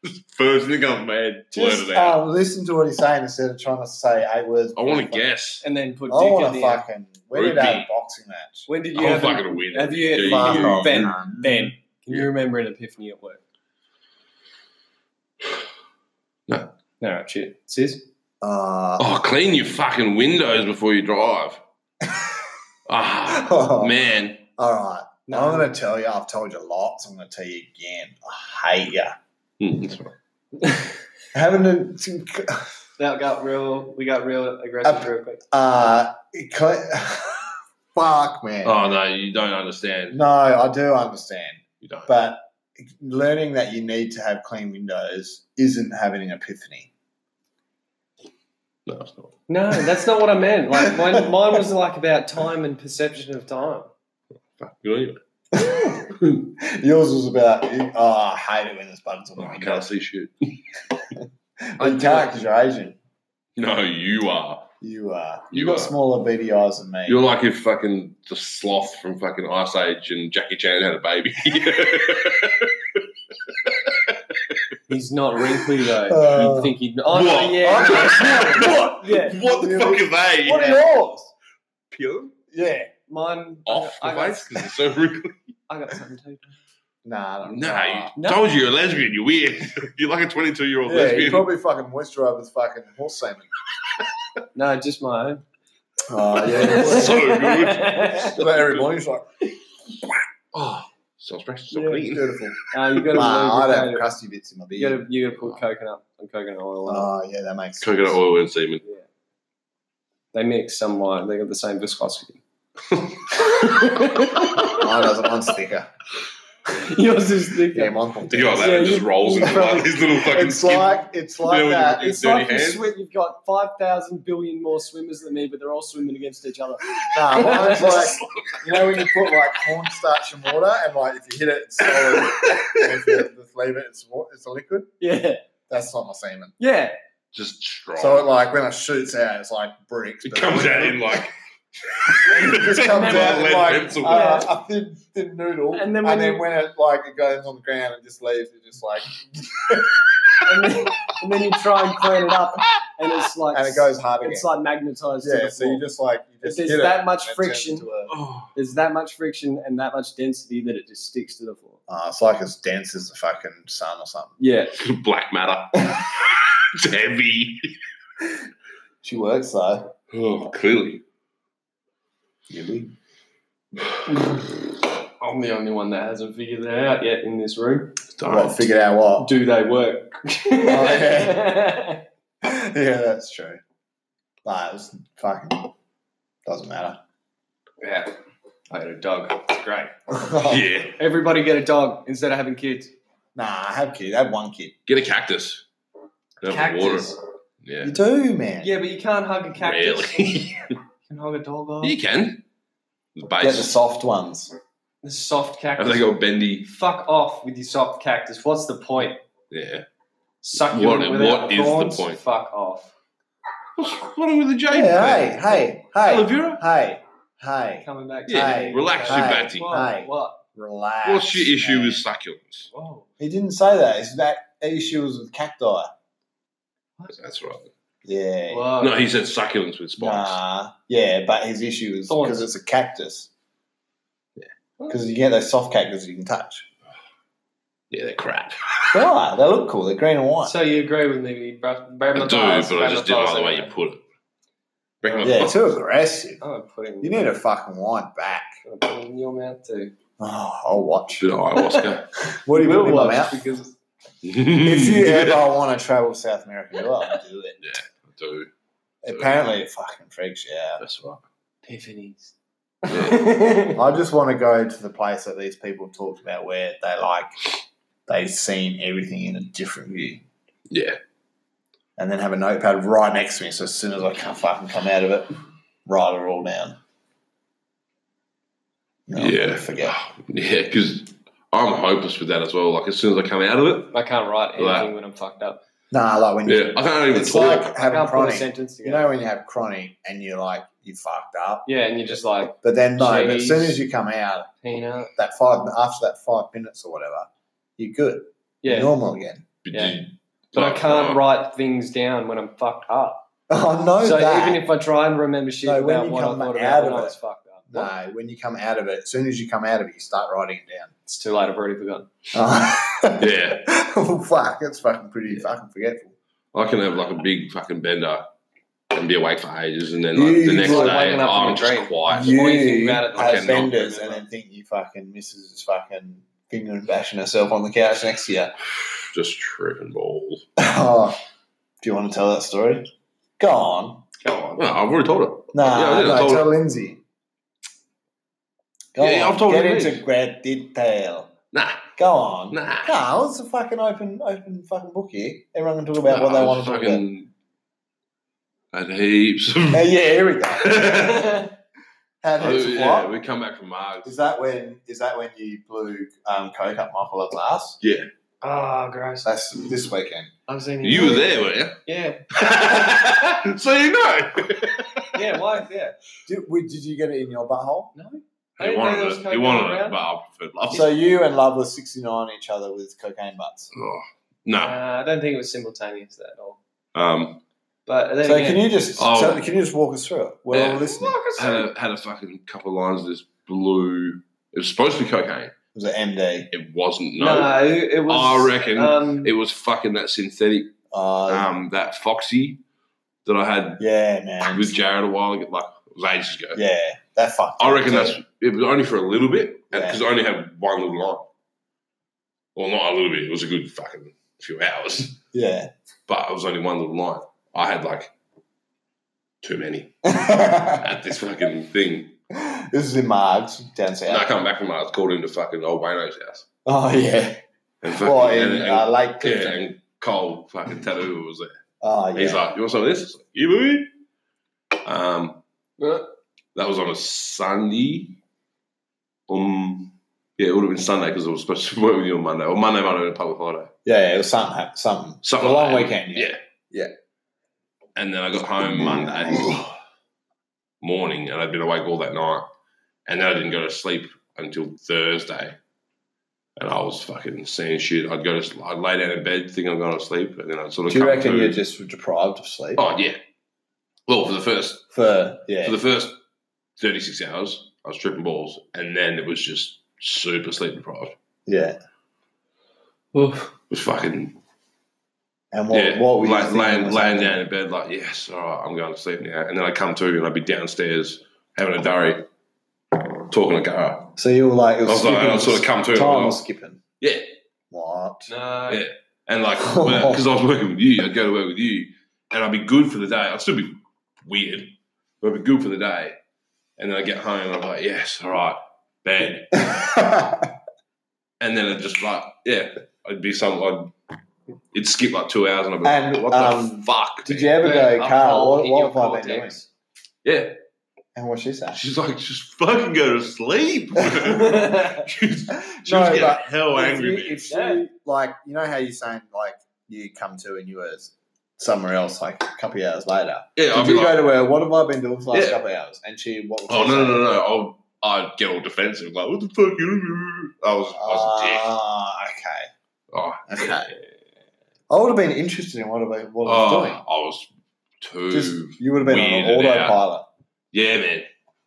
S1: neck.
S2: First thing that comes to my head,
S1: Just
S2: blurt it out.
S1: uh, listen to what he's saying instead of trying to say eight words.
S3: uh,
S2: I want to guess.
S3: and then put
S1: I
S3: dick in
S1: want
S3: the
S1: to
S3: fuck.
S1: fucking. We did a
S2: Rugby.
S1: boxing match.
S3: When did you
S2: I'm
S3: have?
S2: fucking
S3: An,
S2: a winner.
S3: have you-
S2: Yeah,
S3: Fuck
S2: you-
S3: off. Ben,
S8: no.
S3: ben, can
S2: Yeah.
S3: you remember an epiphany at work?
S9: No.
S3: No, right, shit. Sis?
S1: Uh,
S2: Oh, clean your fucking windows before you drive. Ah, man.
S1: All right.
S3: No.
S1: I'm going to tell you, I've told you lots. I'm going to tell you again. I hate you.
S2: Hmm, that's right.
S1: Having to.
S3: That got real. We got real aggressive
S1: Up.
S3: real quick.
S1: Uh, it co- fuck, man.
S2: Oh no, you don't understand.
S1: No, I do understand.
S2: You don't.
S1: But learning that you need to have clean windows isn't having an epiphany.
S2: No, it's not.
S3: No, that's not what I meant. Like mine, mine was like about time and perception of time.
S2: Fuck you anyway.
S1: Yours was about, oh, I hate it when there's bugs on the
S2: Oh, you
S1: window.
S2: can't see shit.
S1: Well, you can't because you're Asian.
S2: No, you are.
S1: You are.
S2: You
S1: You've got
S2: are.
S1: smaller beady eyes than me.
S2: You're like if fucking the sloth from fucking Ice Age and Jackie Chan had a baby.
S3: He's not wrinkly though.
S1: Uh,
S3: You'd think he'd. Oh,
S2: what?
S3: yeah.
S2: what?
S3: yeah.
S2: What the fuck are they?
S1: what are yours?
S2: Pure?
S1: Yeah.
S3: Mine.
S2: Off
S3: I
S2: the
S3: got,
S2: face because it's so rude.
S3: I got something too.
S1: Nah, I don't
S2: No, I
S3: No.
S2: told you you're a lesbian. You're weird. You're like a 22 year old
S1: Yeah, you
S2: lesbian.
S1: probably fucking moisturised with fucking horse semen.
S3: No, just my own.
S1: Oh,
S2: So
S3: good.
S1: Every morning, it's like,
S2: oh, so fresh, so
S3: Yeah.
S2: clean.
S1: beautiful.
S3: Uh, you got to
S1: Nah, I'd have
S3: lubricate it.
S1: crusty bits in my
S3: You
S1: beard.
S3: gotta, you gotta put coconut and coconut oil on. it.
S1: Oh, yeah, that makes sense.
S2: Coconut oil and semen.
S3: They mix somewhat. They got the same viscosity.
S1: Mine doesn't. Mine's thicker.
S3: Yours is thicker.
S1: Yeah, mine's more
S2: You
S1: thicker.
S2: got that?
S3: Yeah,
S2: it just
S3: you-
S2: rolls into like these little fucking.
S1: It's
S2: skin-
S1: like, it's
S2: You
S1: like
S2: know,
S1: that.
S2: with
S3: it's
S2: your dirty
S3: like you
S2: hands.
S3: swim, you've got 5,000 billion more swimmers than me, but they're all swimming against each other.
S1: Nah, mine's like, you know, when you put like cornstarch and water, and like if you hit it, it's solid. and if you just leave it, it's, wa- it's a liquid.
S3: Yeah.
S1: That's not my semen.
S3: Yeah.
S2: just strong.
S1: So it like when it shoots out, it's like bricks.
S2: it
S1: but-
S2: comes out in like.
S1: It just comes
S3: And
S1: out
S3: then
S1: in,
S2: lead
S1: like
S2: pencil.
S1: uh, a thin, thin noodle,
S3: And then when you-
S1: when it like it goes on the ground and just leaves, it just like
S3: And then, and then you try and clean it up, and it's like
S1: and it goes hard again.
S3: it's like magnetized to
S1: yeah,
S3: the
S1: so
S3: floor.
S1: you just like you
S3: If
S1: just
S3: there's
S1: hit it
S3: that
S1: and
S3: much
S1: it turns
S3: friction-
S1: into a-
S2: oh,
S3: There's that much friction and that much density that it just sticks to the floor.
S1: Uh, it's like as dense as the fucking sun or something.
S3: Yeah.
S2: black matter. it's heavy.
S1: She works though.
S2: Oh, clearly.
S3: I'm the only one that hasn't figured that out yet in this room.
S1: Well, figure out what.
S3: Do they work?
S1: yeah. yeah, that's true. But it was fucking doesn't matter.
S3: yeah. I had a dog. It's great.
S2: Yeah.
S3: Everybody get a dog instead of having kids.
S1: Nah, I have kid. I have one kid.
S2: Get a cactus. Don't have the
S3: Cactus.
S2: Water. Yeah.
S1: You do, man.
S3: Yeah, but you can't hug a cactus.
S2: Really?
S3: You can hug a dog off.
S2: you can. The
S1: Get the
S2: base.
S1: soft ones.
S3: The soft cactus.
S2: Have they got bendy?
S3: Fuck off with your soft cactus. What's the point?
S2: Yeah.
S3: Suck
S2: What-
S3: you without
S2: what is the
S3: thorns?
S2: point?
S3: Fuck off.
S2: What's wrong with the jade?
S1: Yeah, hey, hey,
S2: Aloe
S1: hey,
S2: vera?
S1: hey, hey.
S3: Coming back to
S2: Yeah.
S1: Hey,
S2: Relax,
S1: hey,
S2: you batty.
S3: What?
S1: Hey.
S3: What?
S1: Relax.
S2: What's your issue
S1: man.
S2: with succulents?
S3: Whoa.
S1: He didn't say that. His that issue was with cacti.
S2: That's right.
S1: Yeah.
S3: Whoa.
S2: No, he said succulents with spikes.
S1: Nah. Yeah, but his issue is
S3: Thorns.
S1: because it's a cactus. Because you get those soft cactus you can touch.
S2: Yeah, they're crap.
S1: They are. They look cool. They're green and white.
S3: So you agree with me? We bra-
S2: I do, but I just didn't like the way you put it. Reckon
S1: yeah,
S2: my-
S1: too aggressive.
S3: I'm putting
S1: You need a fucking wide back.
S3: put it in your mouth too.
S1: Oh, I'll watch.
S2: Bit of ayahuasca.
S1: What do you
S3: Will
S1: put in my
S3: watch
S1: mouth?
S3: because
S1: If you
S2: Mm.
S1: ever want to travel South America, well, I'll do it.
S2: I do.
S1: Apparently, it fucking freaks you out.
S2: That's right.
S3: epiphanies.
S1: I just want to go to the place that these people talked about where they like they've seen everything in a different view,
S2: Yeah.
S1: and then have a notepad right next to me. So as soon as I can fucking come out of it, write it all down. No, I'm gonna
S2: Yeah.
S1: forget.
S2: Yeah, because I'm hopeless with that as well. Like, as soon as I come out of it,
S3: I can't write anything
S2: Right.
S3: when I'm fucked up.
S1: Nah, like when
S2: yeah,
S1: you,
S2: I can't even
S1: it's
S2: talk.
S1: like
S3: I
S1: having
S3: can't put a
S1: chronic.
S3: sentence
S1: You
S3: together.
S1: know when you have chronic and you're like you fucked up,
S3: yeah, and you're just like
S1: but then no, but
S3: Jeez.
S1: as soon as you come out,
S3: peanut.
S1: that five after that five minutes or whatever, you're good. You're
S3: Yeah,
S1: normal again.
S2: But
S3: Yeah.
S2: you-
S3: But I
S2: like,
S3: can't
S2: uh,
S3: write things down when I'm fucked up.
S10: Oh, no,
S3: so
S10: that.
S3: even if I try and remember shit
S10: No, when
S3: about
S10: you
S3: what I
S10: come
S3: thought
S10: out
S3: about when
S10: of
S3: I
S10: it.
S3: was fucked up,
S1: No, when you come out of it, as soon as you come out of it, you start writing it down.
S3: it's too late. I've already forgotten.
S1: Oh.
S2: Yeah,
S1: well, fuck, that's fucking pretty fucking forgetful.
S2: I can have like a big fucking bender and be awake for ages, and then like
S1: You-
S2: the next
S1: like
S2: day
S3: waking up from
S2: I'm
S3: a
S2: just
S3: dream.
S2: quiet.
S3: You- Or think about it like
S1: have
S2: a
S1: benders
S3: knob.
S1: and then think you fucking misses is fucking fingering bashing herself on the couch next to you.
S2: Just tripping balls.
S1: Oh, do you want to tell that story? Go on.
S3: Go on.
S2: No, I've already told it.
S1: No,
S2: Yeah, I did. I
S1: no,
S2: told-
S1: tell Lindsay. Go
S2: Yeah,
S1: on.
S2: I've told
S1: Get
S2: her
S1: into
S2: this.
S1: great detail.
S2: Nah,
S1: Go on.
S2: nah.
S1: No, it's a fucking open, open fucking book here. Everyone can talk about what they
S2: Nah,
S1: want to talk about.
S2: fucking Had heaps.
S1: Uh, yeah, here we go.
S2: oh,
S1: Have heaps of
S2: yeah,
S1: what?
S2: we come back from Mars.
S1: Is that when? Is that when you blew um, coke up my Love's ass?
S3: Oh, gross.
S1: That's this weekend.
S3: I've seen
S2: You were there, weren't you?
S3: Yeah.
S2: so you know.
S3: Yeah. Why? Yeah.
S1: Did, wait, did you get it in your butthole?
S3: No. I
S2: He
S3: didn't know there
S2: wanted
S3: was
S2: it. He
S3: cocaine
S2: wanted it,
S3: around.
S2: but I preferred love.
S1: So you and Love were sixty nine each other with cocaine butts.
S2: Oh, no.
S3: Uh, I don't think it was simultaneous at all.
S2: Um,
S3: But then
S1: So
S3: again,
S1: can you just
S2: Oh.
S1: so can you just walk us through it? We're
S2: Yeah.
S1: all listening.
S2: had a had a fucking couple lines of this blue. It was supposed to be cocaine.
S1: It was an MD.
S2: It wasn't. No.
S3: no, it it was.
S2: I reckon
S3: um,
S2: It was fucking that synthetic,
S1: Uh,
S2: um, that foxy that I had
S1: yeah, man.
S2: with Jared a while ago. Like it was ages ago.
S1: Yeah, that fucked.
S2: I
S1: up
S2: reckon
S1: too.
S2: that's it was only for a little bit
S1: Yeah.
S2: because I only had one little line. Well, not a little bit. It was a good fucking few hours,
S1: yeah.
S2: but it was only one little line. I had like too many at this fucking thing.
S1: this is in Margs down
S2: And I
S1: south.
S2: come back from that. I was called into fucking old Wayno's house.
S1: Oh yeah.
S2: And fucking,
S1: Well,
S2: and,
S1: in
S2: and,
S1: uh, Lake
S2: yeah,
S1: Clifton.
S2: and Cole fucking tattoo was there.
S1: Oh
S2: He's
S1: yeah.
S2: like, "You want some of this?" I was like, "You booey." Um, that was on a Sunday. Um, yeah, it would have been Sunday because I was supposed to work with you on Monday. Or Monday might have been a public holiday.
S1: Yeah, it was something. Something. It
S2: Something
S1: was a long
S2: like that.
S1: weekend.
S2: Yeah.
S1: Yeah.
S2: And then I got home Monday morning and I'd been awake all that night. And then I didn't go to sleep until Thursday. And I was fucking seeing shit. I'd go to, I'd lay down in bed thinking I'm going to sleep. And then I'd sort of
S1: Do you
S2: come
S1: reckon
S2: to-
S1: you're just deprived of sleep?
S2: Oh, yeah. Well, for the first,
S1: For yeah.
S2: for the first 36 hours, I was tripping balls. And then it was just super sleep deprived. It
S1: yeah.
S2: was fucking
S1: And what,
S2: yeah,
S1: what were you
S2: like,
S1: thinking
S2: laying,
S1: was
S2: laying
S1: happening?
S2: down in bed, like, yes, all right, I'm going to sleep now. And then I come to and I'd be downstairs having a durry, talking to Gara.
S1: So you were like, it
S2: I
S1: was
S2: was like,
S1: skipping.
S2: and I'd sort of come to and
S1: time
S2: I
S1: was
S2: was,
S1: skipping.
S2: yeah.
S1: What?
S3: no.
S2: Yeah. And like, because I was working with you, I'd go to work with you and I'd be good for the day. I'd still be weird, but I'd be good for the day. And then I get home and I'm like, yes, all right, bed. And then I'd just like, yeah, I'd be some, I'd, it'd skip like two hours and I'd be like,
S1: And,
S2: what
S1: um,
S2: the fuck?
S1: Did
S2: man?
S1: you ever go,
S3: Burn
S1: Carl?
S3: alcohol
S1: What,
S3: in
S1: what
S3: your
S1: have I been doing?
S3: cortex.
S2: Yeah.
S1: And what's she say?
S2: She's like, just fucking go to sleep. She's- she
S1: No,
S2: was getting
S1: but
S2: hell
S1: if
S2: angry.
S1: you,
S2: with me.
S1: if she, like, you know how you're saying like you come to and you were somewhere else like a couple of hours later.
S2: yeah, I'd
S1: Did
S2: be
S1: you
S2: like,
S1: go to her? What have I been doing for the last
S2: Yeah.
S1: couple of hours? And she, what? Was
S2: oh
S1: she
S2: no,
S1: saying?
S2: no, no, no. I'll, I'd get all defensive, like, what the fuck? You? I was, I was a dick.
S1: Ah,
S2: Oh,
S1: okay, okay. I would have been interested in what I what I
S2: oh,
S1: was
S2: I was
S1: doing.
S2: too.
S1: Just you would have been on
S2: weirded out.
S1: autopilot.
S2: yeah, man.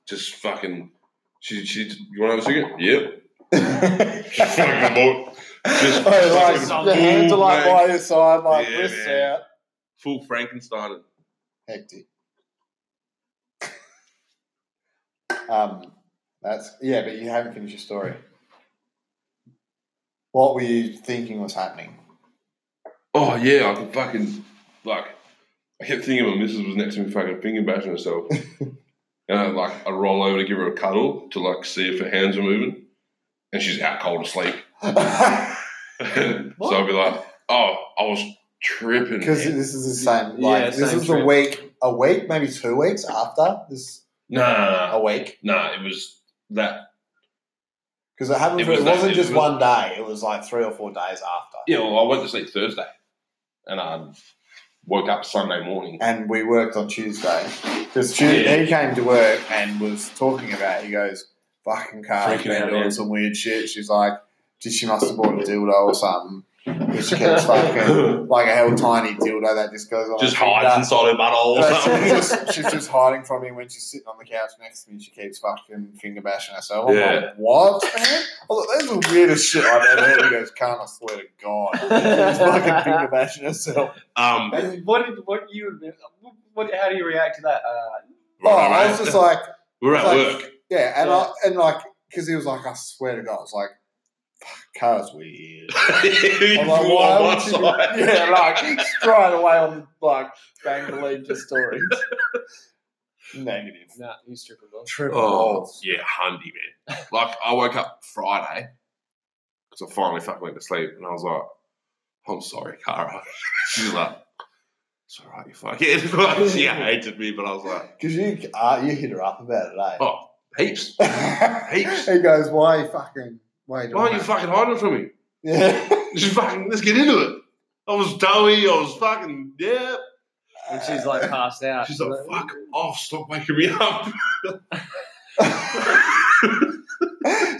S2: Just fucking. She, she. You want to have a cigarette? Yep. Just fucking walk- Just
S1: Oh, like,
S2: fucking
S1: the hands are like
S2: full,
S1: by your side, like
S2: Yeah,
S1: wrists
S2: man.
S1: out.
S2: full Frankenstein.
S1: Hectic. um, that's yeah, but you haven't finished your story. What were you thinking was happening?
S2: Oh yeah, I could fucking like. I kept thinking my missus was next to me, fucking finger bashing herself, and I like I roll over to give her a cuddle to like see if her hands are moving, and she's out cold asleep.
S1: Because
S2: so I'd be like, "Oh, I was tripping." man.
S1: this is the same. Like
S3: Yeah,
S1: this
S3: same
S1: is a
S3: trip.
S1: week, a week, maybe two weeks after this.
S2: no, no,
S1: A
S2: no,
S1: week
S2: no, it was that.
S1: because it happened.
S2: It
S1: It, for,
S2: was
S1: it
S2: that-
S1: wasn't
S2: it
S1: just
S2: was-
S1: one day. It was like three or four days after.
S2: Yeah, well, I went to sleep Thursday, and I woke up Sunday morning.
S1: and we worked on Tuesday
S2: Oh,
S1: because he came to work and was talking about. He goes, "Fucking car,
S2: Freaking
S1: been
S2: out,
S1: doing
S2: man.
S1: some weird shit." She's like, "Gee, "She must have bought a dildo or something." Which gets like a, like a hell tiny dildo that just goes on.
S2: Just hides inside her butthole or
S1: she's,
S2: something.
S1: just, she's just hiding from me when she's sitting on the couch next to me. She keeps fucking finger bashing herself. I'm
S2: Yeah.
S1: like, what, man? I was like, that's the weirdest shit I've ever heard. He goes, can't I swear to God. She's fucking finger bashing herself.
S2: Um,
S3: What did what you what? How do you react to that? Uh,
S1: Oh, I was just like,
S2: we're at
S1: like-
S2: work.
S1: yeah. And, I, and like, because he was like, I swear to God. I was like, fuck, car's weird.
S2: I'm
S1: I'm like, why
S2: on
S1: would
S2: one
S1: you
S2: side.
S1: be- yeah, like straight away on like bang believe the story. Negative.
S3: nah, he's tripping. bro.
S1: Triple
S2: Oh,
S1: balls.
S2: yeah, hundy, man. Like, I woke up Friday because I finally fucking went to sleep and I was like, I'm sorry, Cara. She's like, it's all right, you fucking. Like, she hated me, but I was like,
S1: Because you uh, you hit her up about it,
S2: oh, heaps.
S1: eh?
S2: heaps.
S1: he goes, why are you fucking? Why are you doing
S2: Why are you
S1: that?"
S2: fucking hiding from me?
S1: Yeah.
S2: Just fucking, let's get into it. I was doughy, I was fucking, yeah.
S3: And Uh, she's like passed out.
S2: She's like, fuck off, stop waking me up.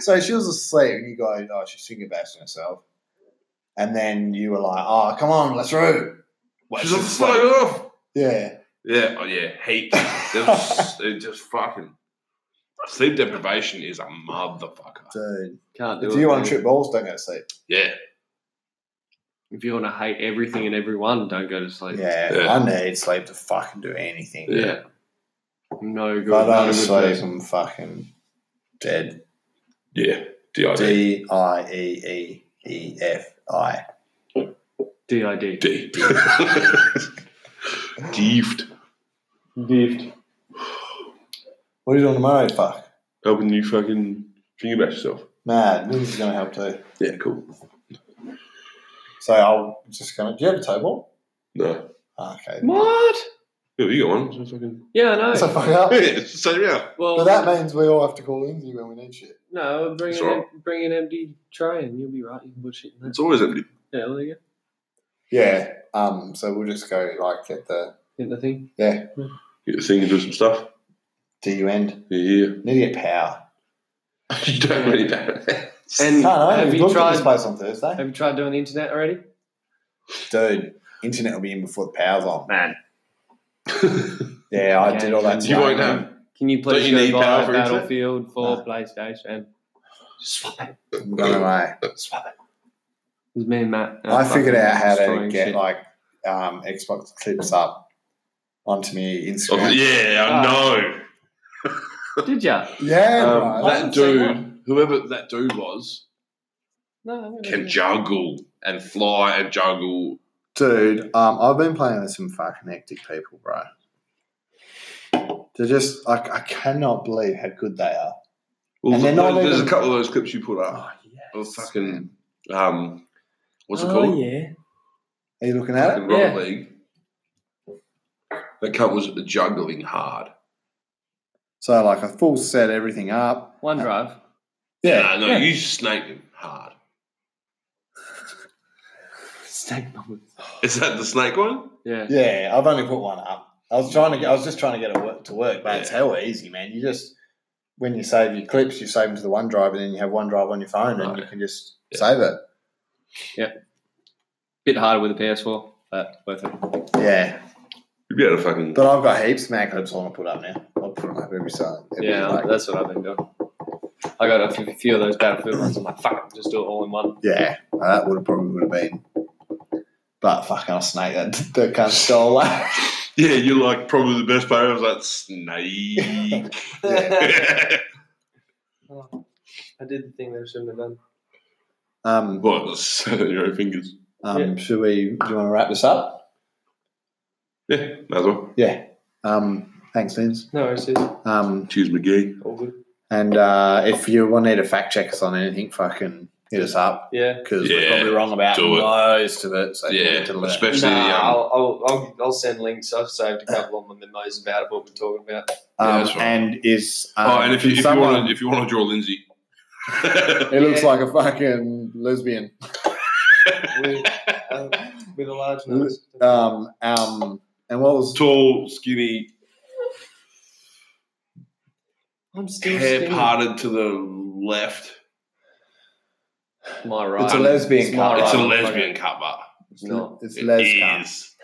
S1: so she was asleep, and you go, oh, she's finger bashing herself. And then you were like, oh, come on, let's root.
S2: She's like, fuck off.
S1: Yeah.
S2: Yeah, oh yeah, heaps. It was- it just fucking sleep deprivation is a motherfucker.
S1: Dude.
S3: can't do
S1: If
S3: it.
S1: you want
S3: man.
S1: to trip balls, don't go to sleep.
S2: Yeah,
S3: If you want to hate everything and everyone, don't go to sleep.
S1: Yeah,
S2: Yeah.
S1: I need sleep to fucking do anything.
S2: yeah.
S3: No good.
S1: If I
S3: not a
S1: don't
S3: good
S1: sleep,
S3: person.
S1: I'm fucking dead.
S2: Yeah. D-I-D.
S1: D I E E E F I.
S3: DID.
S2: D. Deeved.
S3: Gift.
S1: What are you doing tomorrow? Fuck.
S2: Helping you fucking finger bash yourself.
S1: Mad. Lindsay's going to help too.
S2: Yeah, cool.
S1: So I'll just going to. Do you have a toe ball?
S2: No.
S1: Ah, okay.
S3: What?
S2: Yeah, you got one. So fucking...
S3: Yeah, I know.
S1: That's a fuck up.
S2: Yeah, so yeah.
S3: well,
S1: But that means we all have to call Lindsay when we need shit.
S3: no, bring
S2: It's
S3: an,
S2: alright.
S3: em- bring an empty tray and you'll be right. You can put shit in there.
S2: It's always empty.
S3: Yeah, there you go.
S1: Yeah. Um. So we'll just go like get the.
S3: Hit the thing.
S2: Get the thing and do some stuff.
S1: Do you end?
S2: Yeah. you
S1: Need to get power.
S2: don't really matter.
S3: And
S1: Can't I?
S3: have
S1: We've
S3: you
S1: looked at this
S3: tried?
S1: place on Thursday.
S3: Have you tried doing the internet already?
S1: Dude, internet will be in before the power's on.
S3: Man,
S1: Yeah, I
S3: Yeah,
S1: did all that.
S2: You
S1: today.
S2: won't have.
S3: can you please
S2: you
S3: go
S2: need
S3: buy
S2: power for internet?
S3: Battlefield for
S1: No.
S3: PlayStation? Just swap it.
S1: I'm going away.
S3: It was me and Matt. uh,
S1: I figured
S3: fucking
S1: out how to
S3: destroying
S1: get
S3: shit.
S1: like um, Xbox clips up onto me
S2: Oh,
S1: Instagram.
S2: yeah, I
S3: Ah.
S2: know.
S3: Did ya?
S1: yeah,
S2: Um,
S1: bro.
S2: that dude, whoever that dude was,
S3: No. I
S2: can
S3: haven't.
S2: juggle and fly and juggle.
S1: dude. Um, I've been playing with some fucking hectic people, bro. They're just like I cannot believe how good they are.
S2: Well,
S1: And they're not
S2: there's
S1: even-
S2: a couple of those clips you put up.
S1: yes.
S2: Of fucking um, what's it
S3: oh,
S2: called?
S3: yeah.
S1: Are you looking at it?
S2: Fucking Rocket
S3: Yeah.
S2: League. That cunt was juggling hard.
S1: So like I full set everything up.
S3: OneDrive.
S2: no, no,
S3: yeah.
S2: you snake him hard.
S3: Snake numbers.
S2: Is that the snake one?
S3: Yeah.
S11: Yeah, I've only put one up. I was trying to get. I was just trying to get it work to work, but it's
S2: Yeah.
S11: hell easy, man. You just
S1: When you save your clips, you save them to the OneDrive, and then you have OneDrive on your phone, and
S2: Right.
S1: you can just
S2: Yeah.
S1: save it.
S3: Bit harder with the PS4, but worth it.
S1: Yeah,
S2: You'd be able to fucking.
S1: but I've got heaps of mad clips I want to put up now. I'll put them up every side. every,
S3: Yeah,
S1: like,
S3: that's what I've been doing. I got a few- few of those Battlefield ones. I'm like, fuck it, just do it all in one.
S1: Yeah, uh, that would have probably would have been. But fuck, I'll snake that. That cunt stole that.
S2: Yeah, you're like probably the best player. I was like snake.
S1: Yeah.
S3: I did the thing that I shouldn't have done.
S1: Um,
S2: what? that's Your own fingers.
S1: um, should we? Do you want to wrap this up?
S2: Yeah, might as well.
S1: Yeah. Um, thanks, Vince.
S3: No, it's just
S1: Um,
S2: Cheers, McGee.
S3: all good.
S1: and uh, if you want need to fact check us on anything, fucking hit us up
S3: Yeah.
S1: because we're
S2: Yeah,
S1: probably wrong about
S2: do it.
S1: most of it. So you
S2: Yeah,
S1: need to learn.
S2: especially
S3: Nah,
S2: um,
S3: I'll, I'll, I'll, I'll send links. I've saved a couple of my memos about what we're talking about.
S1: Um,
S2: Yeah, that's right.
S1: And is um,
S2: oh, and if you, if you
S1: someone-
S2: want to if you want to draw Lindsay,
S1: it looks like a fucking lesbian.
S3: With, um, with a large nose.
S1: Um, um, and what was
S2: tall, skinny,
S3: I'm still
S2: hair
S3: skinny.
S2: parted to the left,
S3: My right.
S2: a
S1: lesbian
S3: my
S1: cup.
S2: It's a
S3: right.
S2: lesbian cover.
S1: It's not. It's
S2: It
S1: les cunt.
S2: is.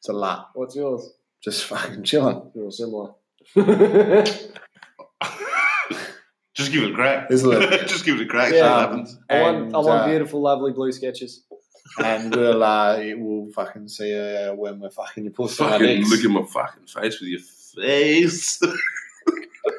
S1: It's a lot.
S3: What's yours?
S1: Just fucking chilling.
S3: You're all similar. I
S2: Just give it a crack.
S1: It's a lesbian.
S2: Just give it a crack.
S3: Yeah.
S2: See what happens.
S1: Um, And,
S3: want, I want
S1: uh,
S3: beautiful, lovely blue sketches.
S1: and we'll uh, it will fucking see uh, when we're fucking your pussy. on our
S2: Fucking
S1: dicks.
S2: look at my fucking face with your face.